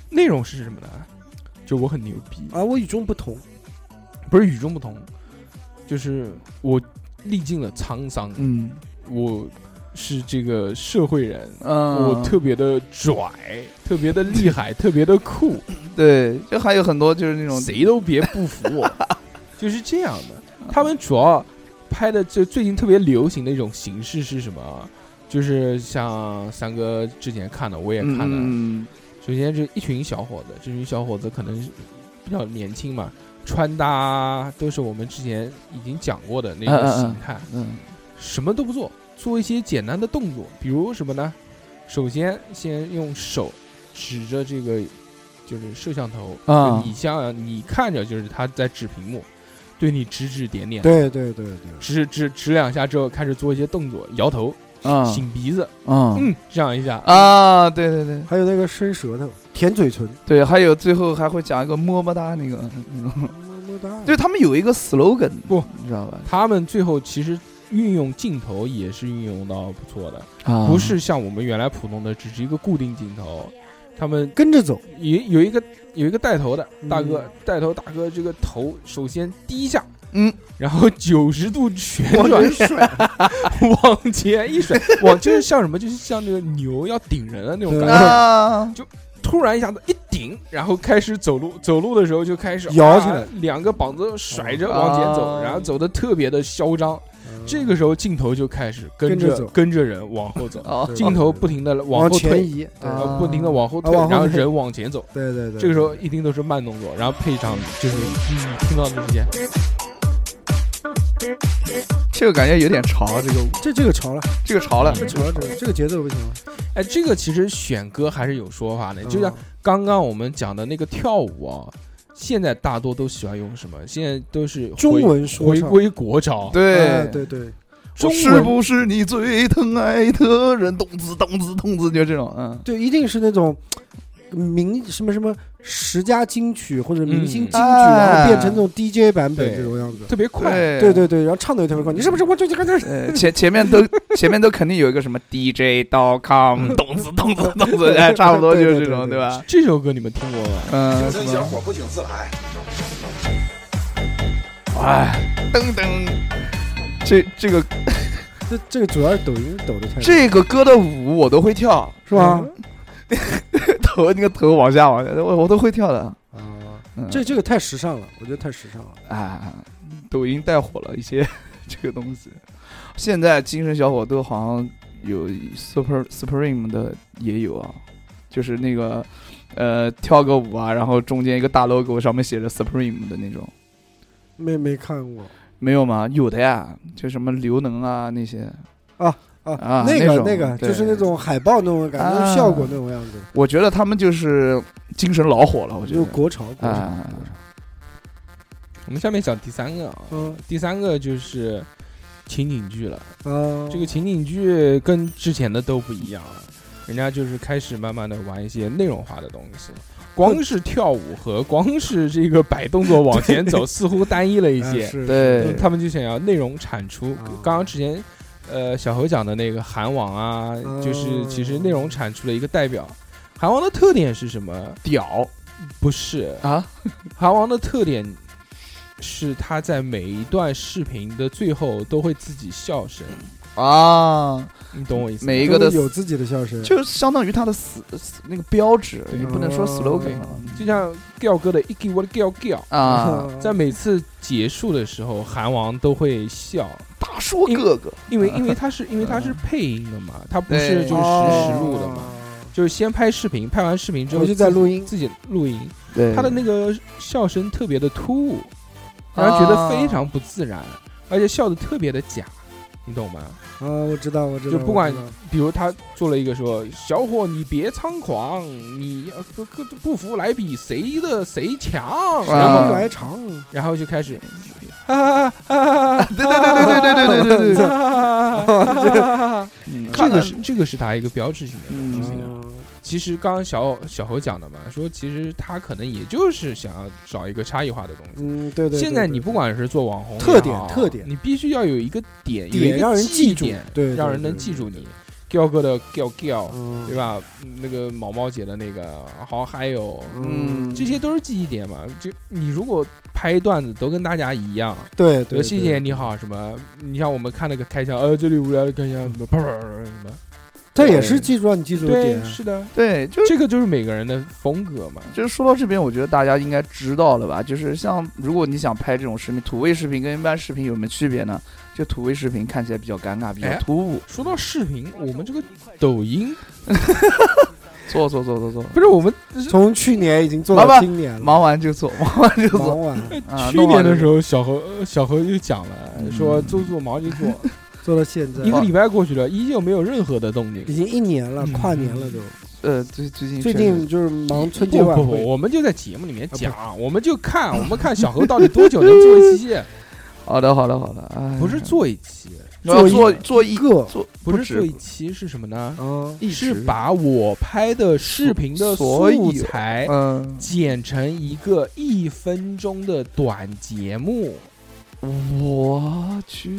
[SPEAKER 1] 内容是什么呢？就我很牛逼，
[SPEAKER 3] 啊，我与众不同，
[SPEAKER 1] 不是与众不同，就是我历尽了沧桑，
[SPEAKER 2] 嗯
[SPEAKER 1] 我是这个社会人，
[SPEAKER 2] 嗯，
[SPEAKER 1] 我特别的拽，特别的厉害，特别的酷，
[SPEAKER 2] 对，就还有很多就是那种
[SPEAKER 1] 谁都别不服我， (laughs) 就是这样的。他们主要拍的就最近特别流行的一种形式是什么啊？就是像三哥之前看的，我也
[SPEAKER 2] 嗯
[SPEAKER 1] 看啊了。
[SPEAKER 2] 嗯
[SPEAKER 1] 首先是一群小伙子，这群小伙子可能是比较年轻嘛，穿搭都是我们之前已经讲过的那
[SPEAKER 2] 嗯嗯
[SPEAKER 1] 种
[SPEAKER 2] 嗯
[SPEAKER 1] 形态，
[SPEAKER 2] 嗯
[SPEAKER 1] 什么都不做，做一些简单的动作，比如什么呢？首先先用手指着这个就是摄像头，
[SPEAKER 2] 啊
[SPEAKER 1] 就你像你看着就是他在指屏幕，对你指指点点，
[SPEAKER 3] 对对对对，
[SPEAKER 1] 指指指两下之后开始做一些动作，摇头、
[SPEAKER 2] 嗯
[SPEAKER 1] 擤鼻子，
[SPEAKER 2] 嗯
[SPEAKER 1] 嗯，这样一下，
[SPEAKER 2] 啊，对对对
[SPEAKER 3] 还有那个伸舌头、舔嘴唇，
[SPEAKER 2] 对，还有最后还会讲一个么么哒那个那种，
[SPEAKER 3] 么么
[SPEAKER 1] 嗯
[SPEAKER 3] 哒，
[SPEAKER 2] 对他们有一个 slogan，
[SPEAKER 1] 不，
[SPEAKER 2] 你知道吧？
[SPEAKER 1] 他们最后其实运用镜头也是运用到不错的，
[SPEAKER 2] 啊
[SPEAKER 1] 不是像我们原来普通的只是一个固定镜头，他们
[SPEAKER 3] 跟着走，
[SPEAKER 1] 有有一个有一个带头的大哥
[SPEAKER 3] 嗯，
[SPEAKER 1] 带头大哥这个头首先第一下，
[SPEAKER 2] 嗯，
[SPEAKER 1] 然后九十度旋
[SPEAKER 3] 往
[SPEAKER 1] 转
[SPEAKER 3] 前甩，
[SPEAKER 1] 往前
[SPEAKER 3] (laughs)
[SPEAKER 1] 一甩，往就是像什么，就是像那个牛要顶人的那种感
[SPEAKER 3] 对
[SPEAKER 1] 觉，
[SPEAKER 2] 啊，
[SPEAKER 1] 突然一下子一顶，然后开始走路，走路的时候就开始
[SPEAKER 3] 摇起来哦
[SPEAKER 1] 啊两个膀子甩着往前走，
[SPEAKER 2] 啊
[SPEAKER 1] 然后走的特别的嚣张。这个时候镜头就开始跟
[SPEAKER 3] 嗯跟着
[SPEAKER 1] 着
[SPEAKER 3] 走
[SPEAKER 1] 跟着人往后走，
[SPEAKER 2] 哦
[SPEAKER 3] 对
[SPEAKER 1] 镜头不停的往
[SPEAKER 3] 往
[SPEAKER 1] 后
[SPEAKER 3] 前
[SPEAKER 1] 退，
[SPEAKER 3] 移，对
[SPEAKER 2] 啊
[SPEAKER 1] 呃不停的往后退，
[SPEAKER 3] 啊往后
[SPEAKER 1] 然后
[SPEAKER 3] 退
[SPEAKER 1] 人往前走。
[SPEAKER 3] 对对对，
[SPEAKER 1] 这个时候一定都是慢动作，然后配上就是你听到的这些，
[SPEAKER 2] 这个感觉有点潮，这个
[SPEAKER 3] 这这个潮了，
[SPEAKER 2] 这个潮了，
[SPEAKER 3] 这潮了，这个这个节奏不行了，
[SPEAKER 1] 哎，这个其实选歌还是有说法哎的，就像
[SPEAKER 3] 嗯
[SPEAKER 1] 刚刚我们讲的那个跳舞啊，现在大多都喜欢用什么？现在都是回
[SPEAKER 3] 中文说
[SPEAKER 1] 回
[SPEAKER 3] 唱，
[SPEAKER 1] 归国潮，
[SPEAKER 3] 哎
[SPEAKER 2] 对
[SPEAKER 3] 对对，
[SPEAKER 1] 中
[SPEAKER 2] 是
[SPEAKER 1] 文
[SPEAKER 2] 不是你最疼爱的人？动子动子动子，就这种，嗯，
[SPEAKER 3] 对，一定是那种明什么什么十佳金曲或者明星金曲，
[SPEAKER 2] 嗯
[SPEAKER 3] 然后变成那种 DJ 版本
[SPEAKER 1] 啊对
[SPEAKER 3] 这种样子。
[SPEAKER 1] 特别快，
[SPEAKER 2] 对
[SPEAKER 3] 对对对，然后唱的也特别快，你是不是我最近看这？
[SPEAKER 2] 呃，前前面都 (laughs) 前面都肯定有一个什么 DJ 刀 com 动子动嗯子动子，哎，差不多就是这种，
[SPEAKER 3] 对对对对
[SPEAKER 2] 吧？
[SPEAKER 1] 这首歌你们听过吗？
[SPEAKER 2] 嗯，
[SPEAKER 5] 精神小伙不请自来。
[SPEAKER 2] 哎，噔噔，这这个
[SPEAKER 3] 这这个主要是抖音抖的太多，
[SPEAKER 2] 这个歌的舞我都会跳，
[SPEAKER 3] 是吧？
[SPEAKER 2] 头那个头往下往下，我我都会跳的。
[SPEAKER 3] 啊，
[SPEAKER 2] 嗯、
[SPEAKER 3] 这这个太时尚了，我觉得太时尚了。
[SPEAKER 2] 啊，抖音带火了一些 (laughs) 这个东西。现在精神小伙都好像有 Super Supreme 的也有啊，就是那个呃跳个舞啊，然后中间一个大 logo 上面写着 Supreme 的那种，
[SPEAKER 3] 没没看过
[SPEAKER 2] 没有吗？有的呀，就什么刘能啊那些，啊
[SPEAKER 3] 啊，那
[SPEAKER 2] 那
[SPEAKER 3] 个
[SPEAKER 2] 种
[SPEAKER 3] 那个
[SPEAKER 2] 对
[SPEAKER 3] 就是那种海报那种感觉，那
[SPEAKER 2] 啊
[SPEAKER 3] 种效果那种样子，
[SPEAKER 2] 我觉得他们就是精神恼火了，我觉
[SPEAKER 3] 就
[SPEAKER 2] 得
[SPEAKER 3] 是国潮国潮。
[SPEAKER 2] 啊，
[SPEAKER 1] 我们下面讲第三个啊，
[SPEAKER 3] 嗯
[SPEAKER 1] 第三个就是情景剧了。
[SPEAKER 3] 啊，
[SPEAKER 1] 这个情景剧跟之前的都不一样了，人家就是开始慢慢的玩一些内容化的东西了。光是跳舞和光是这个摆动作往前走，似乎单一了一
[SPEAKER 3] 啊
[SPEAKER 1] 些。
[SPEAKER 3] 是
[SPEAKER 2] 对
[SPEAKER 1] 他们就想要内容产出
[SPEAKER 2] 嗯
[SPEAKER 3] 啊。
[SPEAKER 1] 刚刚之前，呃，小侯讲的那个韩网啊，
[SPEAKER 2] 嗯
[SPEAKER 1] 就是其实内容产出的一个代表。韩王的特点是什么？
[SPEAKER 2] 屌
[SPEAKER 1] 不是，
[SPEAKER 2] 啊，
[SPEAKER 1] 韩王的特点是他在每一段视频的最后都会自己笑声，
[SPEAKER 2] 啊，
[SPEAKER 1] 你懂我意思吗？
[SPEAKER 2] 每一
[SPEAKER 3] 都
[SPEAKER 2] 个的
[SPEAKER 3] 有自己的笑声，
[SPEAKER 2] 就相当于他的死死那个标志，
[SPEAKER 1] 对
[SPEAKER 2] 也不能说
[SPEAKER 3] 哦
[SPEAKER 2] slogan 了
[SPEAKER 1] 就像 Giao 哥的 Iki 我的 Giao Giao，
[SPEAKER 2] 啊，
[SPEAKER 3] 嗯
[SPEAKER 1] 在每次结束的时候，韩王都会笑，
[SPEAKER 2] 大叔哥哥
[SPEAKER 1] 因
[SPEAKER 3] (laughs)
[SPEAKER 1] 为因为他是因为他是配音的嘛，他不是
[SPEAKER 2] 对
[SPEAKER 1] 就是实时录的嘛，
[SPEAKER 3] 嗯哦，
[SPEAKER 1] 就是先拍视频，拍完视频之后
[SPEAKER 3] 回去再
[SPEAKER 1] 自己
[SPEAKER 3] 录音
[SPEAKER 1] 自己录音，
[SPEAKER 2] 对
[SPEAKER 1] 他的那个笑声特别的突兀，
[SPEAKER 3] 哦
[SPEAKER 1] 让人觉得非常不自然，而且笑的特别的假，你懂吗？
[SPEAKER 3] 啊，我知道，我知道，
[SPEAKER 1] 就不管
[SPEAKER 3] 我知道
[SPEAKER 1] 比如他做了一个说：“小伙，你别猖狂，你要不不不服来比谁的谁强。”
[SPEAKER 2] 啊
[SPEAKER 1] 然
[SPEAKER 3] 然后
[SPEAKER 1] 后
[SPEAKER 3] 来长，
[SPEAKER 1] 然后就开始，啊啊啊！
[SPEAKER 2] 对对对对对对对对
[SPEAKER 1] (laughs)
[SPEAKER 2] 对
[SPEAKER 3] (laughs)
[SPEAKER 2] 对，嗯
[SPEAKER 1] 这个是这个是他一个标志性的东西。
[SPEAKER 3] 嗯
[SPEAKER 1] 其实刚刚小小侯讲的嘛，说其实他可能也就是想要找一个差异化的东西。
[SPEAKER 3] 嗯，对对。对
[SPEAKER 1] 现在
[SPEAKER 3] 对
[SPEAKER 1] 你不管是做网红也好
[SPEAKER 3] 特点特点
[SPEAKER 1] 你必须要有一个点，有一
[SPEAKER 3] 点
[SPEAKER 1] 个
[SPEAKER 3] 让人记
[SPEAKER 1] 记
[SPEAKER 3] 住
[SPEAKER 1] 点，
[SPEAKER 3] 对对
[SPEAKER 1] 让人能
[SPEAKER 3] 对
[SPEAKER 1] 记
[SPEAKER 3] 对
[SPEAKER 1] 住你。彪哥的 giao giao，
[SPEAKER 3] 嗯
[SPEAKER 1] 对吧？那个毛毛姐的那个，好还有
[SPEAKER 3] 嗯，
[SPEAKER 1] 这些都是记忆点嘛。就你如果拍段子都跟大家一样，
[SPEAKER 3] 对
[SPEAKER 1] 对，
[SPEAKER 3] 对，
[SPEAKER 1] 谢谢你好什么？你像我们看那个开箱，呃，这里无聊的开箱什么，啪啪啪啪什么，
[SPEAKER 3] 这也是记住让你记住的
[SPEAKER 1] 对，
[SPEAKER 3] 点，
[SPEAKER 1] 是的，
[SPEAKER 2] 对，就是。
[SPEAKER 1] 啊这个就是每个人的风格嘛。
[SPEAKER 2] 就是说到这边，我觉得大家应该知道了吧？就是像如果你想拍这种视频，土味视频跟一般视频有什么区别呢？就土味视频看起来比较尴尬，比较
[SPEAKER 1] 哎
[SPEAKER 2] 突兀。
[SPEAKER 1] 说到视频，我们这个抖音
[SPEAKER 2] 做做做做做，
[SPEAKER 1] 不是我们
[SPEAKER 3] 从去年已经做
[SPEAKER 2] 老
[SPEAKER 3] 到
[SPEAKER 2] 板
[SPEAKER 3] 今年了，
[SPEAKER 2] 忙完就做， (laughs) 忙完就做
[SPEAKER 3] 忙。完
[SPEAKER 2] 啊
[SPEAKER 1] 去年的时，候，小何呃小何就讲了，说做做忙就做，
[SPEAKER 3] 做到现在
[SPEAKER 1] 一，个礼拜过去了，依旧没有任何的动静
[SPEAKER 3] 已。经一年了，
[SPEAKER 1] 嗯
[SPEAKER 3] 跨年了都。
[SPEAKER 2] 弄完就呃，最最近
[SPEAKER 3] 最
[SPEAKER 2] 确实
[SPEAKER 3] 近就是忙春节
[SPEAKER 1] 不
[SPEAKER 3] 晚
[SPEAKER 1] 不不，
[SPEAKER 3] 会，
[SPEAKER 1] 我们就在节目里面讲，我们就看，我们看小何到底多久能做一期，
[SPEAKER 2] 好的好的好的，哎，
[SPEAKER 1] 不是做一期，
[SPEAKER 2] 要
[SPEAKER 3] 做
[SPEAKER 2] 做
[SPEAKER 3] 一
[SPEAKER 2] 做一
[SPEAKER 3] 个
[SPEAKER 2] 做
[SPEAKER 1] 不是
[SPEAKER 2] 止
[SPEAKER 1] 做一期是什么呢？
[SPEAKER 3] 啊，
[SPEAKER 2] 一
[SPEAKER 1] 是
[SPEAKER 2] 直
[SPEAKER 1] 把我拍的视频的
[SPEAKER 2] 所
[SPEAKER 1] 素
[SPEAKER 2] 以
[SPEAKER 1] 材
[SPEAKER 2] 嗯
[SPEAKER 1] 剪成一个一分钟的短节目，
[SPEAKER 2] 我去，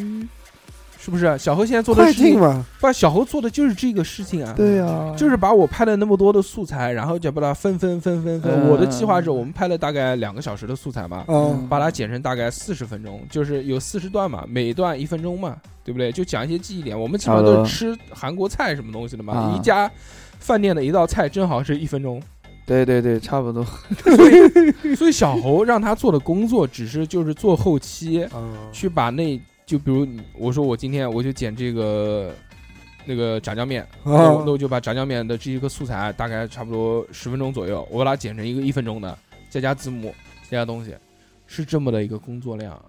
[SPEAKER 1] 是不是？小何现在做的
[SPEAKER 3] 快啊
[SPEAKER 1] 事情
[SPEAKER 3] 进，吧，
[SPEAKER 1] 不，小何做的就是这个事情啊。
[SPEAKER 2] 对呀，
[SPEAKER 1] 就是把我拍了那么多的素材，然后就把它分分分分分。
[SPEAKER 2] 嗯
[SPEAKER 1] 我的计划是我们拍了大概两个小时的素材嘛，
[SPEAKER 3] 啊，
[SPEAKER 1] 把它剪成大概四十分钟，就是有四十段嘛，每一段一分钟嘛，对不对？就讲一些记忆点。我们基本上
[SPEAKER 2] 好
[SPEAKER 1] 都
[SPEAKER 2] 的
[SPEAKER 1] 是吃韩国菜什么东西的嘛
[SPEAKER 2] 啊，
[SPEAKER 1] 一家饭店的一道菜正好是一分钟。
[SPEAKER 2] 对对对，差不多。
[SPEAKER 1] 所以小侯让他做的工作只是就是做后期，
[SPEAKER 2] (laughs)
[SPEAKER 3] 啊，
[SPEAKER 1] 去把那就比如你我说我今天我就剪这个那个炸酱面，那我那
[SPEAKER 3] 啊，
[SPEAKER 1] 我就把炸酱面的这一个素材大概差不多十分钟左右，我把它剪成一个一分钟的，再加字幕，再加东西，是这么的一个工作量。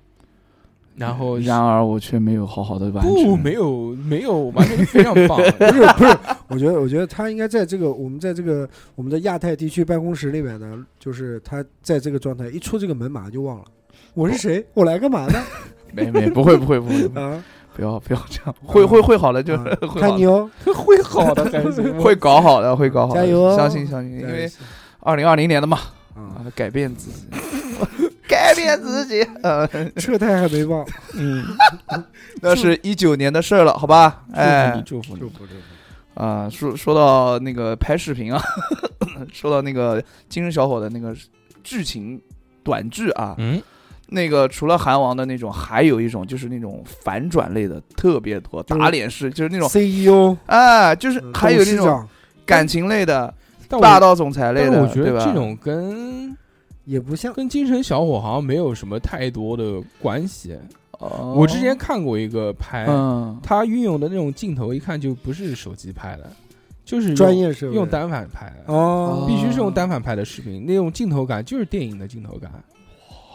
[SPEAKER 1] 然后
[SPEAKER 2] (laughs) 然而我却没有好好的完成。
[SPEAKER 1] 不没有没有完成的非常棒，
[SPEAKER 3] 不是不是，我觉得我觉得他应该在这个我们在这个我们的亚太地区办公室里面呢，就是他在这个状态一出这个门马上就忘了。我是谁？我来干嘛的？
[SPEAKER 2] 没没不会不会不会， (laughs) 不会
[SPEAKER 3] 啊，
[SPEAKER 2] 不要不要这样， (laughs) 嗯会会会好的，就
[SPEAKER 3] 啊
[SPEAKER 2] 是 (laughs) 会好的
[SPEAKER 3] 看你哦，
[SPEAKER 1] 会好的才行。
[SPEAKER 2] 会搞好的，会搞好的，
[SPEAKER 3] 加油哦
[SPEAKER 2] 相信相信，因
[SPEAKER 3] 对
[SPEAKER 2] 为二零二零年的嘛，
[SPEAKER 3] 啊， (laughs)
[SPEAKER 2] 啊，改变自己， (laughs) 改变自己，呃，
[SPEAKER 3] 车胎还没忘，
[SPEAKER 1] 嗯，
[SPEAKER 2] (laughs) 那是一九年的事儿了，好吧？哎，
[SPEAKER 1] 祝福你，祝福
[SPEAKER 3] 不
[SPEAKER 2] 啊，说说到那个拍视频啊， (laughs) 说到那个精神小伙的那个剧情短剧啊，
[SPEAKER 1] 你。嗯，
[SPEAKER 2] 那个除了韩王的那种，还有一种就是那种反转类的特别多，
[SPEAKER 3] 就是
[SPEAKER 2] 打脸式，就是那种。
[SPEAKER 3] CEO，
[SPEAKER 2] 哎，就是 (laughs)
[SPEAKER 3] 嗯
[SPEAKER 2] 还有
[SPEAKER 3] E 董
[SPEAKER 2] 那
[SPEAKER 3] 事
[SPEAKER 2] 种
[SPEAKER 3] 长
[SPEAKER 2] 感情类的、
[SPEAKER 1] 但
[SPEAKER 2] 霸
[SPEAKER 1] 我
[SPEAKER 2] 道总裁类
[SPEAKER 1] 但
[SPEAKER 2] 的，
[SPEAKER 1] 我觉
[SPEAKER 2] 对
[SPEAKER 1] 得
[SPEAKER 2] 吧
[SPEAKER 1] 这种跟
[SPEAKER 3] 也不
[SPEAKER 2] (laughs)
[SPEAKER 3] 像
[SPEAKER 1] 跟精神小伙好像没有什么太多的关系。
[SPEAKER 2] 哦
[SPEAKER 1] 我之前看过一个拍，
[SPEAKER 2] 嗯，
[SPEAKER 1] 他运用的那种镜头，一看就不是手机拍的，就是用
[SPEAKER 3] 专业社会
[SPEAKER 1] 用单反拍的，
[SPEAKER 3] 哦
[SPEAKER 1] 必须是用单反拍的视频，那种镜头感就是电影的镜头感。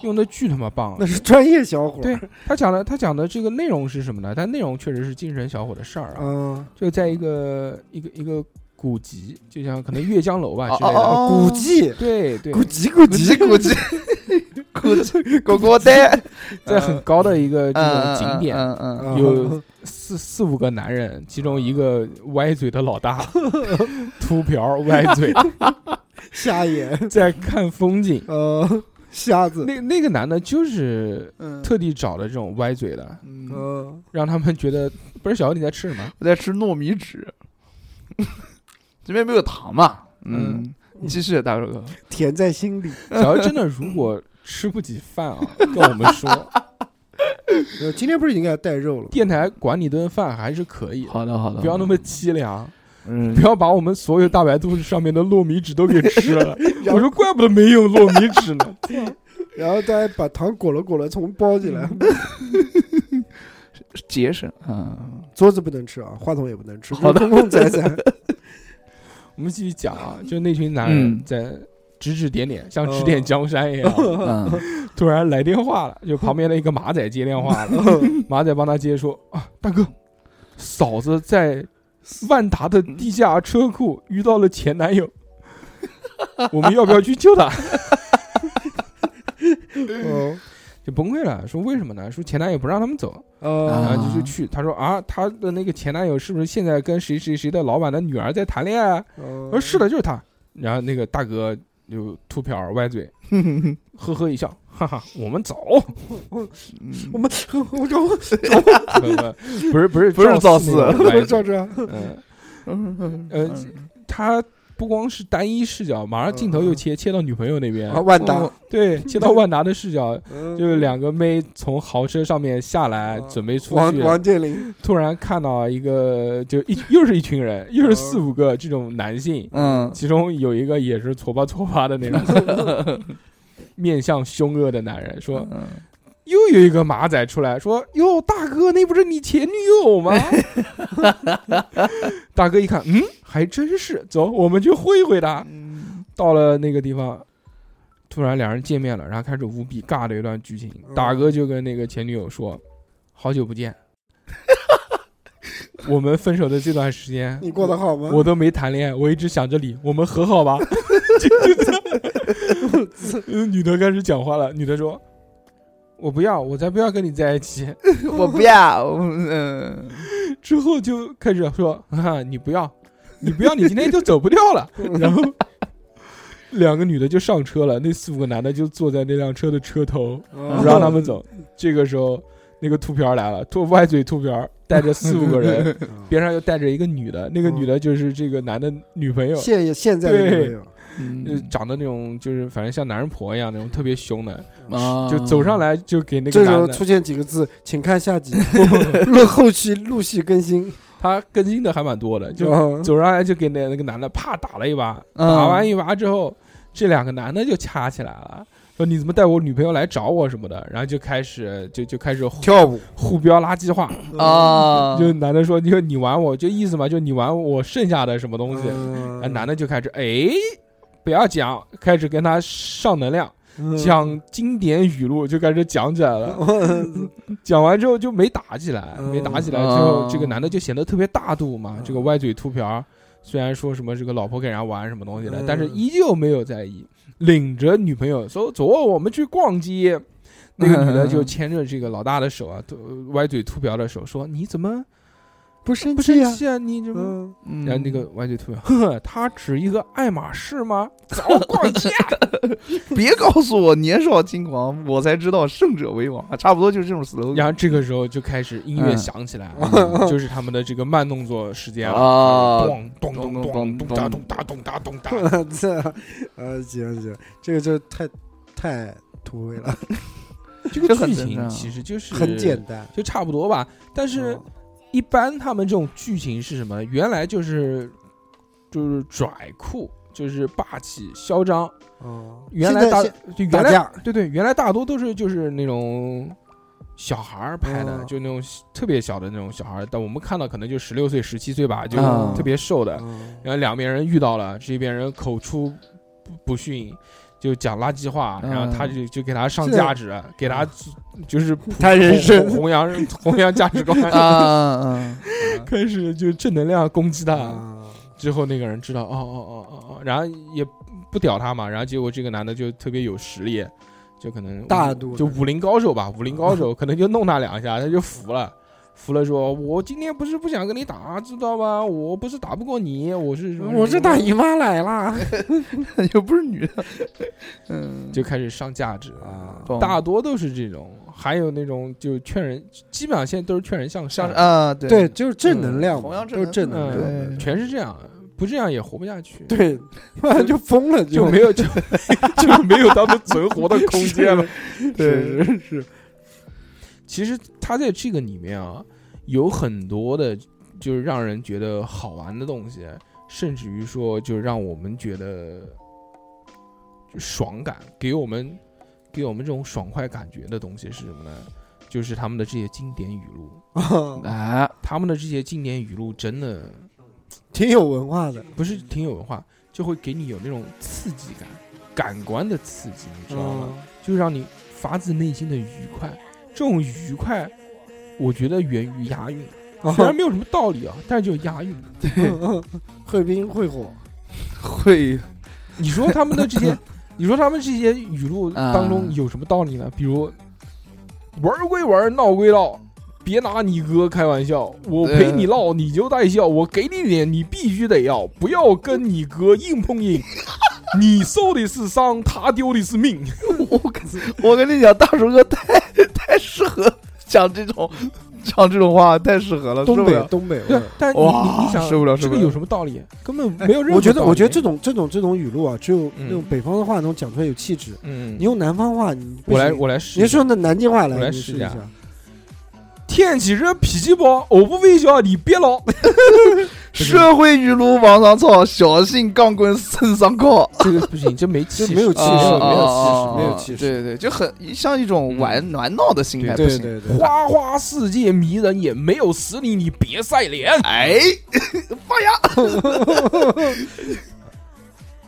[SPEAKER 1] 用的巨他妈棒啊
[SPEAKER 3] 那。是专业小伙儿。
[SPEAKER 1] 对他讲的，他讲的这个内容是什么呢？他内容确实是精神小伙的事儿啊。
[SPEAKER 3] 嗯，
[SPEAKER 1] 这个在一个一个一个古籍，就像可能阅江楼吧
[SPEAKER 2] 哦
[SPEAKER 1] 之类的。
[SPEAKER 2] 哦
[SPEAKER 3] 古迹，
[SPEAKER 1] 对对，
[SPEAKER 3] 古呃迹，古
[SPEAKER 2] 估计 (laughs)
[SPEAKER 3] 迹，
[SPEAKER 2] 估
[SPEAKER 1] (laughs)
[SPEAKER 2] 计估计狗狗呆，
[SPEAKER 1] 在很高的一个这种
[SPEAKER 2] 嗯
[SPEAKER 1] 景点，
[SPEAKER 2] 嗯嗯嗯，
[SPEAKER 3] 啊
[SPEAKER 1] 有四四五个男人，其中
[SPEAKER 2] 啊
[SPEAKER 1] 一个歪嘴的老大， (laughs) 秃瓢歪
[SPEAKER 2] (laughs)
[SPEAKER 1] 嘴，
[SPEAKER 3] (laughs) 瞎眼，
[SPEAKER 1] 在看风景。
[SPEAKER 3] (laughs) 呃，瞎子，
[SPEAKER 1] 那那个男的就是
[SPEAKER 2] 嗯
[SPEAKER 1] 特地找了这种歪嘴的，
[SPEAKER 2] 嗯，
[SPEAKER 3] 嗯，
[SPEAKER 1] 让他们觉得不是小欧你在吃什么？
[SPEAKER 2] 我在吃糯米纸， (laughs) 这边没有糖嘛，嗯，你继续，大肉哥，
[SPEAKER 3] 甜在心里。
[SPEAKER 1] 小欧真的如果吃不起饭啊，跟我们说，
[SPEAKER 3] 呃，今天不是应该带肉了？
[SPEAKER 1] 电台管你顿饭还是可以的，
[SPEAKER 2] 好的好的，
[SPEAKER 1] 不要那么凄凉，
[SPEAKER 2] 嗯
[SPEAKER 1] 不要把我们所有大白兔上面的糯米纸都给吃
[SPEAKER 2] (laughs)
[SPEAKER 1] 了。我说怪不得没有糯米纸呢，
[SPEAKER 3] (laughs) 然后大家把糖裹了裹了，重包起来。
[SPEAKER 2] 节省，嗯，
[SPEAKER 3] 桌子不能吃啊，话筒也不能吃，
[SPEAKER 2] 好的
[SPEAKER 3] 公共财 (laughs) 产。
[SPEAKER 1] 我们继续讲啊，就那群男人
[SPEAKER 2] 嗯哦
[SPEAKER 1] 在指指点点，像指点江山一样。
[SPEAKER 2] (laughs)
[SPEAKER 1] (laughs)
[SPEAKER 2] 嗯，
[SPEAKER 1] 突然来电话了，就旁边的一个马仔接电话了，
[SPEAKER 3] 嗯
[SPEAKER 2] 嗯
[SPEAKER 1] (laughs) 马仔帮他接说啊，大哥，嫂子在万达的地下车库遇到了前男
[SPEAKER 2] (laughs)
[SPEAKER 1] 友，我们要不要去救他？
[SPEAKER 3] (laughs) 嗯，
[SPEAKER 1] 就崩溃了，说为什么呢？说前男友不让他们走，
[SPEAKER 3] 呃
[SPEAKER 1] 然
[SPEAKER 2] 啊
[SPEAKER 1] 后就就去。他说啊，他的那个前男友是不是现在跟谁谁谁的老板的女儿在谈恋爱啊？我说
[SPEAKER 3] 呃，
[SPEAKER 1] 是的，就是他。然后那个大哥就秃瓢儿歪 (laughs) 嘴，呵呵一笑，哈哈，我 (laughs) 们走。
[SPEAKER 3] 我们
[SPEAKER 1] (laughs)
[SPEAKER 3] 我就我
[SPEAKER 1] 不是不是
[SPEAKER 2] 嗯不是
[SPEAKER 1] 造
[SPEAKER 2] 造次
[SPEAKER 1] 那种歪
[SPEAKER 3] 我
[SPEAKER 1] 嘴
[SPEAKER 2] (laughs)
[SPEAKER 3] 照着啊，
[SPEAKER 1] 嗯，
[SPEAKER 2] 嗯
[SPEAKER 1] 呃，他不光是单一视角，马上镜头又切切到女朋友那边，
[SPEAKER 3] 啊万达
[SPEAKER 2] 我，
[SPEAKER 1] 对，切到万达的视角，
[SPEAKER 3] 嗯
[SPEAKER 1] 就是两个妹从豪车上面下来，
[SPEAKER 3] 嗯
[SPEAKER 1] 准备出
[SPEAKER 3] 王
[SPEAKER 1] 去，
[SPEAKER 3] 王健林，
[SPEAKER 1] 突然看到一个，就一又是一群人，又是
[SPEAKER 3] 嗯
[SPEAKER 1] 四五个这种男性，
[SPEAKER 2] 嗯，
[SPEAKER 1] 其中有一个也是挫吧挫吧的那种， (laughs) 面向凶恶的男人说。
[SPEAKER 2] 嗯 (laughs)
[SPEAKER 1] 又有一个马仔出来说：“哟，大哥，那不是你前女友吗？”大哥一看，嗯，还真是，走，我们去会一会他。
[SPEAKER 2] 嗯
[SPEAKER 1] 到了那个地方，突然两人见面了，然后开始无比尬的一段剧情。
[SPEAKER 3] 嗯
[SPEAKER 1] 大哥就跟那个前女友说：“好久不见，我们分手的这段时间，
[SPEAKER 3] 你过得好吗？
[SPEAKER 1] 我都没谈恋爱，我一直想着你，我们和好吧。 (laughs) 就就这样 (laughs) 女的开始讲话了，女的说：“我不要，我才不要跟你在一起。
[SPEAKER 2] 我不要， (laughs) 我嗯，”
[SPEAKER 1] 之后就开始说：“啊，你不要，你不要，你今天就走不掉了。” (laughs) 然后两个女的就上车了，那四五个男的就坐在那辆车的车头，
[SPEAKER 3] 嗯
[SPEAKER 1] 不让他们走。这个时候，那个秃瓢儿来了，秃歪嘴秃瓢儿带着四五个
[SPEAKER 3] (laughs)
[SPEAKER 1] 人，
[SPEAKER 3] 嗯
[SPEAKER 1] 边上又带着一个女的，那个女的就是这个男的女朋友。
[SPEAKER 3] 现现在的女朋友
[SPEAKER 1] 就
[SPEAKER 2] 嗯
[SPEAKER 1] 长得那种就是反正像男人婆一样那种特别凶的，
[SPEAKER 2] 啊
[SPEAKER 1] 就走上来就给那
[SPEAKER 3] 这
[SPEAKER 1] 个
[SPEAKER 3] 时候
[SPEAKER 1] 男
[SPEAKER 3] 出
[SPEAKER 1] 的，
[SPEAKER 3] 现几个字，请看
[SPEAKER 1] (laughs)
[SPEAKER 3] 下集， (laughs) 论后续陆续更新。
[SPEAKER 1] 他更新的还蛮多的，就
[SPEAKER 3] 嗯
[SPEAKER 1] 走上来就给那那个男的啪打了一
[SPEAKER 3] 啊
[SPEAKER 1] 把，
[SPEAKER 2] 嗯
[SPEAKER 1] 打完一把之后，这两个男的就掐起来了。说你怎么带我女朋友来找我什么的，然后就开始就就开始互
[SPEAKER 3] 跳舞
[SPEAKER 1] 互飙垃圾话，
[SPEAKER 2] (laughs) 啊，
[SPEAKER 1] 就男的说你说你玩我就意思嘛，就你玩我剩下的什么东西，啊
[SPEAKER 3] 嗯
[SPEAKER 1] 男的就开始哎不要讲，开始跟他上能量，
[SPEAKER 3] 嗯
[SPEAKER 1] 讲经典语录就开始讲起来
[SPEAKER 3] (laughs)
[SPEAKER 1] 了，讲完之后就没打起来，
[SPEAKER 3] 嗯
[SPEAKER 1] 没打起来之后，
[SPEAKER 2] 啊
[SPEAKER 1] 这个男的就显得特别大度嘛
[SPEAKER 3] 嗯。
[SPEAKER 1] 这个歪嘴秃瓢儿虽然说什么这个老婆给人家玩什么东西的，
[SPEAKER 3] 嗯
[SPEAKER 1] 但是依旧没有在意，领着女朋友说走，我们去逛街。那个女的就牵着这个老大的手
[SPEAKER 3] 嗯
[SPEAKER 1] 啊，都歪嘴秃瓢的手说：“你怎么
[SPEAKER 3] 不生
[SPEAKER 1] 不
[SPEAKER 3] 气
[SPEAKER 1] 生
[SPEAKER 3] 啊？
[SPEAKER 1] 气啊？你怎么
[SPEAKER 3] 嗯，
[SPEAKER 2] 嗯？”
[SPEAKER 3] (laughs)
[SPEAKER 1] 然后那个歪嘴秃瓢，呵呵，他只一个爱马仕吗？
[SPEAKER 3] (laughs)
[SPEAKER 1] 走，逛街。
[SPEAKER 2] (laughs) 别告诉我年少轻狂，我才知道胜者为王啊，差不多就是这种 slogan。
[SPEAKER 1] 然后这个时候就开始音乐
[SPEAKER 2] 嗯
[SPEAKER 1] 响起来，
[SPEAKER 2] 嗯
[SPEAKER 1] 就是他们的这个慢动作时间了
[SPEAKER 2] 啊
[SPEAKER 1] 咚咚咚咚咚咚哒咚哒咚哒咚哒。
[SPEAKER 3] 这呃行行，这个就太太土味了，
[SPEAKER 1] 这个
[SPEAKER 2] 这很
[SPEAKER 1] 剧
[SPEAKER 2] 正
[SPEAKER 1] 情
[SPEAKER 2] 常
[SPEAKER 1] 其实就是
[SPEAKER 3] 很简，单。嗯
[SPEAKER 1] 就差不多吧。但是，一般他们这种剧情是什么？原来就是就是拽酷，就是霸气嚣张。
[SPEAKER 3] 哦，
[SPEAKER 1] 原
[SPEAKER 3] 现
[SPEAKER 1] 来
[SPEAKER 3] 在
[SPEAKER 1] 大
[SPEAKER 3] 现
[SPEAKER 1] 就原
[SPEAKER 3] 打
[SPEAKER 1] 来
[SPEAKER 3] 架，
[SPEAKER 1] 对对，原来大多都是就是那种。小孩儿拍的，
[SPEAKER 3] 嗯
[SPEAKER 1] 就那种特别小的那种小孩儿，但我们看到可能就十六岁、十七岁吧，就
[SPEAKER 2] 嗯
[SPEAKER 1] 特别瘦的。
[SPEAKER 3] 嗯
[SPEAKER 1] 然后两边人遇到了，这边人口出不不逊，就讲垃圾话，
[SPEAKER 2] 嗯
[SPEAKER 1] 然后他就就给他上
[SPEAKER 3] 这
[SPEAKER 1] 价值，给他就是普
[SPEAKER 3] 他人
[SPEAKER 1] 弘
[SPEAKER 3] 生
[SPEAKER 1] 弘扬弘扬价值
[SPEAKER 3] (laughs)
[SPEAKER 1] 观，
[SPEAKER 2] 啊 (laughs) 嗯
[SPEAKER 1] 开始就正能量攻击他。
[SPEAKER 3] 啊，
[SPEAKER 1] 之后那个人知道，哦哦哦哦哦，然后也不屌他嘛，然后结果这个男的就特别有实力，就可能
[SPEAKER 3] 大度嗯
[SPEAKER 1] 就武林高手吧，武林高手可能就弄他两下，他就服了。服了说：“我今天不是不想跟你打，知道吗？我不是打不过你，我是什么
[SPEAKER 3] 我这大姨妈来啦，
[SPEAKER 2] 嗯，又不是女的，嗯，
[SPEAKER 1] 就开始上价值
[SPEAKER 3] 啊
[SPEAKER 2] 懂
[SPEAKER 1] 大多都是这种，还有那种就劝人，基本上现在都是劝人向
[SPEAKER 2] 像
[SPEAKER 1] 善
[SPEAKER 2] 是，啊，对
[SPEAKER 3] 对，就是正能
[SPEAKER 1] 嗯
[SPEAKER 3] 量
[SPEAKER 2] 弘
[SPEAKER 3] 嘛，
[SPEAKER 2] 扬
[SPEAKER 3] 都是
[SPEAKER 2] 正
[SPEAKER 3] 正
[SPEAKER 2] 能
[SPEAKER 1] 量
[SPEAKER 3] 能量
[SPEAKER 2] 对
[SPEAKER 3] 的，
[SPEAKER 1] 全是这样，不这样也活不下去，
[SPEAKER 3] 对，不然就疯了，
[SPEAKER 1] 就没有
[SPEAKER 3] (laughs)
[SPEAKER 1] 就就没有他们存活的空间了。
[SPEAKER 2] 对
[SPEAKER 3] 是是，
[SPEAKER 1] 其实他在这个里面啊，有很多的，就是让人觉得好玩的东西，甚至于说，就是让我们觉得就爽感，给我们给我们这种爽快感觉的东西是什么呢？就是他们的这些经典语录，
[SPEAKER 3] 啊
[SPEAKER 2] 啊，
[SPEAKER 1] 他们的这些经典语录真的
[SPEAKER 3] 挺有文化的，
[SPEAKER 1] 不是挺有文化，就会给你有那种刺激感，感官的刺激，你知道吗？
[SPEAKER 3] 嗯
[SPEAKER 1] 就让你发自内心的愉快。这种愉快，我觉得源于押韵，
[SPEAKER 3] 哦
[SPEAKER 1] 虽然没有什么道理啊，但是就押韵。
[SPEAKER 3] 嗯嗯会冰会火，
[SPEAKER 2] 会
[SPEAKER 1] 你说他们的这些，你说他们这些语录当中
[SPEAKER 2] 嗯
[SPEAKER 1] 有什么道理呢？比如玩儿归玩儿，闹归闹。别拿你哥开玩笑，我陪你闹你就带笑，我给你脸你必须得要，不要跟你哥硬碰硬，你受的是伤，他丢的是命。
[SPEAKER 2] 我跟我跟你讲，大叔哥太太适合讲这种讲这种话，太适合了，受
[SPEAKER 3] 东
[SPEAKER 2] 不
[SPEAKER 3] 北
[SPEAKER 2] 了。
[SPEAKER 3] 东北味
[SPEAKER 1] 对
[SPEAKER 3] 儿。，
[SPEAKER 1] 但你
[SPEAKER 2] 哇
[SPEAKER 1] 你你想
[SPEAKER 2] 受不了
[SPEAKER 1] 这
[SPEAKER 2] 受不
[SPEAKER 1] 个
[SPEAKER 2] 了
[SPEAKER 1] 有什么道理？根本没有任何道理。
[SPEAKER 3] 我觉得，我觉得这种这种这种语录啊，只有那种
[SPEAKER 1] 嗯
[SPEAKER 3] 北方的话能讲出来有气质。
[SPEAKER 1] 嗯，
[SPEAKER 3] 你用南方话，你不
[SPEAKER 1] 我来
[SPEAKER 3] 行
[SPEAKER 1] 我来试一
[SPEAKER 3] 你
[SPEAKER 1] 下。
[SPEAKER 3] 说那南京话来，
[SPEAKER 1] 我来
[SPEAKER 3] 你
[SPEAKER 1] 试
[SPEAKER 3] 试
[SPEAKER 1] 一
[SPEAKER 3] 一
[SPEAKER 1] 下天气热，脾气暴，我不微笑，你别闹。
[SPEAKER 2] 社会语录往上凑，小心钢棍身上靠。
[SPEAKER 1] 这个不行，这没气
[SPEAKER 3] 就
[SPEAKER 1] 势，
[SPEAKER 3] 没有气势，没
[SPEAKER 2] 啊
[SPEAKER 3] 有
[SPEAKER 2] 啊
[SPEAKER 3] 气势，没
[SPEAKER 2] 啊
[SPEAKER 3] 有气势。嗯
[SPEAKER 2] 对对，就很像一种玩玩闹的心态，不
[SPEAKER 3] 对
[SPEAKER 2] 行。
[SPEAKER 1] (laughs)
[SPEAKER 3] 对对，
[SPEAKER 1] 花花世界迷人眼，没有实力你别晒脸。
[SPEAKER 2] 哎， (laughs) 发芽，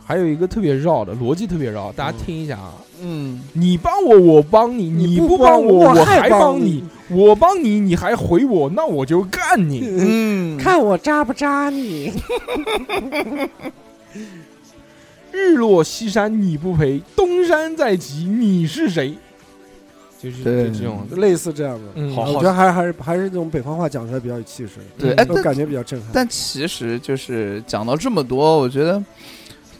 [SPEAKER 1] 还有一个特别绕的逻辑，特别绕，大家听一下啊。
[SPEAKER 2] 嗯，
[SPEAKER 1] 你帮我，我帮你；
[SPEAKER 3] 你
[SPEAKER 1] 你
[SPEAKER 3] 不
[SPEAKER 1] 帮
[SPEAKER 3] 帮我
[SPEAKER 1] 我
[SPEAKER 3] 还
[SPEAKER 1] 还
[SPEAKER 3] 帮
[SPEAKER 1] 你；我帮你，你还回我，那我就干你。
[SPEAKER 2] 嗯，
[SPEAKER 3] 看我扎不扎
[SPEAKER 1] (laughs)
[SPEAKER 3] 你？
[SPEAKER 1] 日落西山你不陪，东山再起你是谁？就是就
[SPEAKER 2] 对
[SPEAKER 1] 这种，
[SPEAKER 3] 类似这样的，
[SPEAKER 1] 嗯，
[SPEAKER 2] 好
[SPEAKER 3] 我觉得还是还是还是这种北方话讲出来比较有气势，
[SPEAKER 2] 对，
[SPEAKER 1] 嗯
[SPEAKER 2] 哎，
[SPEAKER 3] 我
[SPEAKER 2] 但
[SPEAKER 3] 感觉比较震撼。
[SPEAKER 2] 但其实就是讲到这么多，我觉得，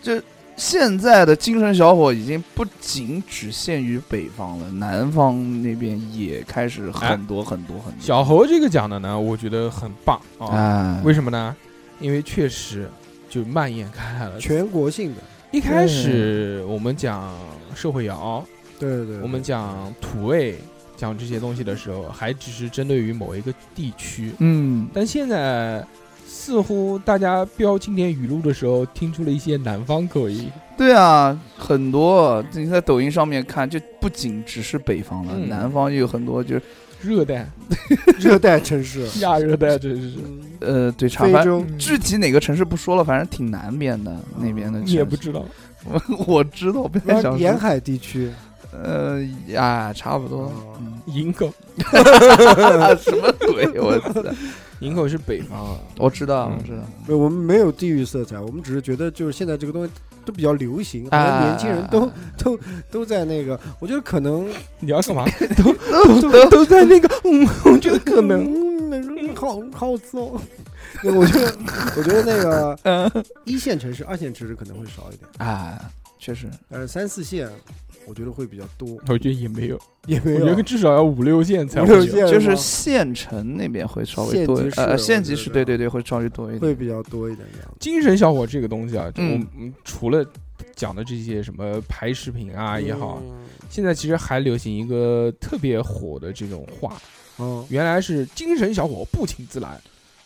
[SPEAKER 2] 就现在的精神小伙已经不仅只限于北方了，南方那边也开始很多很多很多。
[SPEAKER 1] 小侯这个讲的呢，我觉得很棒啊。
[SPEAKER 2] 啊，
[SPEAKER 1] 为什么呢？因为确实就蔓延开来了。
[SPEAKER 3] 全国性的，
[SPEAKER 1] 一开始我们讲社会摇，
[SPEAKER 3] 对对对，
[SPEAKER 1] 我们讲土味，讲这些东西的时候，还只是针对于某一个地区，
[SPEAKER 2] 嗯，
[SPEAKER 1] 但现在。似乎大家标经典语录的时候，听出了一些南方口音。
[SPEAKER 2] 对啊，很多你在抖音上面看，就不仅只是北方了，
[SPEAKER 1] 嗯
[SPEAKER 2] 南方也有很多，就是
[SPEAKER 1] 热带、
[SPEAKER 3] 热带
[SPEAKER 1] (laughs)
[SPEAKER 3] 城市，嗯
[SPEAKER 1] 亚热带，真是
[SPEAKER 2] 呃，对，茶
[SPEAKER 3] 非
[SPEAKER 2] 饭。
[SPEAKER 3] 洲
[SPEAKER 1] 嗯
[SPEAKER 2] 具体哪个城市不说了，反正挺南边的那边的城
[SPEAKER 1] 你嗯
[SPEAKER 2] 市，
[SPEAKER 1] 也不知道。
[SPEAKER 2] 我 (laughs) 我知道，
[SPEAKER 1] (laughs)
[SPEAKER 2] 不太想
[SPEAKER 3] 沿
[SPEAKER 2] 说。
[SPEAKER 3] 海地区，哦
[SPEAKER 2] 呃呀，差不
[SPEAKER 3] (laughs)
[SPEAKER 2] 多。嗯
[SPEAKER 1] 营口，
[SPEAKER 2] 什么鬼？我操！
[SPEAKER 1] 营口是北方啊。
[SPEAKER 2] 我知道，
[SPEAKER 1] 嗯
[SPEAKER 2] 我知道。
[SPEAKER 3] 对我们没有地域色彩，我们只是觉得就是现在这个东西都比较流行，好像年轻人都
[SPEAKER 2] 啊
[SPEAKER 3] 都都在那个，我觉得可能
[SPEAKER 1] (laughs)
[SPEAKER 2] (laughs)
[SPEAKER 1] 你要干嘛？ (laughs) 都都都都在那个，嗯，我觉得可能
[SPEAKER 3] 能好好糟。对我觉得，我觉得那个
[SPEAKER 2] 嗯
[SPEAKER 3] 一线城市、二线城市可能会少一点，
[SPEAKER 2] 啊，确实，
[SPEAKER 3] 但是三四线我觉得会比较多，
[SPEAKER 1] 我觉得也没有，
[SPEAKER 3] 也没
[SPEAKER 1] 我
[SPEAKER 3] 有
[SPEAKER 1] 觉得至少要五六线才
[SPEAKER 3] 五
[SPEAKER 1] 会
[SPEAKER 3] 六
[SPEAKER 1] 有。
[SPEAKER 3] 线
[SPEAKER 2] 就是
[SPEAKER 3] 吗
[SPEAKER 2] 县城那边会稍微多一
[SPEAKER 3] 县级，市
[SPEAKER 2] 呃，
[SPEAKER 3] 我
[SPEAKER 2] 县
[SPEAKER 3] 觉
[SPEAKER 2] 级市，
[SPEAKER 3] 得
[SPEAKER 2] 对对对，会稍微多一点。
[SPEAKER 3] 会比较多一点这样。
[SPEAKER 1] 精神小伙这个东西啊，就我
[SPEAKER 2] 嗯
[SPEAKER 1] 们除了讲的这些什么拍视频啊也好，
[SPEAKER 3] 嗯，
[SPEAKER 1] 现在其实还流行一个特别火的这种话，
[SPEAKER 2] 嗯
[SPEAKER 3] 哦，
[SPEAKER 1] 原来是精神小伙不请自来，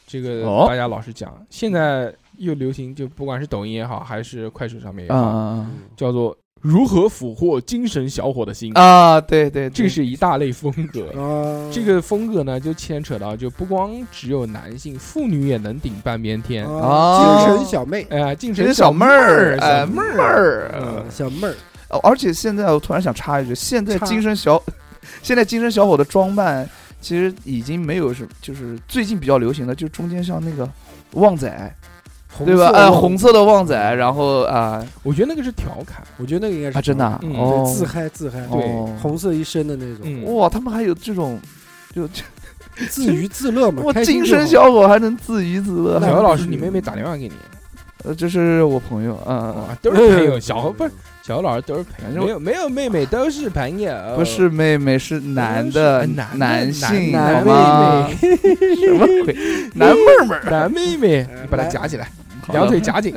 [SPEAKER 1] 这个
[SPEAKER 2] 哦
[SPEAKER 1] 大家老是讲，现在又流行，就不管是抖音也好，还是快手上面也
[SPEAKER 2] 啊
[SPEAKER 1] 好，
[SPEAKER 2] 啊
[SPEAKER 1] 叫做如何俘获精神小伙的心
[SPEAKER 2] 啊，，嗯啊对对，
[SPEAKER 1] 嗯这
[SPEAKER 2] 对
[SPEAKER 1] 是一大类风
[SPEAKER 2] (laughs)
[SPEAKER 1] 格。
[SPEAKER 3] 啊，
[SPEAKER 1] 这个风格呢，就牵扯到就不光只有男性，妇女也能顶半边天。
[SPEAKER 2] 嗯哦
[SPEAKER 3] 啊，精神小妹，
[SPEAKER 1] 哎，精
[SPEAKER 2] 这
[SPEAKER 1] 神
[SPEAKER 2] 些小
[SPEAKER 1] 妹
[SPEAKER 2] 妹儿，
[SPEAKER 1] 小
[SPEAKER 2] 哎，
[SPEAKER 1] 妹
[SPEAKER 2] 妹
[SPEAKER 1] 儿，
[SPEAKER 2] 儿，
[SPEAKER 3] 嗯，小妹儿，
[SPEAKER 2] 呃而且现在我突然想插一句，现在
[SPEAKER 3] 插
[SPEAKER 2] 精神小， (laughs) 现在精神小伙的装扮其实已经没有什么，就是最近比较流行的，就中间像那个旺仔，对吧？
[SPEAKER 3] 哎，
[SPEAKER 2] 哎，红，色的旺仔，然后啊
[SPEAKER 1] 我觉得那个是调侃，
[SPEAKER 3] 我觉得那个应该是
[SPEAKER 2] 啊，真的啊
[SPEAKER 1] 嗯对
[SPEAKER 2] 哦
[SPEAKER 3] 对，，自嗨自嗨，
[SPEAKER 1] 对
[SPEAKER 2] 哦
[SPEAKER 3] 红色一身的那种，
[SPEAKER 1] 嗯，
[SPEAKER 2] 哇，他们还有这种，就
[SPEAKER 3] 自娱自乐嘛
[SPEAKER 2] (laughs) 我，
[SPEAKER 3] 开心
[SPEAKER 2] 精
[SPEAKER 3] 就
[SPEAKER 2] 神
[SPEAKER 3] 好
[SPEAKER 2] 小伙还能自娱自
[SPEAKER 1] 小
[SPEAKER 2] 乐，
[SPEAKER 3] 那
[SPEAKER 1] 何
[SPEAKER 3] 不
[SPEAKER 1] 老
[SPEAKER 3] 是
[SPEAKER 1] 师，你妹妹打电话给你，
[SPEAKER 2] 呃，这是我朋友，嗯嗯，
[SPEAKER 1] 啊，都是朋友，
[SPEAKER 3] 哎
[SPEAKER 1] 小何不是小何老师都是朋
[SPEAKER 2] 反
[SPEAKER 1] 友，没
[SPEAKER 2] 正
[SPEAKER 1] 有没有妹妹都是朋友，
[SPEAKER 2] 不是妹妹，是男
[SPEAKER 1] 是哎
[SPEAKER 2] 的，
[SPEAKER 1] 男
[SPEAKER 2] 性，
[SPEAKER 1] 男
[SPEAKER 2] 好
[SPEAKER 1] 妹
[SPEAKER 2] 吗？
[SPEAKER 1] 妹， (laughs)
[SPEAKER 2] 什么鬼？ (laughs) 男妹妹儿，
[SPEAKER 1] 男妹妹，
[SPEAKER 3] 哎
[SPEAKER 1] 你把她
[SPEAKER 3] 来
[SPEAKER 1] 夹起来，
[SPEAKER 2] 好的
[SPEAKER 1] 两腿夹紧，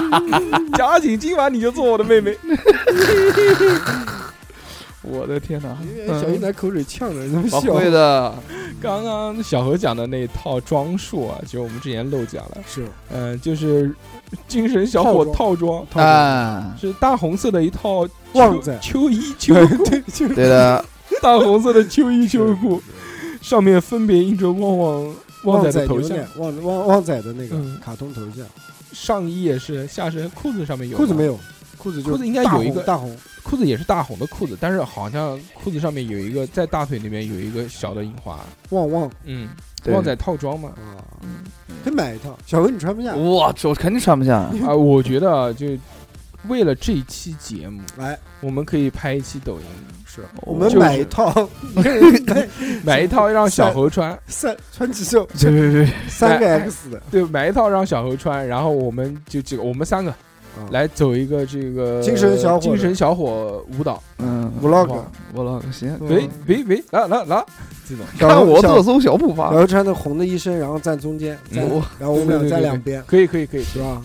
[SPEAKER 1] (laughs) 夹紧，今晚你就做我的妹妹。
[SPEAKER 2] 我的天哪！
[SPEAKER 3] 因为小
[SPEAKER 1] 嗯
[SPEAKER 3] 心拿口水呛着，你怎么
[SPEAKER 2] 好
[SPEAKER 3] 笑？
[SPEAKER 2] 会的，
[SPEAKER 1] 刚刚小何讲的那套装术啊，其实我们之前漏讲了，
[SPEAKER 3] 是
[SPEAKER 1] 嗯、就是精神小伙套
[SPEAKER 3] 套
[SPEAKER 1] 装，
[SPEAKER 2] 啊，
[SPEAKER 1] 是大红色的一套秋
[SPEAKER 3] 旺仔
[SPEAKER 1] 秋衣秋
[SPEAKER 3] 对
[SPEAKER 1] (laughs) 裤，
[SPEAKER 3] 对就是
[SPEAKER 1] (laughs)
[SPEAKER 2] 对的，
[SPEAKER 1] 大红色的秋衣秋裤， (laughs) 上面分别印着旺旺旺
[SPEAKER 3] 旺
[SPEAKER 1] 仔的头
[SPEAKER 3] 牛
[SPEAKER 1] 像
[SPEAKER 3] 奶，，旺旺旺仔的那
[SPEAKER 1] 嗯
[SPEAKER 3] 个卡通头像，
[SPEAKER 1] 上衣也是，下身裤子上面有吗
[SPEAKER 3] 裤子没有，裤子就
[SPEAKER 1] 裤子应该
[SPEAKER 3] 大
[SPEAKER 1] 有一
[SPEAKER 3] 红
[SPEAKER 1] 个
[SPEAKER 3] 大红，
[SPEAKER 1] 裤子也是大红的裤子，但是好像裤子上面有一个在大腿那边有一个小的印花，
[SPEAKER 3] 旺旺
[SPEAKER 1] 嗯，
[SPEAKER 2] 对
[SPEAKER 1] 旺仔套装嘛。
[SPEAKER 3] 啊，可以买一套。小何你穿不下，
[SPEAKER 2] 哇，这我肯定穿不下。
[SPEAKER 1] (laughs) 啊，我觉得啊就为了这一期节目，
[SPEAKER 3] 来
[SPEAKER 1] 我们可以拍一期抖音，
[SPEAKER 3] 是
[SPEAKER 2] 我
[SPEAKER 3] 我们
[SPEAKER 1] 就是
[SPEAKER 3] 买一套，一个人买
[SPEAKER 1] 买一套让小猴 (laughs) 穿，
[SPEAKER 3] 三穿几袖，
[SPEAKER 2] 别别别，
[SPEAKER 3] 三个
[SPEAKER 1] 哎
[SPEAKER 3] X 的
[SPEAKER 1] 对，买一套让小猴穿，然后我们就几个，我们三个
[SPEAKER 3] 啊
[SPEAKER 1] 来走一个这个
[SPEAKER 3] 精神小伙的
[SPEAKER 1] 精神小伙舞蹈，
[SPEAKER 2] 嗯，
[SPEAKER 3] vlog，
[SPEAKER 2] 我老行，
[SPEAKER 3] 嗯
[SPEAKER 1] 喂喂喂，来来 (laughs) 来，这种
[SPEAKER 3] 小
[SPEAKER 2] 看
[SPEAKER 3] 何
[SPEAKER 2] 我
[SPEAKER 3] 小
[SPEAKER 2] 热搜小步伐
[SPEAKER 3] 然，后穿的红的一身，然后站中间，站
[SPEAKER 1] 嗯
[SPEAKER 3] 然后我
[SPEAKER 1] 对对
[SPEAKER 3] 们
[SPEAKER 1] 对
[SPEAKER 3] 俩
[SPEAKER 1] 对
[SPEAKER 3] 站
[SPEAKER 1] 对
[SPEAKER 3] 两边，
[SPEAKER 1] 可以可以可以，
[SPEAKER 3] 是吧？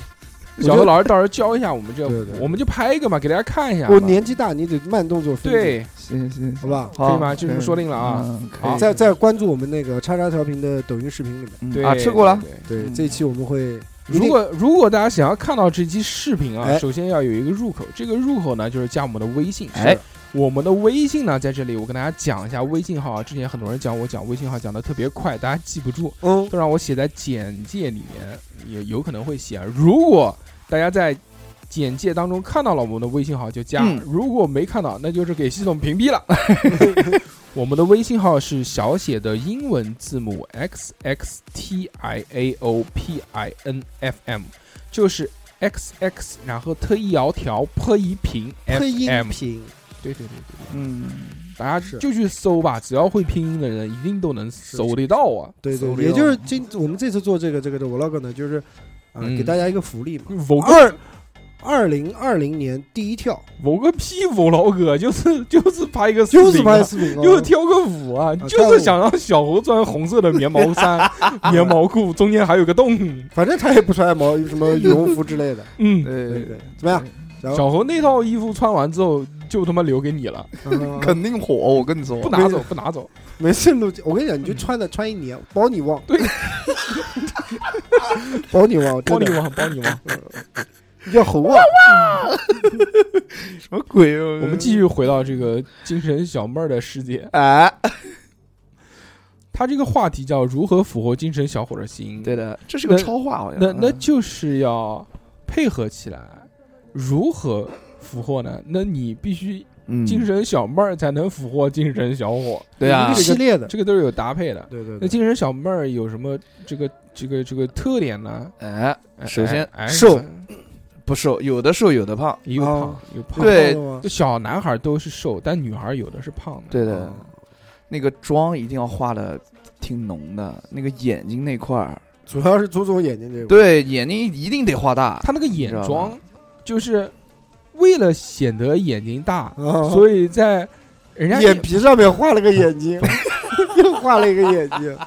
[SPEAKER 3] 我
[SPEAKER 1] 小
[SPEAKER 3] 觉
[SPEAKER 1] 何
[SPEAKER 3] 得
[SPEAKER 1] 老师到时候教一下我们这
[SPEAKER 3] 对对，对
[SPEAKER 1] 我们就拍一个嘛，给大家看一下嘛。
[SPEAKER 3] 我年纪大，你得慢动作分解，
[SPEAKER 1] 对，
[SPEAKER 2] 行行，
[SPEAKER 3] 好吧？
[SPEAKER 1] 可以吗就这么说定了啊
[SPEAKER 2] 嗯，
[SPEAKER 1] 好
[SPEAKER 2] 可以
[SPEAKER 3] 再再关注我们那个叉叉调频的抖音视频里面。
[SPEAKER 1] 对
[SPEAKER 2] 嗯啊，吃过了，。
[SPEAKER 1] 对对
[SPEAKER 3] 对，
[SPEAKER 2] 嗯
[SPEAKER 3] 这一期我们会
[SPEAKER 1] 如果如果大家想要看到这期视频啊，
[SPEAKER 3] 哎
[SPEAKER 1] 首先要有一个入口，这个入口呢就是加我们的微信。
[SPEAKER 2] 哎
[SPEAKER 1] 是，我们的微信呢在这里，我跟大家讲一下微信号啊。之前很多人讲我讲微信号讲的特别快，大家记不住，
[SPEAKER 3] 嗯，
[SPEAKER 1] 都让我写在简介里面，也有可能会写啊。如果大家在简介当中看到了我们的微信号就加，
[SPEAKER 2] 嗯
[SPEAKER 1] 如果没看到，那就是给系统屏蔽了。 (laughs) 我们的微信号是小写的英文字母 x x t i a o p i n f m，就是 x x，然后特意窈窕破一平 f
[SPEAKER 3] 配音
[SPEAKER 1] m，
[SPEAKER 3] 频
[SPEAKER 1] 对对对对对，
[SPEAKER 2] 嗯，
[SPEAKER 1] 大家
[SPEAKER 3] 是
[SPEAKER 1] 就去搜吧，只要会拼音的人一定都能搜得到啊。
[SPEAKER 3] 对对
[SPEAKER 2] 搜，
[SPEAKER 3] 也
[SPEAKER 2] 流
[SPEAKER 3] 就是今我们这次做这个这个的 vlog 呢，就是啊、
[SPEAKER 1] 嗯
[SPEAKER 3] 给大家一个福利嘛。
[SPEAKER 1] 我个
[SPEAKER 3] 二二零二零年第一跳
[SPEAKER 1] 我个屁我老哥，就是就是拍一个视频啊
[SPEAKER 3] 就是拍视频哦，
[SPEAKER 1] 又跳个舞啊，就是想让小猴穿红色的棉毛
[SPEAKER 3] (laughs)
[SPEAKER 1] 衫、棉毛裤，中间还有个洞。
[SPEAKER 3] 反正他也不穿毛 (laughs) 什么羽绒服
[SPEAKER 1] (laughs)
[SPEAKER 3] 之类的，
[SPEAKER 1] 嗯，
[SPEAKER 3] 对
[SPEAKER 2] 对
[SPEAKER 3] 对，怎么样？
[SPEAKER 1] (laughs)
[SPEAKER 3] 然后
[SPEAKER 1] 小猴那套衣服穿完之后，就他妈留给你了，
[SPEAKER 3] 嗯
[SPEAKER 2] 肯定火，我跟你说，
[SPEAKER 1] 不拿走，不拿走。
[SPEAKER 3] 没事录，我跟你讲，你就穿的穿一年，包你忘，
[SPEAKER 1] 对，
[SPEAKER 3] (laughs) 包你忘，
[SPEAKER 1] 帮
[SPEAKER 3] 真
[SPEAKER 1] 你
[SPEAKER 3] 的
[SPEAKER 1] 忘，帮你忘。
[SPEAKER 3] 要猴啊！
[SPEAKER 2] (laughs) 什么鬼哦？
[SPEAKER 1] 我们继续回到这个精神小妹儿的世界，
[SPEAKER 2] 哎，
[SPEAKER 1] 她这个话题叫如何俘获精神小伙的心。
[SPEAKER 2] 对的，这是个
[SPEAKER 1] 那
[SPEAKER 2] 超话，好像
[SPEAKER 3] 啊
[SPEAKER 1] 那那
[SPEAKER 2] 嗯
[SPEAKER 1] 就是要配合起来，如何俘获呢？那你必须
[SPEAKER 2] 嗯
[SPEAKER 1] 精神小妹儿才能俘获精神小伙，
[SPEAKER 2] 对啊
[SPEAKER 3] 一个，系列的，
[SPEAKER 1] 这个都是有搭配的。
[SPEAKER 3] 对对
[SPEAKER 1] 那
[SPEAKER 3] 对，
[SPEAKER 1] 精神小妹儿有什么这个这个这个特点呢？
[SPEAKER 2] 哎，
[SPEAKER 1] 哎
[SPEAKER 2] 首先
[SPEAKER 1] 哎哎
[SPEAKER 3] 瘦
[SPEAKER 2] 不瘦，有的瘦，有的胖，
[SPEAKER 1] 有胖
[SPEAKER 3] 啊
[SPEAKER 1] 有胖，
[SPEAKER 2] 对
[SPEAKER 3] 有胖的吗
[SPEAKER 1] 就小男孩都是瘦，但女孩有的是胖的。
[SPEAKER 2] 对的
[SPEAKER 3] 哦，
[SPEAKER 2] 那个妆一定要画的挺浓的，那个眼睛那块儿，
[SPEAKER 3] 主要是注重眼睛这个，
[SPEAKER 2] 对，眼睛一定得画大，
[SPEAKER 1] 他那个眼
[SPEAKER 2] 知道
[SPEAKER 1] 妆就是为了显得眼睛大，
[SPEAKER 3] 啊，
[SPEAKER 1] 所以在人家
[SPEAKER 3] 眼皮上面画了个眼睛， (laughs) 又画了一个眼睛，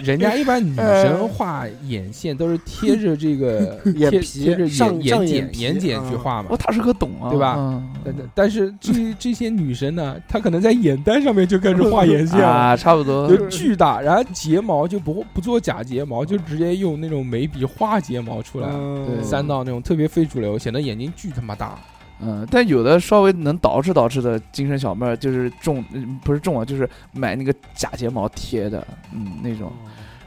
[SPEAKER 1] 人家一般女生画眼线都是贴着这个
[SPEAKER 3] (laughs) 眼
[SPEAKER 1] 贴
[SPEAKER 3] 皮
[SPEAKER 1] 贴着眼
[SPEAKER 3] 上上眼
[SPEAKER 1] 睑
[SPEAKER 3] 皮
[SPEAKER 1] 眼睑去
[SPEAKER 3] 啊
[SPEAKER 1] 画嘛
[SPEAKER 2] 我。大师哥懂啊，
[SPEAKER 1] 对吧
[SPEAKER 2] 嗯
[SPEAKER 1] 但但是这这些女生呢，她可能在眼袋上面就开始
[SPEAKER 3] (laughs)
[SPEAKER 1] 画眼线了。
[SPEAKER 2] 啊，差不多
[SPEAKER 1] 就巨大，然后睫毛就不不做假睫毛，就直接用那种眉笔画睫毛出来，
[SPEAKER 3] 嗯啊
[SPEAKER 2] 对
[SPEAKER 1] 三道那种特别非主流，显得眼睛巨他妈大。
[SPEAKER 2] 嗯，但有的稍微能捯饬捯饬的精神小妹
[SPEAKER 1] 哦
[SPEAKER 2] 儿，就是种嗯不是种啊，就是买那个假睫毛贴的，嗯，那种，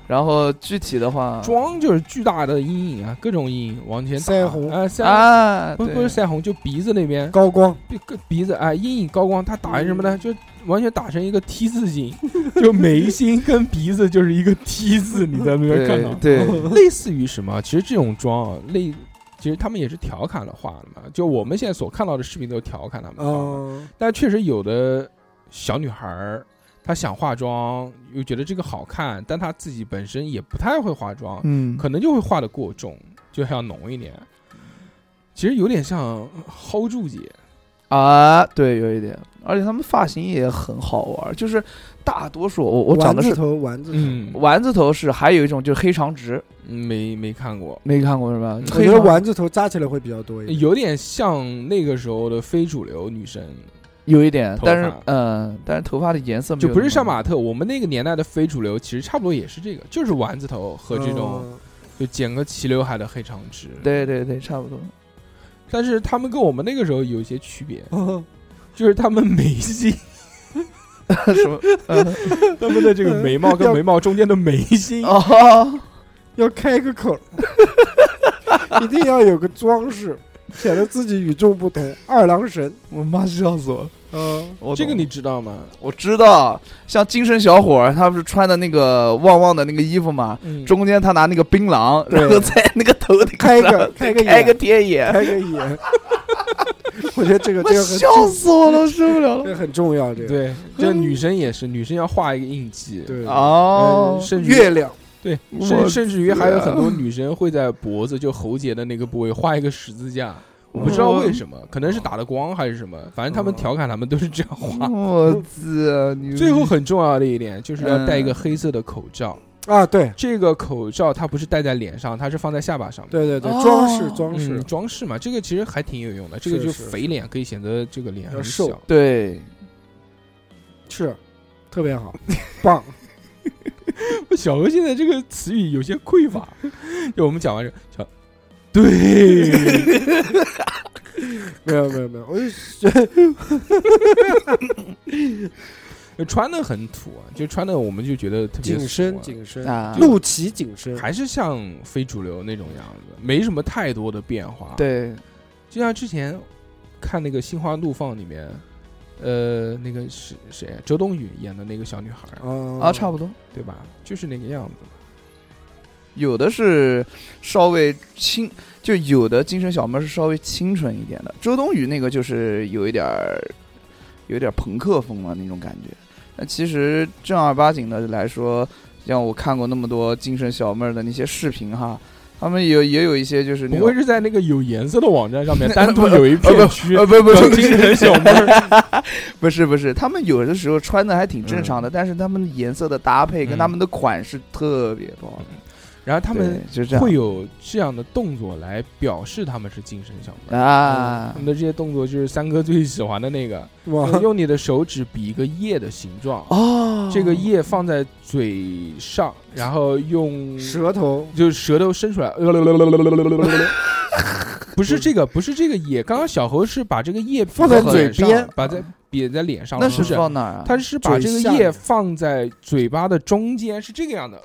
[SPEAKER 2] 然后具体的话，
[SPEAKER 1] 妆就是巨大的阴影啊，各种阴影往前打
[SPEAKER 3] 腮红
[SPEAKER 1] 啊，腮红
[SPEAKER 2] 啊，
[SPEAKER 1] 不
[SPEAKER 2] 对
[SPEAKER 1] 不是腮红，就鼻子那边
[SPEAKER 3] 高嗯光，
[SPEAKER 1] 鼻鼻子啊，阴影高光，它打成什么呢？就完全打成一个 T 字形，就眉心跟鼻子就是一个 T 字，你在那边看到
[SPEAKER 3] (laughs)
[SPEAKER 2] 对，对，
[SPEAKER 1] (laughs) 类似于什么？其实这种妆啊，类其实他们也是调侃的话嘛，就我们现在所看到的视频都是调侃他们的话嘛
[SPEAKER 3] 嗯，
[SPEAKER 1] 但确实有的小女孩儿，她想化妆，又觉得这个好看，但她自己本身也不太会化妆，
[SPEAKER 2] 嗯，
[SPEAKER 1] 可能就会化的过重，就要浓一点。其实有点像薅住姐，
[SPEAKER 2] 啊，对，有一点，而且他们发型也很好玩，就是大多数我我长
[SPEAKER 3] 丸
[SPEAKER 2] 的
[SPEAKER 3] 子
[SPEAKER 2] 是
[SPEAKER 3] 头，丸子头，
[SPEAKER 1] 嗯，
[SPEAKER 2] 丸子头是，还有一种就是黑长直，
[SPEAKER 1] 没没看过，
[SPEAKER 2] 没看过是吧？
[SPEAKER 1] 嗯
[SPEAKER 3] 我
[SPEAKER 2] 黑哎
[SPEAKER 3] 觉得
[SPEAKER 2] 长
[SPEAKER 3] 丸子头扎起来会比较多一点。
[SPEAKER 1] 有点像那个时候的非主流女生，
[SPEAKER 2] 有一点
[SPEAKER 1] 头，
[SPEAKER 2] 但是
[SPEAKER 1] 发
[SPEAKER 2] 嗯，但是头发的颜色没
[SPEAKER 1] 就
[SPEAKER 2] 有
[SPEAKER 1] 不
[SPEAKER 2] 那
[SPEAKER 1] 是
[SPEAKER 2] 么
[SPEAKER 1] 杀马特，我们那个年代的非主流其实差不多也是这个，就是丸子头和这种
[SPEAKER 3] 嗯
[SPEAKER 1] 就剪个齐刘海的黑长直，
[SPEAKER 2] 对对对，
[SPEAKER 1] (laughs)
[SPEAKER 2] 差不多。 (laughs)
[SPEAKER 1] 但是他们跟我们那个时候有一些区别，
[SPEAKER 3] 嗯
[SPEAKER 1] 就是他们眉心， (laughs)
[SPEAKER 2] 什么？嗯
[SPEAKER 1] 他们的这个眉毛跟眉毛中间的眉心，
[SPEAKER 2] 哦，
[SPEAKER 3] (laughs) 要开个口， (laughs) 一定要有个装饰，显得自己与众不同，二郎神。
[SPEAKER 2] 我妈笑死我了。
[SPEAKER 3] 嗯，
[SPEAKER 2] 我
[SPEAKER 1] 这个
[SPEAKER 2] 懂
[SPEAKER 1] 你知道吗？
[SPEAKER 2] 我知道，像精神小伙儿，他不是穿的那个旺旺的那个衣服嘛，
[SPEAKER 1] 嗯
[SPEAKER 2] 中间他拿那个槟榔，
[SPEAKER 3] 对
[SPEAKER 2] 然后在那个头顶
[SPEAKER 3] 开一
[SPEAKER 2] 上
[SPEAKER 3] 个开一个
[SPEAKER 2] 开个
[SPEAKER 3] 眼，
[SPEAKER 2] 天眼，
[SPEAKER 3] 开个眼。 (laughs) 我觉得这个
[SPEAKER 2] 我
[SPEAKER 3] 这个很
[SPEAKER 2] 笑
[SPEAKER 3] 重，
[SPEAKER 2] 死我了，受不了了。
[SPEAKER 3] 这个很重要。这个
[SPEAKER 1] 对，这女生也是，女生要画一个印记，
[SPEAKER 3] 对
[SPEAKER 2] 哦
[SPEAKER 1] 嗯，甚至
[SPEAKER 3] 月亮
[SPEAKER 1] 对，
[SPEAKER 2] 我啊
[SPEAKER 1] 甚甚至于还有很多女生会在脖子就喉结的那个部位画一个十字
[SPEAKER 2] 嗯
[SPEAKER 1] 架，我不知道为什么，可能是打的光还是什么，反正
[SPEAKER 3] 嗯
[SPEAKER 1] 他们调侃他们哎都是这样画。
[SPEAKER 2] 我操！你
[SPEAKER 1] 最后很重要的一点就是要戴一个黑色的口罩，
[SPEAKER 3] 啊，对
[SPEAKER 1] 这个口罩它不是戴在脸上，它是放在下巴上面。
[SPEAKER 3] 对对对
[SPEAKER 2] 哦，
[SPEAKER 3] 装饰装饰
[SPEAKER 1] 嗯，，装饰嘛，这个其实还挺有用的。这个
[SPEAKER 3] 是
[SPEAKER 1] 就是肥脸可以显得这个脸很
[SPEAKER 3] 要瘦
[SPEAKER 1] 小。
[SPEAKER 2] 对，
[SPEAKER 3] 是特别好，棒。
[SPEAKER 1] (laughs) 小何现在这个词语有些匮乏， (laughs) 就我们讲完这小，对，
[SPEAKER 3] 没有没有没有，我就是
[SPEAKER 1] 穿的很土啊，就穿的我们就觉得特别
[SPEAKER 3] 紧身
[SPEAKER 1] 俗啊
[SPEAKER 3] 紧身，
[SPEAKER 2] 啊
[SPEAKER 3] 露脐紧身，
[SPEAKER 1] 还是像非主流那种样子，没什么太多的变化。，
[SPEAKER 2] 对，啊
[SPEAKER 1] 就像之前看那个《心花怒放》里面，呃，那个是谁啊，周冬雨演的那个小女孩，
[SPEAKER 3] 啊
[SPEAKER 2] 啊，差不多。
[SPEAKER 1] 对吧？就是那个样子嘛。
[SPEAKER 2] 有的是稍微清，就有的精神小妹是稍微清纯一点的。周冬雨那个就是有一点儿，有一点儿朋克风了那种感觉。那其实正儿八经的来说，像我看过那么多精神小妹儿的那些视频哈，他们有也有一些就是那
[SPEAKER 1] 不会
[SPEAKER 2] 种。
[SPEAKER 1] 是在那个有颜色的网站上面
[SPEAKER 2] 那
[SPEAKER 1] 单独有一
[SPEAKER 2] 呃
[SPEAKER 1] 片
[SPEAKER 2] 不
[SPEAKER 1] 区
[SPEAKER 2] 呃不不 (laughs)
[SPEAKER 1] 叫
[SPEAKER 2] 不
[SPEAKER 1] 精神小妹儿？
[SPEAKER 2] (laughs)
[SPEAKER 1] 嗯
[SPEAKER 2] 不是不是，他们有的时候穿的还挺正常的，但是他们颜色的搭配跟他们的款式特别棒，
[SPEAKER 1] 然嗯后他们
[SPEAKER 2] 对就这样
[SPEAKER 1] 会有这样的动作来表示他们是精神小妹儿。
[SPEAKER 2] 啊
[SPEAKER 1] 他们的这些动作就是三哥最喜欢的那个，
[SPEAKER 3] 哇，
[SPEAKER 1] 用你的手指比一个叶的形状，
[SPEAKER 2] 哦
[SPEAKER 1] 啊这个叶放在嘴上，然后
[SPEAKER 2] 嗯
[SPEAKER 1] 用
[SPEAKER 2] (laughs)
[SPEAKER 3] 舌头
[SPEAKER 1] 就是舌头伸出来，呃不是这个，不是这个叶。刚刚小猴是把这个叶
[SPEAKER 3] 放在
[SPEAKER 1] 比
[SPEAKER 3] 嘴
[SPEAKER 1] 脸上
[SPEAKER 3] 边
[SPEAKER 1] 把在瘪在脸上，
[SPEAKER 2] 那
[SPEAKER 1] 是
[SPEAKER 2] 是
[SPEAKER 1] 不是？
[SPEAKER 2] 放哪儿啊？
[SPEAKER 1] 他是把这个
[SPEAKER 3] 嘴下
[SPEAKER 1] 叶
[SPEAKER 3] 面
[SPEAKER 1] 放在嘴巴的中间，是这个样的。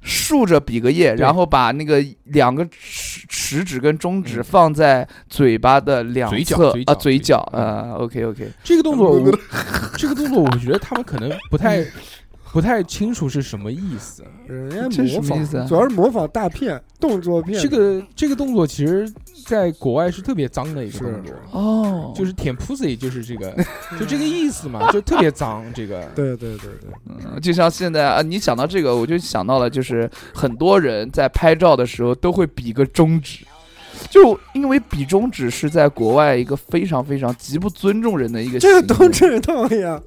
[SPEAKER 2] 竖着比个耶，
[SPEAKER 1] 对
[SPEAKER 2] 然后把那个两个食食指跟中指放在嘴巴的两
[SPEAKER 1] 嘴角
[SPEAKER 2] 侧
[SPEAKER 1] 嘴角
[SPEAKER 2] 啊，嘴角
[SPEAKER 1] 嗯
[SPEAKER 2] 啊，OK OK，
[SPEAKER 1] 这个动作我，这个动作，我觉得他们可能不太不太清楚是什么意思。
[SPEAKER 3] 人家
[SPEAKER 2] 这是
[SPEAKER 3] 模
[SPEAKER 2] 什么意思啊
[SPEAKER 3] 仿，主要是模仿大片动作片，
[SPEAKER 1] 这个这个动作其实在国外是特别脏的一个
[SPEAKER 3] 是
[SPEAKER 1] 动作，
[SPEAKER 2] 哦，
[SPEAKER 1] 就是舔 pussy，就是这个，就这个意思嘛，就特别脏。这个
[SPEAKER 3] 对对对对，
[SPEAKER 2] 嗯就像现在啊，你讲到这个，我就想到了，就是很多人在拍照的时候都会比个中指。就因为比中指是在国外一个非常非常极不尊重人的一个
[SPEAKER 3] 这
[SPEAKER 2] 行
[SPEAKER 3] 个
[SPEAKER 2] 为，
[SPEAKER 3] 都知道呀，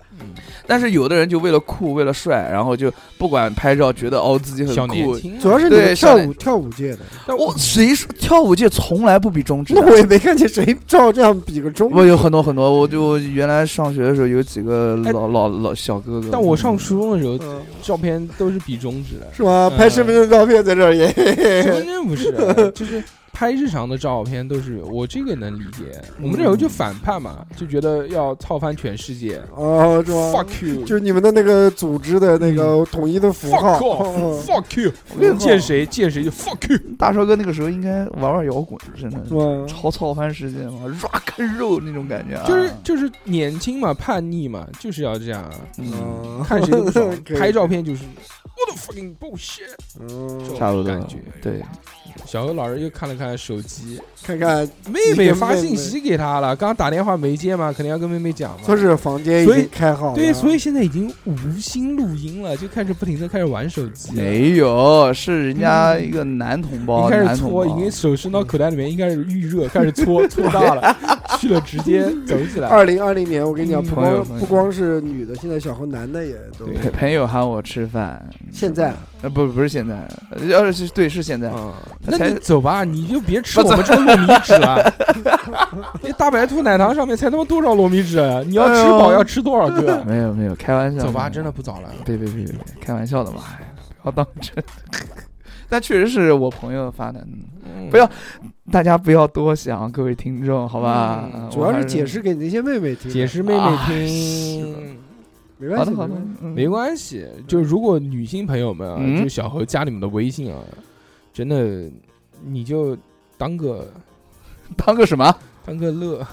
[SPEAKER 2] 但是有的人就为了酷，为了帅，然后就不管拍照，觉得哦自己
[SPEAKER 1] 小
[SPEAKER 2] 很
[SPEAKER 1] 年
[SPEAKER 2] 酷，
[SPEAKER 1] 轻啊，
[SPEAKER 3] 主要是你们
[SPEAKER 2] 对
[SPEAKER 3] 跳
[SPEAKER 2] 上
[SPEAKER 3] 舞跳舞界的，
[SPEAKER 1] 但
[SPEAKER 2] 我谁说跳舞界从来不比中指的？
[SPEAKER 3] 那我也没看见谁照这样比个中指。
[SPEAKER 2] 我有很多很多，我就原来上学的时候有几个
[SPEAKER 1] 哎
[SPEAKER 2] 老老老小哥哥，
[SPEAKER 1] 但我上初中的时候，
[SPEAKER 3] 嗯
[SPEAKER 1] 照片都是比中指的，
[SPEAKER 3] 是吧？拍身份证照片在这儿也，
[SPEAKER 1] 身份证不是，就是拍日常的照片都是有，我这个能理解。我们这种就反叛嘛，就觉得要操翻全世界
[SPEAKER 3] 哦，是吧？
[SPEAKER 1] ，fuck you，
[SPEAKER 3] 就是你们的那个组织的那
[SPEAKER 1] 嗯
[SPEAKER 3] 个统一的符
[SPEAKER 1] fuck
[SPEAKER 3] 号。哦
[SPEAKER 1] off，fuck you，
[SPEAKER 2] 我跟你说
[SPEAKER 1] 见谁见谁就 fuck you。
[SPEAKER 2] 大帅哥那个时候应该玩玩摇滚，真的
[SPEAKER 3] 是吧？
[SPEAKER 2] 超操翻世界嘛，rock and roll 那种感觉啊，
[SPEAKER 1] 就是就是年轻嘛，叛逆嘛，就是要这样啊，
[SPEAKER 2] 嗯，
[SPEAKER 3] 嗯
[SPEAKER 1] 看谁都不爽
[SPEAKER 3] (laughs) 可以
[SPEAKER 1] 拍照片就是我的 fucking bullshit。
[SPEAKER 3] 嗯，
[SPEAKER 2] 差不多
[SPEAKER 1] 感觉
[SPEAKER 2] 对，
[SPEAKER 1] 小何老师又看了看手机，
[SPEAKER 3] 看看
[SPEAKER 1] 妹妹发信息给他了，刚刚打电话没接嘛，肯定要跟妹妹讲嘛
[SPEAKER 3] 测。试房间已
[SPEAKER 1] 所以
[SPEAKER 3] 经开好了。
[SPEAKER 1] 对，所以现在已经无心录音了，就开始不停的开始玩手机了，已
[SPEAKER 2] 没有，是人家
[SPEAKER 1] 嗯
[SPEAKER 2] 一个男同胞，
[SPEAKER 1] 经开
[SPEAKER 2] 男
[SPEAKER 1] 始
[SPEAKER 2] 同
[SPEAKER 1] 搓，
[SPEAKER 2] 胞
[SPEAKER 1] 已经手伸到口袋里面，应该是预热，开始
[SPEAKER 2] (laughs)
[SPEAKER 1] 搓，搓大了，去了直接走起来。
[SPEAKER 3] 二零二零年，我跟你讲，
[SPEAKER 1] 嗯
[SPEAKER 3] 不
[SPEAKER 2] 朋友
[SPEAKER 3] 光
[SPEAKER 2] 朋友
[SPEAKER 3] 不光是女的，现在小猴男的也都
[SPEAKER 1] 对
[SPEAKER 2] 朋朋友喊我吃饭，
[SPEAKER 3] 现在
[SPEAKER 2] 呃不不是现在，要是对是现在，
[SPEAKER 1] 啊，
[SPEAKER 2] 他
[SPEAKER 1] 那
[SPEAKER 2] 才
[SPEAKER 1] 你走吧，你就别吃我们这糯米纸了。 (laughs) 那大白兔奶糖上面才他妈多少糯米纸？啊你要吃
[SPEAKER 2] 哎
[SPEAKER 1] 饱
[SPEAKER 2] 呦
[SPEAKER 1] 要吃多少
[SPEAKER 2] (laughs)
[SPEAKER 1] 个？啊
[SPEAKER 2] 没有没有，开玩笑，
[SPEAKER 1] 走吧，真的，不早了。
[SPEAKER 2] 别别别别，开玩笑的嘛，哎不要当真。 (laughs) 但确实是我朋友发的，嗯
[SPEAKER 1] 嗯
[SPEAKER 2] 不要大家不要多想，各位听众，好吧？
[SPEAKER 1] 嗯
[SPEAKER 2] 嗯
[SPEAKER 3] 主要是解释给你那些妹妹听。
[SPEAKER 1] 解，释妹妹
[SPEAKER 2] 啊
[SPEAKER 1] 听。
[SPEAKER 3] 没
[SPEAKER 2] 我还是。好
[SPEAKER 3] 关系，
[SPEAKER 2] 的好的
[SPEAKER 3] 没关系，
[SPEAKER 2] 嗯
[SPEAKER 1] 没关系，就如果女性朋友们啊，
[SPEAKER 2] 嗯
[SPEAKER 1] 就小何加你们的微信啊，真的你就当个
[SPEAKER 2] 当个什么？
[SPEAKER 1] 当个
[SPEAKER 3] (laughs)
[SPEAKER 1] 乐，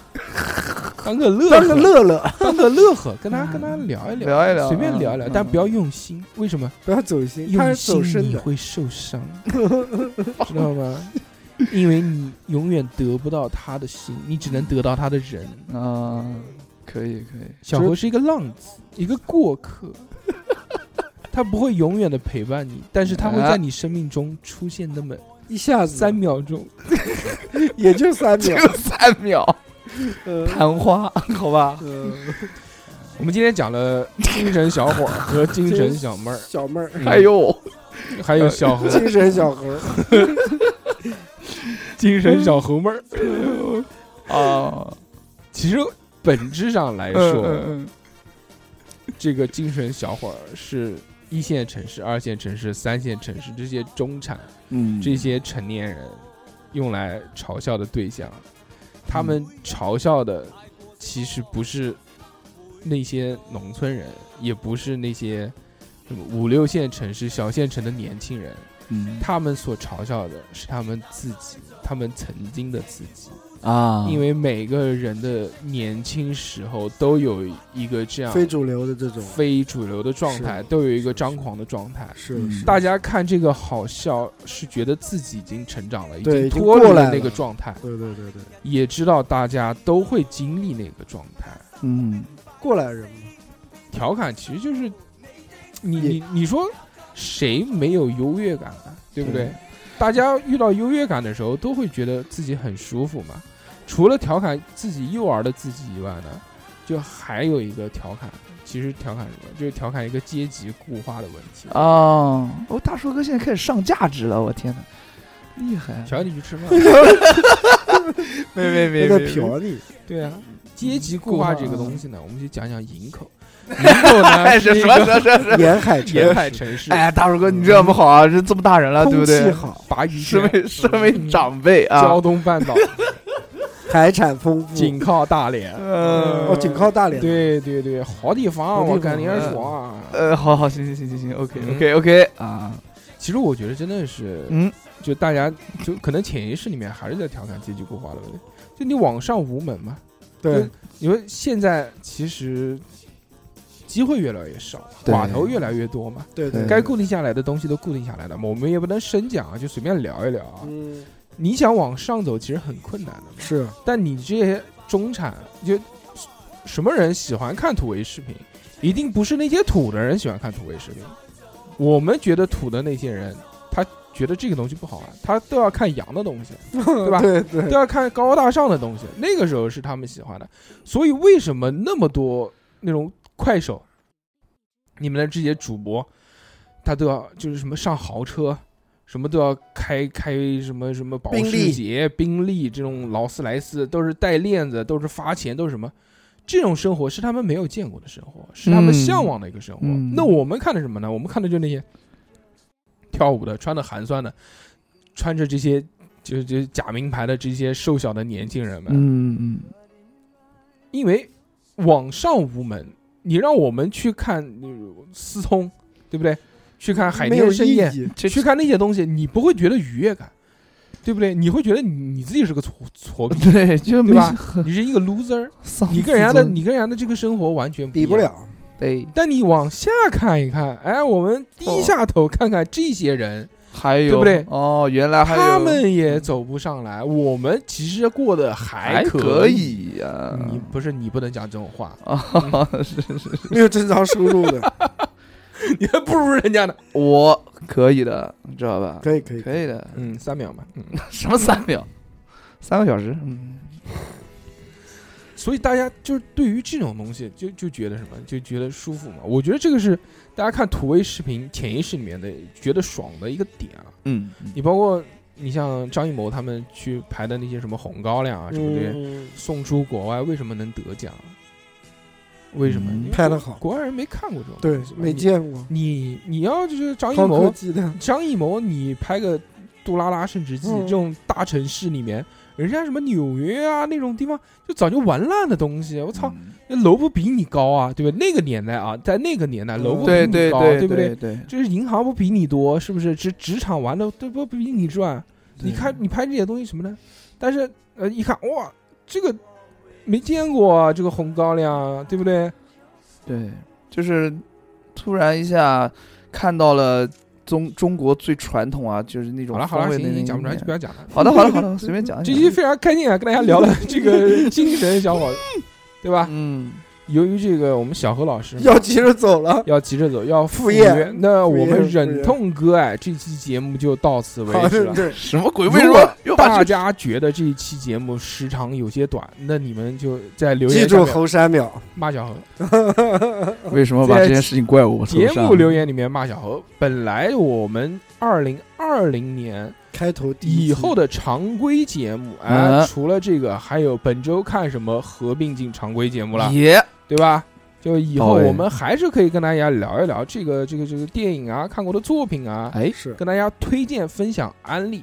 [SPEAKER 1] 当个乐呵，
[SPEAKER 3] 当个乐嗯乐，
[SPEAKER 1] 当个乐呵，跟他跟他聊一聊，
[SPEAKER 2] 聊一聊
[SPEAKER 1] 随便聊一聊，
[SPEAKER 2] 嗯
[SPEAKER 1] 但不要用心。为什么？
[SPEAKER 3] 不要走心，他
[SPEAKER 1] 用
[SPEAKER 3] 是走
[SPEAKER 1] 心
[SPEAKER 3] 深
[SPEAKER 1] 你
[SPEAKER 3] 的。
[SPEAKER 1] 会受伤， (laughs) 知道吗？因为你永远得不到他的心，你只能得到他的人。
[SPEAKER 2] 啊，可以可以， (laughs)
[SPEAKER 1] 小何是一个浪子，一个过 (laughs) 客，他不会永远的陪伴你，但是他会在你生命中出现那么
[SPEAKER 3] 一下子
[SPEAKER 1] 三秒钟。
[SPEAKER 3] 也就三秒。
[SPEAKER 2] 就三秒
[SPEAKER 3] 嗯
[SPEAKER 2] 昙花，好 (laughs) 吧？
[SPEAKER 3] 嗯，
[SPEAKER 1] 我们今天讲了精神小伙儿和精神小妹 (laughs) 儿，
[SPEAKER 3] 小妹儿，
[SPEAKER 1] 嗯
[SPEAKER 2] 还有
[SPEAKER 1] 还有小 (laughs) 何
[SPEAKER 3] 精神小猴，
[SPEAKER 1] 精神
[SPEAKER 2] (laughs)
[SPEAKER 1] 小猴妹儿。嗯
[SPEAKER 2] 啊，
[SPEAKER 1] 其实本质上来
[SPEAKER 2] 嗯
[SPEAKER 1] 说，
[SPEAKER 2] 嗯
[SPEAKER 1] 这个精神小伙儿是一线城市、二线城市、三线城市这些中产、
[SPEAKER 2] 嗯，
[SPEAKER 1] 这些成年人用来嘲笑的对象。
[SPEAKER 3] 嗯
[SPEAKER 1] 他们嘲笑的其实不是那些农村人，也不是那些什么五六线城市、小县城的年轻人，
[SPEAKER 2] 嗯
[SPEAKER 1] 他们所嘲笑的是他们自己，他们曾经的自己。
[SPEAKER 2] 啊，
[SPEAKER 3] 嗯
[SPEAKER 1] 因为每个人的年轻时候都有一个这样
[SPEAKER 3] (laughs) 非主流的这种，
[SPEAKER 1] 非主流的状态，
[SPEAKER 3] 是
[SPEAKER 1] 都有一个张狂的状态。
[SPEAKER 3] 是是，
[SPEAKER 1] 大家看这个好笑，是觉得自己已经成长了，已
[SPEAKER 3] 对
[SPEAKER 1] 经
[SPEAKER 3] 已经
[SPEAKER 1] 脱离
[SPEAKER 3] 过来
[SPEAKER 1] 那
[SPEAKER 3] 了
[SPEAKER 1] 个状态，
[SPEAKER 3] 对对对对，
[SPEAKER 1] 也知道大家都会经历那个状态。
[SPEAKER 2] 嗯
[SPEAKER 3] 过来人嘛，
[SPEAKER 1] 调侃其实就是你
[SPEAKER 3] 也
[SPEAKER 1] 你你说谁没有优越感啊？对不对？
[SPEAKER 2] 对
[SPEAKER 1] 大家遇到优越感的时候，都会觉得自己很舒服嘛。除了调侃自己幼儿的自己以外呢，就还有一个调侃，其实调侃什么？就是调侃一个阶级固化的问题。
[SPEAKER 2] 啊，哦，大叔哥现在开始上价值了，我天哪，厉害！
[SPEAKER 1] (laughs) 瞧你去吃饭，
[SPEAKER 2] 没没没
[SPEAKER 3] 他在嫖你，
[SPEAKER 1] (laughs) 对啊，阶级固化这个东西呢，我们就讲讲营口。 (laughs) 营口
[SPEAKER 2] (laughs) 哎，
[SPEAKER 1] 呢
[SPEAKER 2] 是
[SPEAKER 1] 是一
[SPEAKER 2] 什么什
[SPEAKER 1] 个
[SPEAKER 2] 么什么什么？
[SPEAKER 3] 沿海城
[SPEAKER 1] 沿海城市，
[SPEAKER 2] 哎，大叔哥，你这
[SPEAKER 1] 嗯
[SPEAKER 2] 样不好啊！这这么大人了，对不
[SPEAKER 3] 空气
[SPEAKER 1] (laughs)
[SPEAKER 2] 对？
[SPEAKER 3] 好，
[SPEAKER 1] 鲅鱼
[SPEAKER 2] 身
[SPEAKER 1] 尖
[SPEAKER 2] 为身
[SPEAKER 1] 嗯
[SPEAKER 2] 为长辈啊
[SPEAKER 1] 胶，东
[SPEAKER 2] (laughs)
[SPEAKER 1] 半岛，
[SPEAKER 3] 海产丰富，
[SPEAKER 1] 紧靠大连。嗯
[SPEAKER 2] 呃
[SPEAKER 3] 哦，仅靠大连，
[SPEAKER 1] 对对对，好地方，
[SPEAKER 3] 好地方
[SPEAKER 1] 我跟你说。
[SPEAKER 2] 呃，好好，行行行行行，OK
[SPEAKER 1] 嗯
[SPEAKER 2] OK OK 啊，
[SPEAKER 1] 其实我觉得真的是，
[SPEAKER 2] 嗯，
[SPEAKER 1] 就大家就可能潜意识里面还是在调侃阶级固化的问题。就你往上无门嘛，
[SPEAKER 3] 对，
[SPEAKER 1] 你说现在其实机会越来越少，
[SPEAKER 2] 对
[SPEAKER 1] 寡头越来越多嘛，
[SPEAKER 3] 对对，
[SPEAKER 1] 该固定下来的东西都固定下来了嘛，我们也不能深讲啊，就随便聊一聊啊。
[SPEAKER 3] 嗯，
[SPEAKER 1] 你想往上走，其实很困难的嘛。
[SPEAKER 3] 是
[SPEAKER 1] 但你这些中产，就什么人喜欢看土味视频？一定不是那些土的人喜欢看土味视频。我们觉得土的那些人，他觉得这个东西不好玩，他都要看洋的东西，
[SPEAKER 3] 对
[SPEAKER 1] 吧
[SPEAKER 3] 对
[SPEAKER 1] 都
[SPEAKER 3] 对，
[SPEAKER 1] 要看高大上的东西。那个时候是他们喜欢的。所以为什么那么多那种快手，你们的这些主播，他都要就是什么上豪车，什么都要开开什么什么保
[SPEAKER 3] 宾
[SPEAKER 1] 时
[SPEAKER 3] 利
[SPEAKER 1] 捷、宾利这种劳斯莱斯，都是带链子，都是发钱，都是什么？这种生活是他们没有见过的生活，是他们
[SPEAKER 2] 嗯
[SPEAKER 1] 向往的一个生活。
[SPEAKER 2] 嗯
[SPEAKER 1] 那我们看的什么呢？我们看的就是那些跳舞的、穿的寒酸的、穿着这些就就假名牌的这些瘦小的年轻人们，
[SPEAKER 2] 嗯嗯，
[SPEAKER 1] 因为网上无门，你让我们去看呃思聪，对不对？去看海
[SPEAKER 3] 没有
[SPEAKER 1] 天盛
[SPEAKER 3] 意
[SPEAKER 1] 宴，
[SPEAKER 3] 义。
[SPEAKER 2] 这
[SPEAKER 1] 去看那些东西，你不会觉得愉悦感，对不对？你会觉得你你自己是个挫挫
[SPEAKER 3] (laughs)
[SPEAKER 1] 逼，
[SPEAKER 2] 对，
[SPEAKER 1] 对
[SPEAKER 2] 就没
[SPEAKER 1] 吧？你是一个 loser，你跟人家的你跟人家的这个生活完全
[SPEAKER 3] 比
[SPEAKER 1] 不
[SPEAKER 3] 不
[SPEAKER 1] 一样。
[SPEAKER 3] 了，
[SPEAKER 1] (laughs)
[SPEAKER 2] 对，
[SPEAKER 1] 但你往下看一看，哎，我们低下头看看这些人，
[SPEAKER 2] 还有
[SPEAKER 1] 对不对
[SPEAKER 2] 哦，原
[SPEAKER 3] 哎
[SPEAKER 2] 来还有
[SPEAKER 1] 他们也走不上来。我们其实过得还
[SPEAKER 2] 还可
[SPEAKER 1] 以。
[SPEAKER 2] 以呀，
[SPEAKER 1] 你不是你不能讲这种话，
[SPEAKER 2] 啊，是是是，
[SPEAKER 3] 没有正常收入的，
[SPEAKER 1] (laughs) 你还不如人家呢。
[SPEAKER 2] 我可以的，你知道吧？
[SPEAKER 3] 可以可以。
[SPEAKER 2] 可以的， (laughs)
[SPEAKER 1] 嗯，三秒嘛，嗯。
[SPEAKER 2] 什么三秒，三个小时，嗯，
[SPEAKER 1] (laughs) 所以大家就是对于这种东西就就觉得什么，就觉得舒服嘛。我觉得这个是大家看土味视频潜意识里面的觉得爽的一个点啊。
[SPEAKER 2] 嗯，
[SPEAKER 1] 你包括你像张艺谋他们去排的那些什么红高粱啊什么这些，
[SPEAKER 3] 嗯，
[SPEAKER 1] 送出国外为什么能得奖？为什么？
[SPEAKER 2] 嗯
[SPEAKER 1] 因为
[SPEAKER 3] 拍得好
[SPEAKER 1] 国外人没看过这种
[SPEAKER 3] 对
[SPEAKER 1] 东西，嘛
[SPEAKER 3] 没。见过，
[SPEAKER 1] 你你你要就是张艺
[SPEAKER 3] 高科
[SPEAKER 1] 谋，
[SPEAKER 3] 技的，
[SPEAKER 1] 张艺谋你拍个《杜拉拉升职记》
[SPEAKER 3] 嗯
[SPEAKER 1] 这种大城市里面，人家什么纽约啊那种地方，就早就玩烂的东西，我
[SPEAKER 2] 我
[SPEAKER 1] 操！，那楼不比你高啊，对吧？那个年代啊，在那个年代，
[SPEAKER 3] 嗯
[SPEAKER 1] 楼不比
[SPEAKER 2] 对
[SPEAKER 1] 你
[SPEAKER 2] 对
[SPEAKER 1] 高，
[SPEAKER 2] 对
[SPEAKER 1] 不对？
[SPEAKER 2] 对，
[SPEAKER 1] 就是银行不比你多，是不是？职职场玩的都不比你赚。你看你拍这些东西什么呢？但是呃，一看哇，这个没见过啊，这个红高粱，啊对不对？
[SPEAKER 2] 对，就是突然一下看到了中中国最传统啊，就是那种
[SPEAKER 1] 好了好了，
[SPEAKER 2] 风味
[SPEAKER 1] 行
[SPEAKER 2] 的那
[SPEAKER 1] 行，
[SPEAKER 2] 一
[SPEAKER 1] 讲不出来
[SPEAKER 2] 面
[SPEAKER 1] 就不要讲了。
[SPEAKER 2] 好的好的好的， (laughs) 随便
[SPEAKER 3] 哎
[SPEAKER 2] 讲一
[SPEAKER 1] 这
[SPEAKER 2] 讲。
[SPEAKER 1] 期非常开心啊，跟大家聊
[SPEAKER 3] (laughs)
[SPEAKER 1] 了这个精神小伙，对吧？
[SPEAKER 2] 嗯，
[SPEAKER 1] 由于这个我们小何老师
[SPEAKER 3] 要急着走了。
[SPEAKER 1] 要急着走，要赴
[SPEAKER 3] 赴宴
[SPEAKER 1] 约，那我
[SPEAKER 3] 赴
[SPEAKER 1] 们
[SPEAKER 3] 宴赴
[SPEAKER 1] 忍
[SPEAKER 3] 宴
[SPEAKER 1] 痛割爱，这期节目就到此为
[SPEAKER 3] 好，
[SPEAKER 1] 止了
[SPEAKER 3] 对。对，
[SPEAKER 2] 什么鬼？
[SPEAKER 1] 如
[SPEAKER 2] 为什
[SPEAKER 1] 果
[SPEAKER 2] 么又把
[SPEAKER 1] 大
[SPEAKER 2] 这
[SPEAKER 1] 家觉得这一期节目时长有些短，那你们就在留
[SPEAKER 3] 记
[SPEAKER 1] 言
[SPEAKER 3] 住
[SPEAKER 1] 下面
[SPEAKER 3] 侯
[SPEAKER 1] (laughs)
[SPEAKER 3] 山淼，
[SPEAKER 1] 骂小何。
[SPEAKER 2] 为什么把
[SPEAKER 1] 在
[SPEAKER 2] 这件事情怪我头
[SPEAKER 1] 节
[SPEAKER 2] 上
[SPEAKER 1] 目留言里面骂小何。本来我们二零二零年
[SPEAKER 3] 开头第一
[SPEAKER 1] 以
[SPEAKER 3] 集
[SPEAKER 1] 后的常规节目，哎、
[SPEAKER 2] 嗯
[SPEAKER 1] 除了这个，还有本周看什么合并进常规节目了，
[SPEAKER 2] 也
[SPEAKER 1] 对吧？就以后
[SPEAKER 2] 到位
[SPEAKER 1] 我们还是可以跟大家聊一聊这个这个这个电影啊，看过的作品啊，
[SPEAKER 2] 哎 (laughs)
[SPEAKER 3] 是
[SPEAKER 1] 跟大家推荐、分享、安利。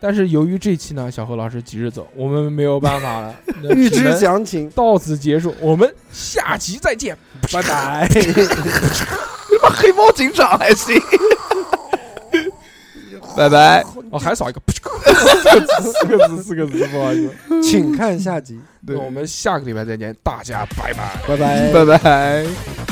[SPEAKER 1] 但是由于这期呢，小何老师急着走，我们没有办 (laughs) 法了，那
[SPEAKER 3] 预
[SPEAKER 1] 只能
[SPEAKER 3] 知详情，
[SPEAKER 1] 到此结束，我们下期再见，拜拜。
[SPEAKER 2] 黑猫警长还行。 (laughs) 拜拜，
[SPEAKER 1] 哦，还少一个， (laughs) 四个字，四个字，四个字，不好意思。
[SPEAKER 3] (laughs) 请看下集，
[SPEAKER 1] 那我们下个礼拜再见，大家拜拜。
[SPEAKER 3] 拜拜。
[SPEAKER 2] 拜拜。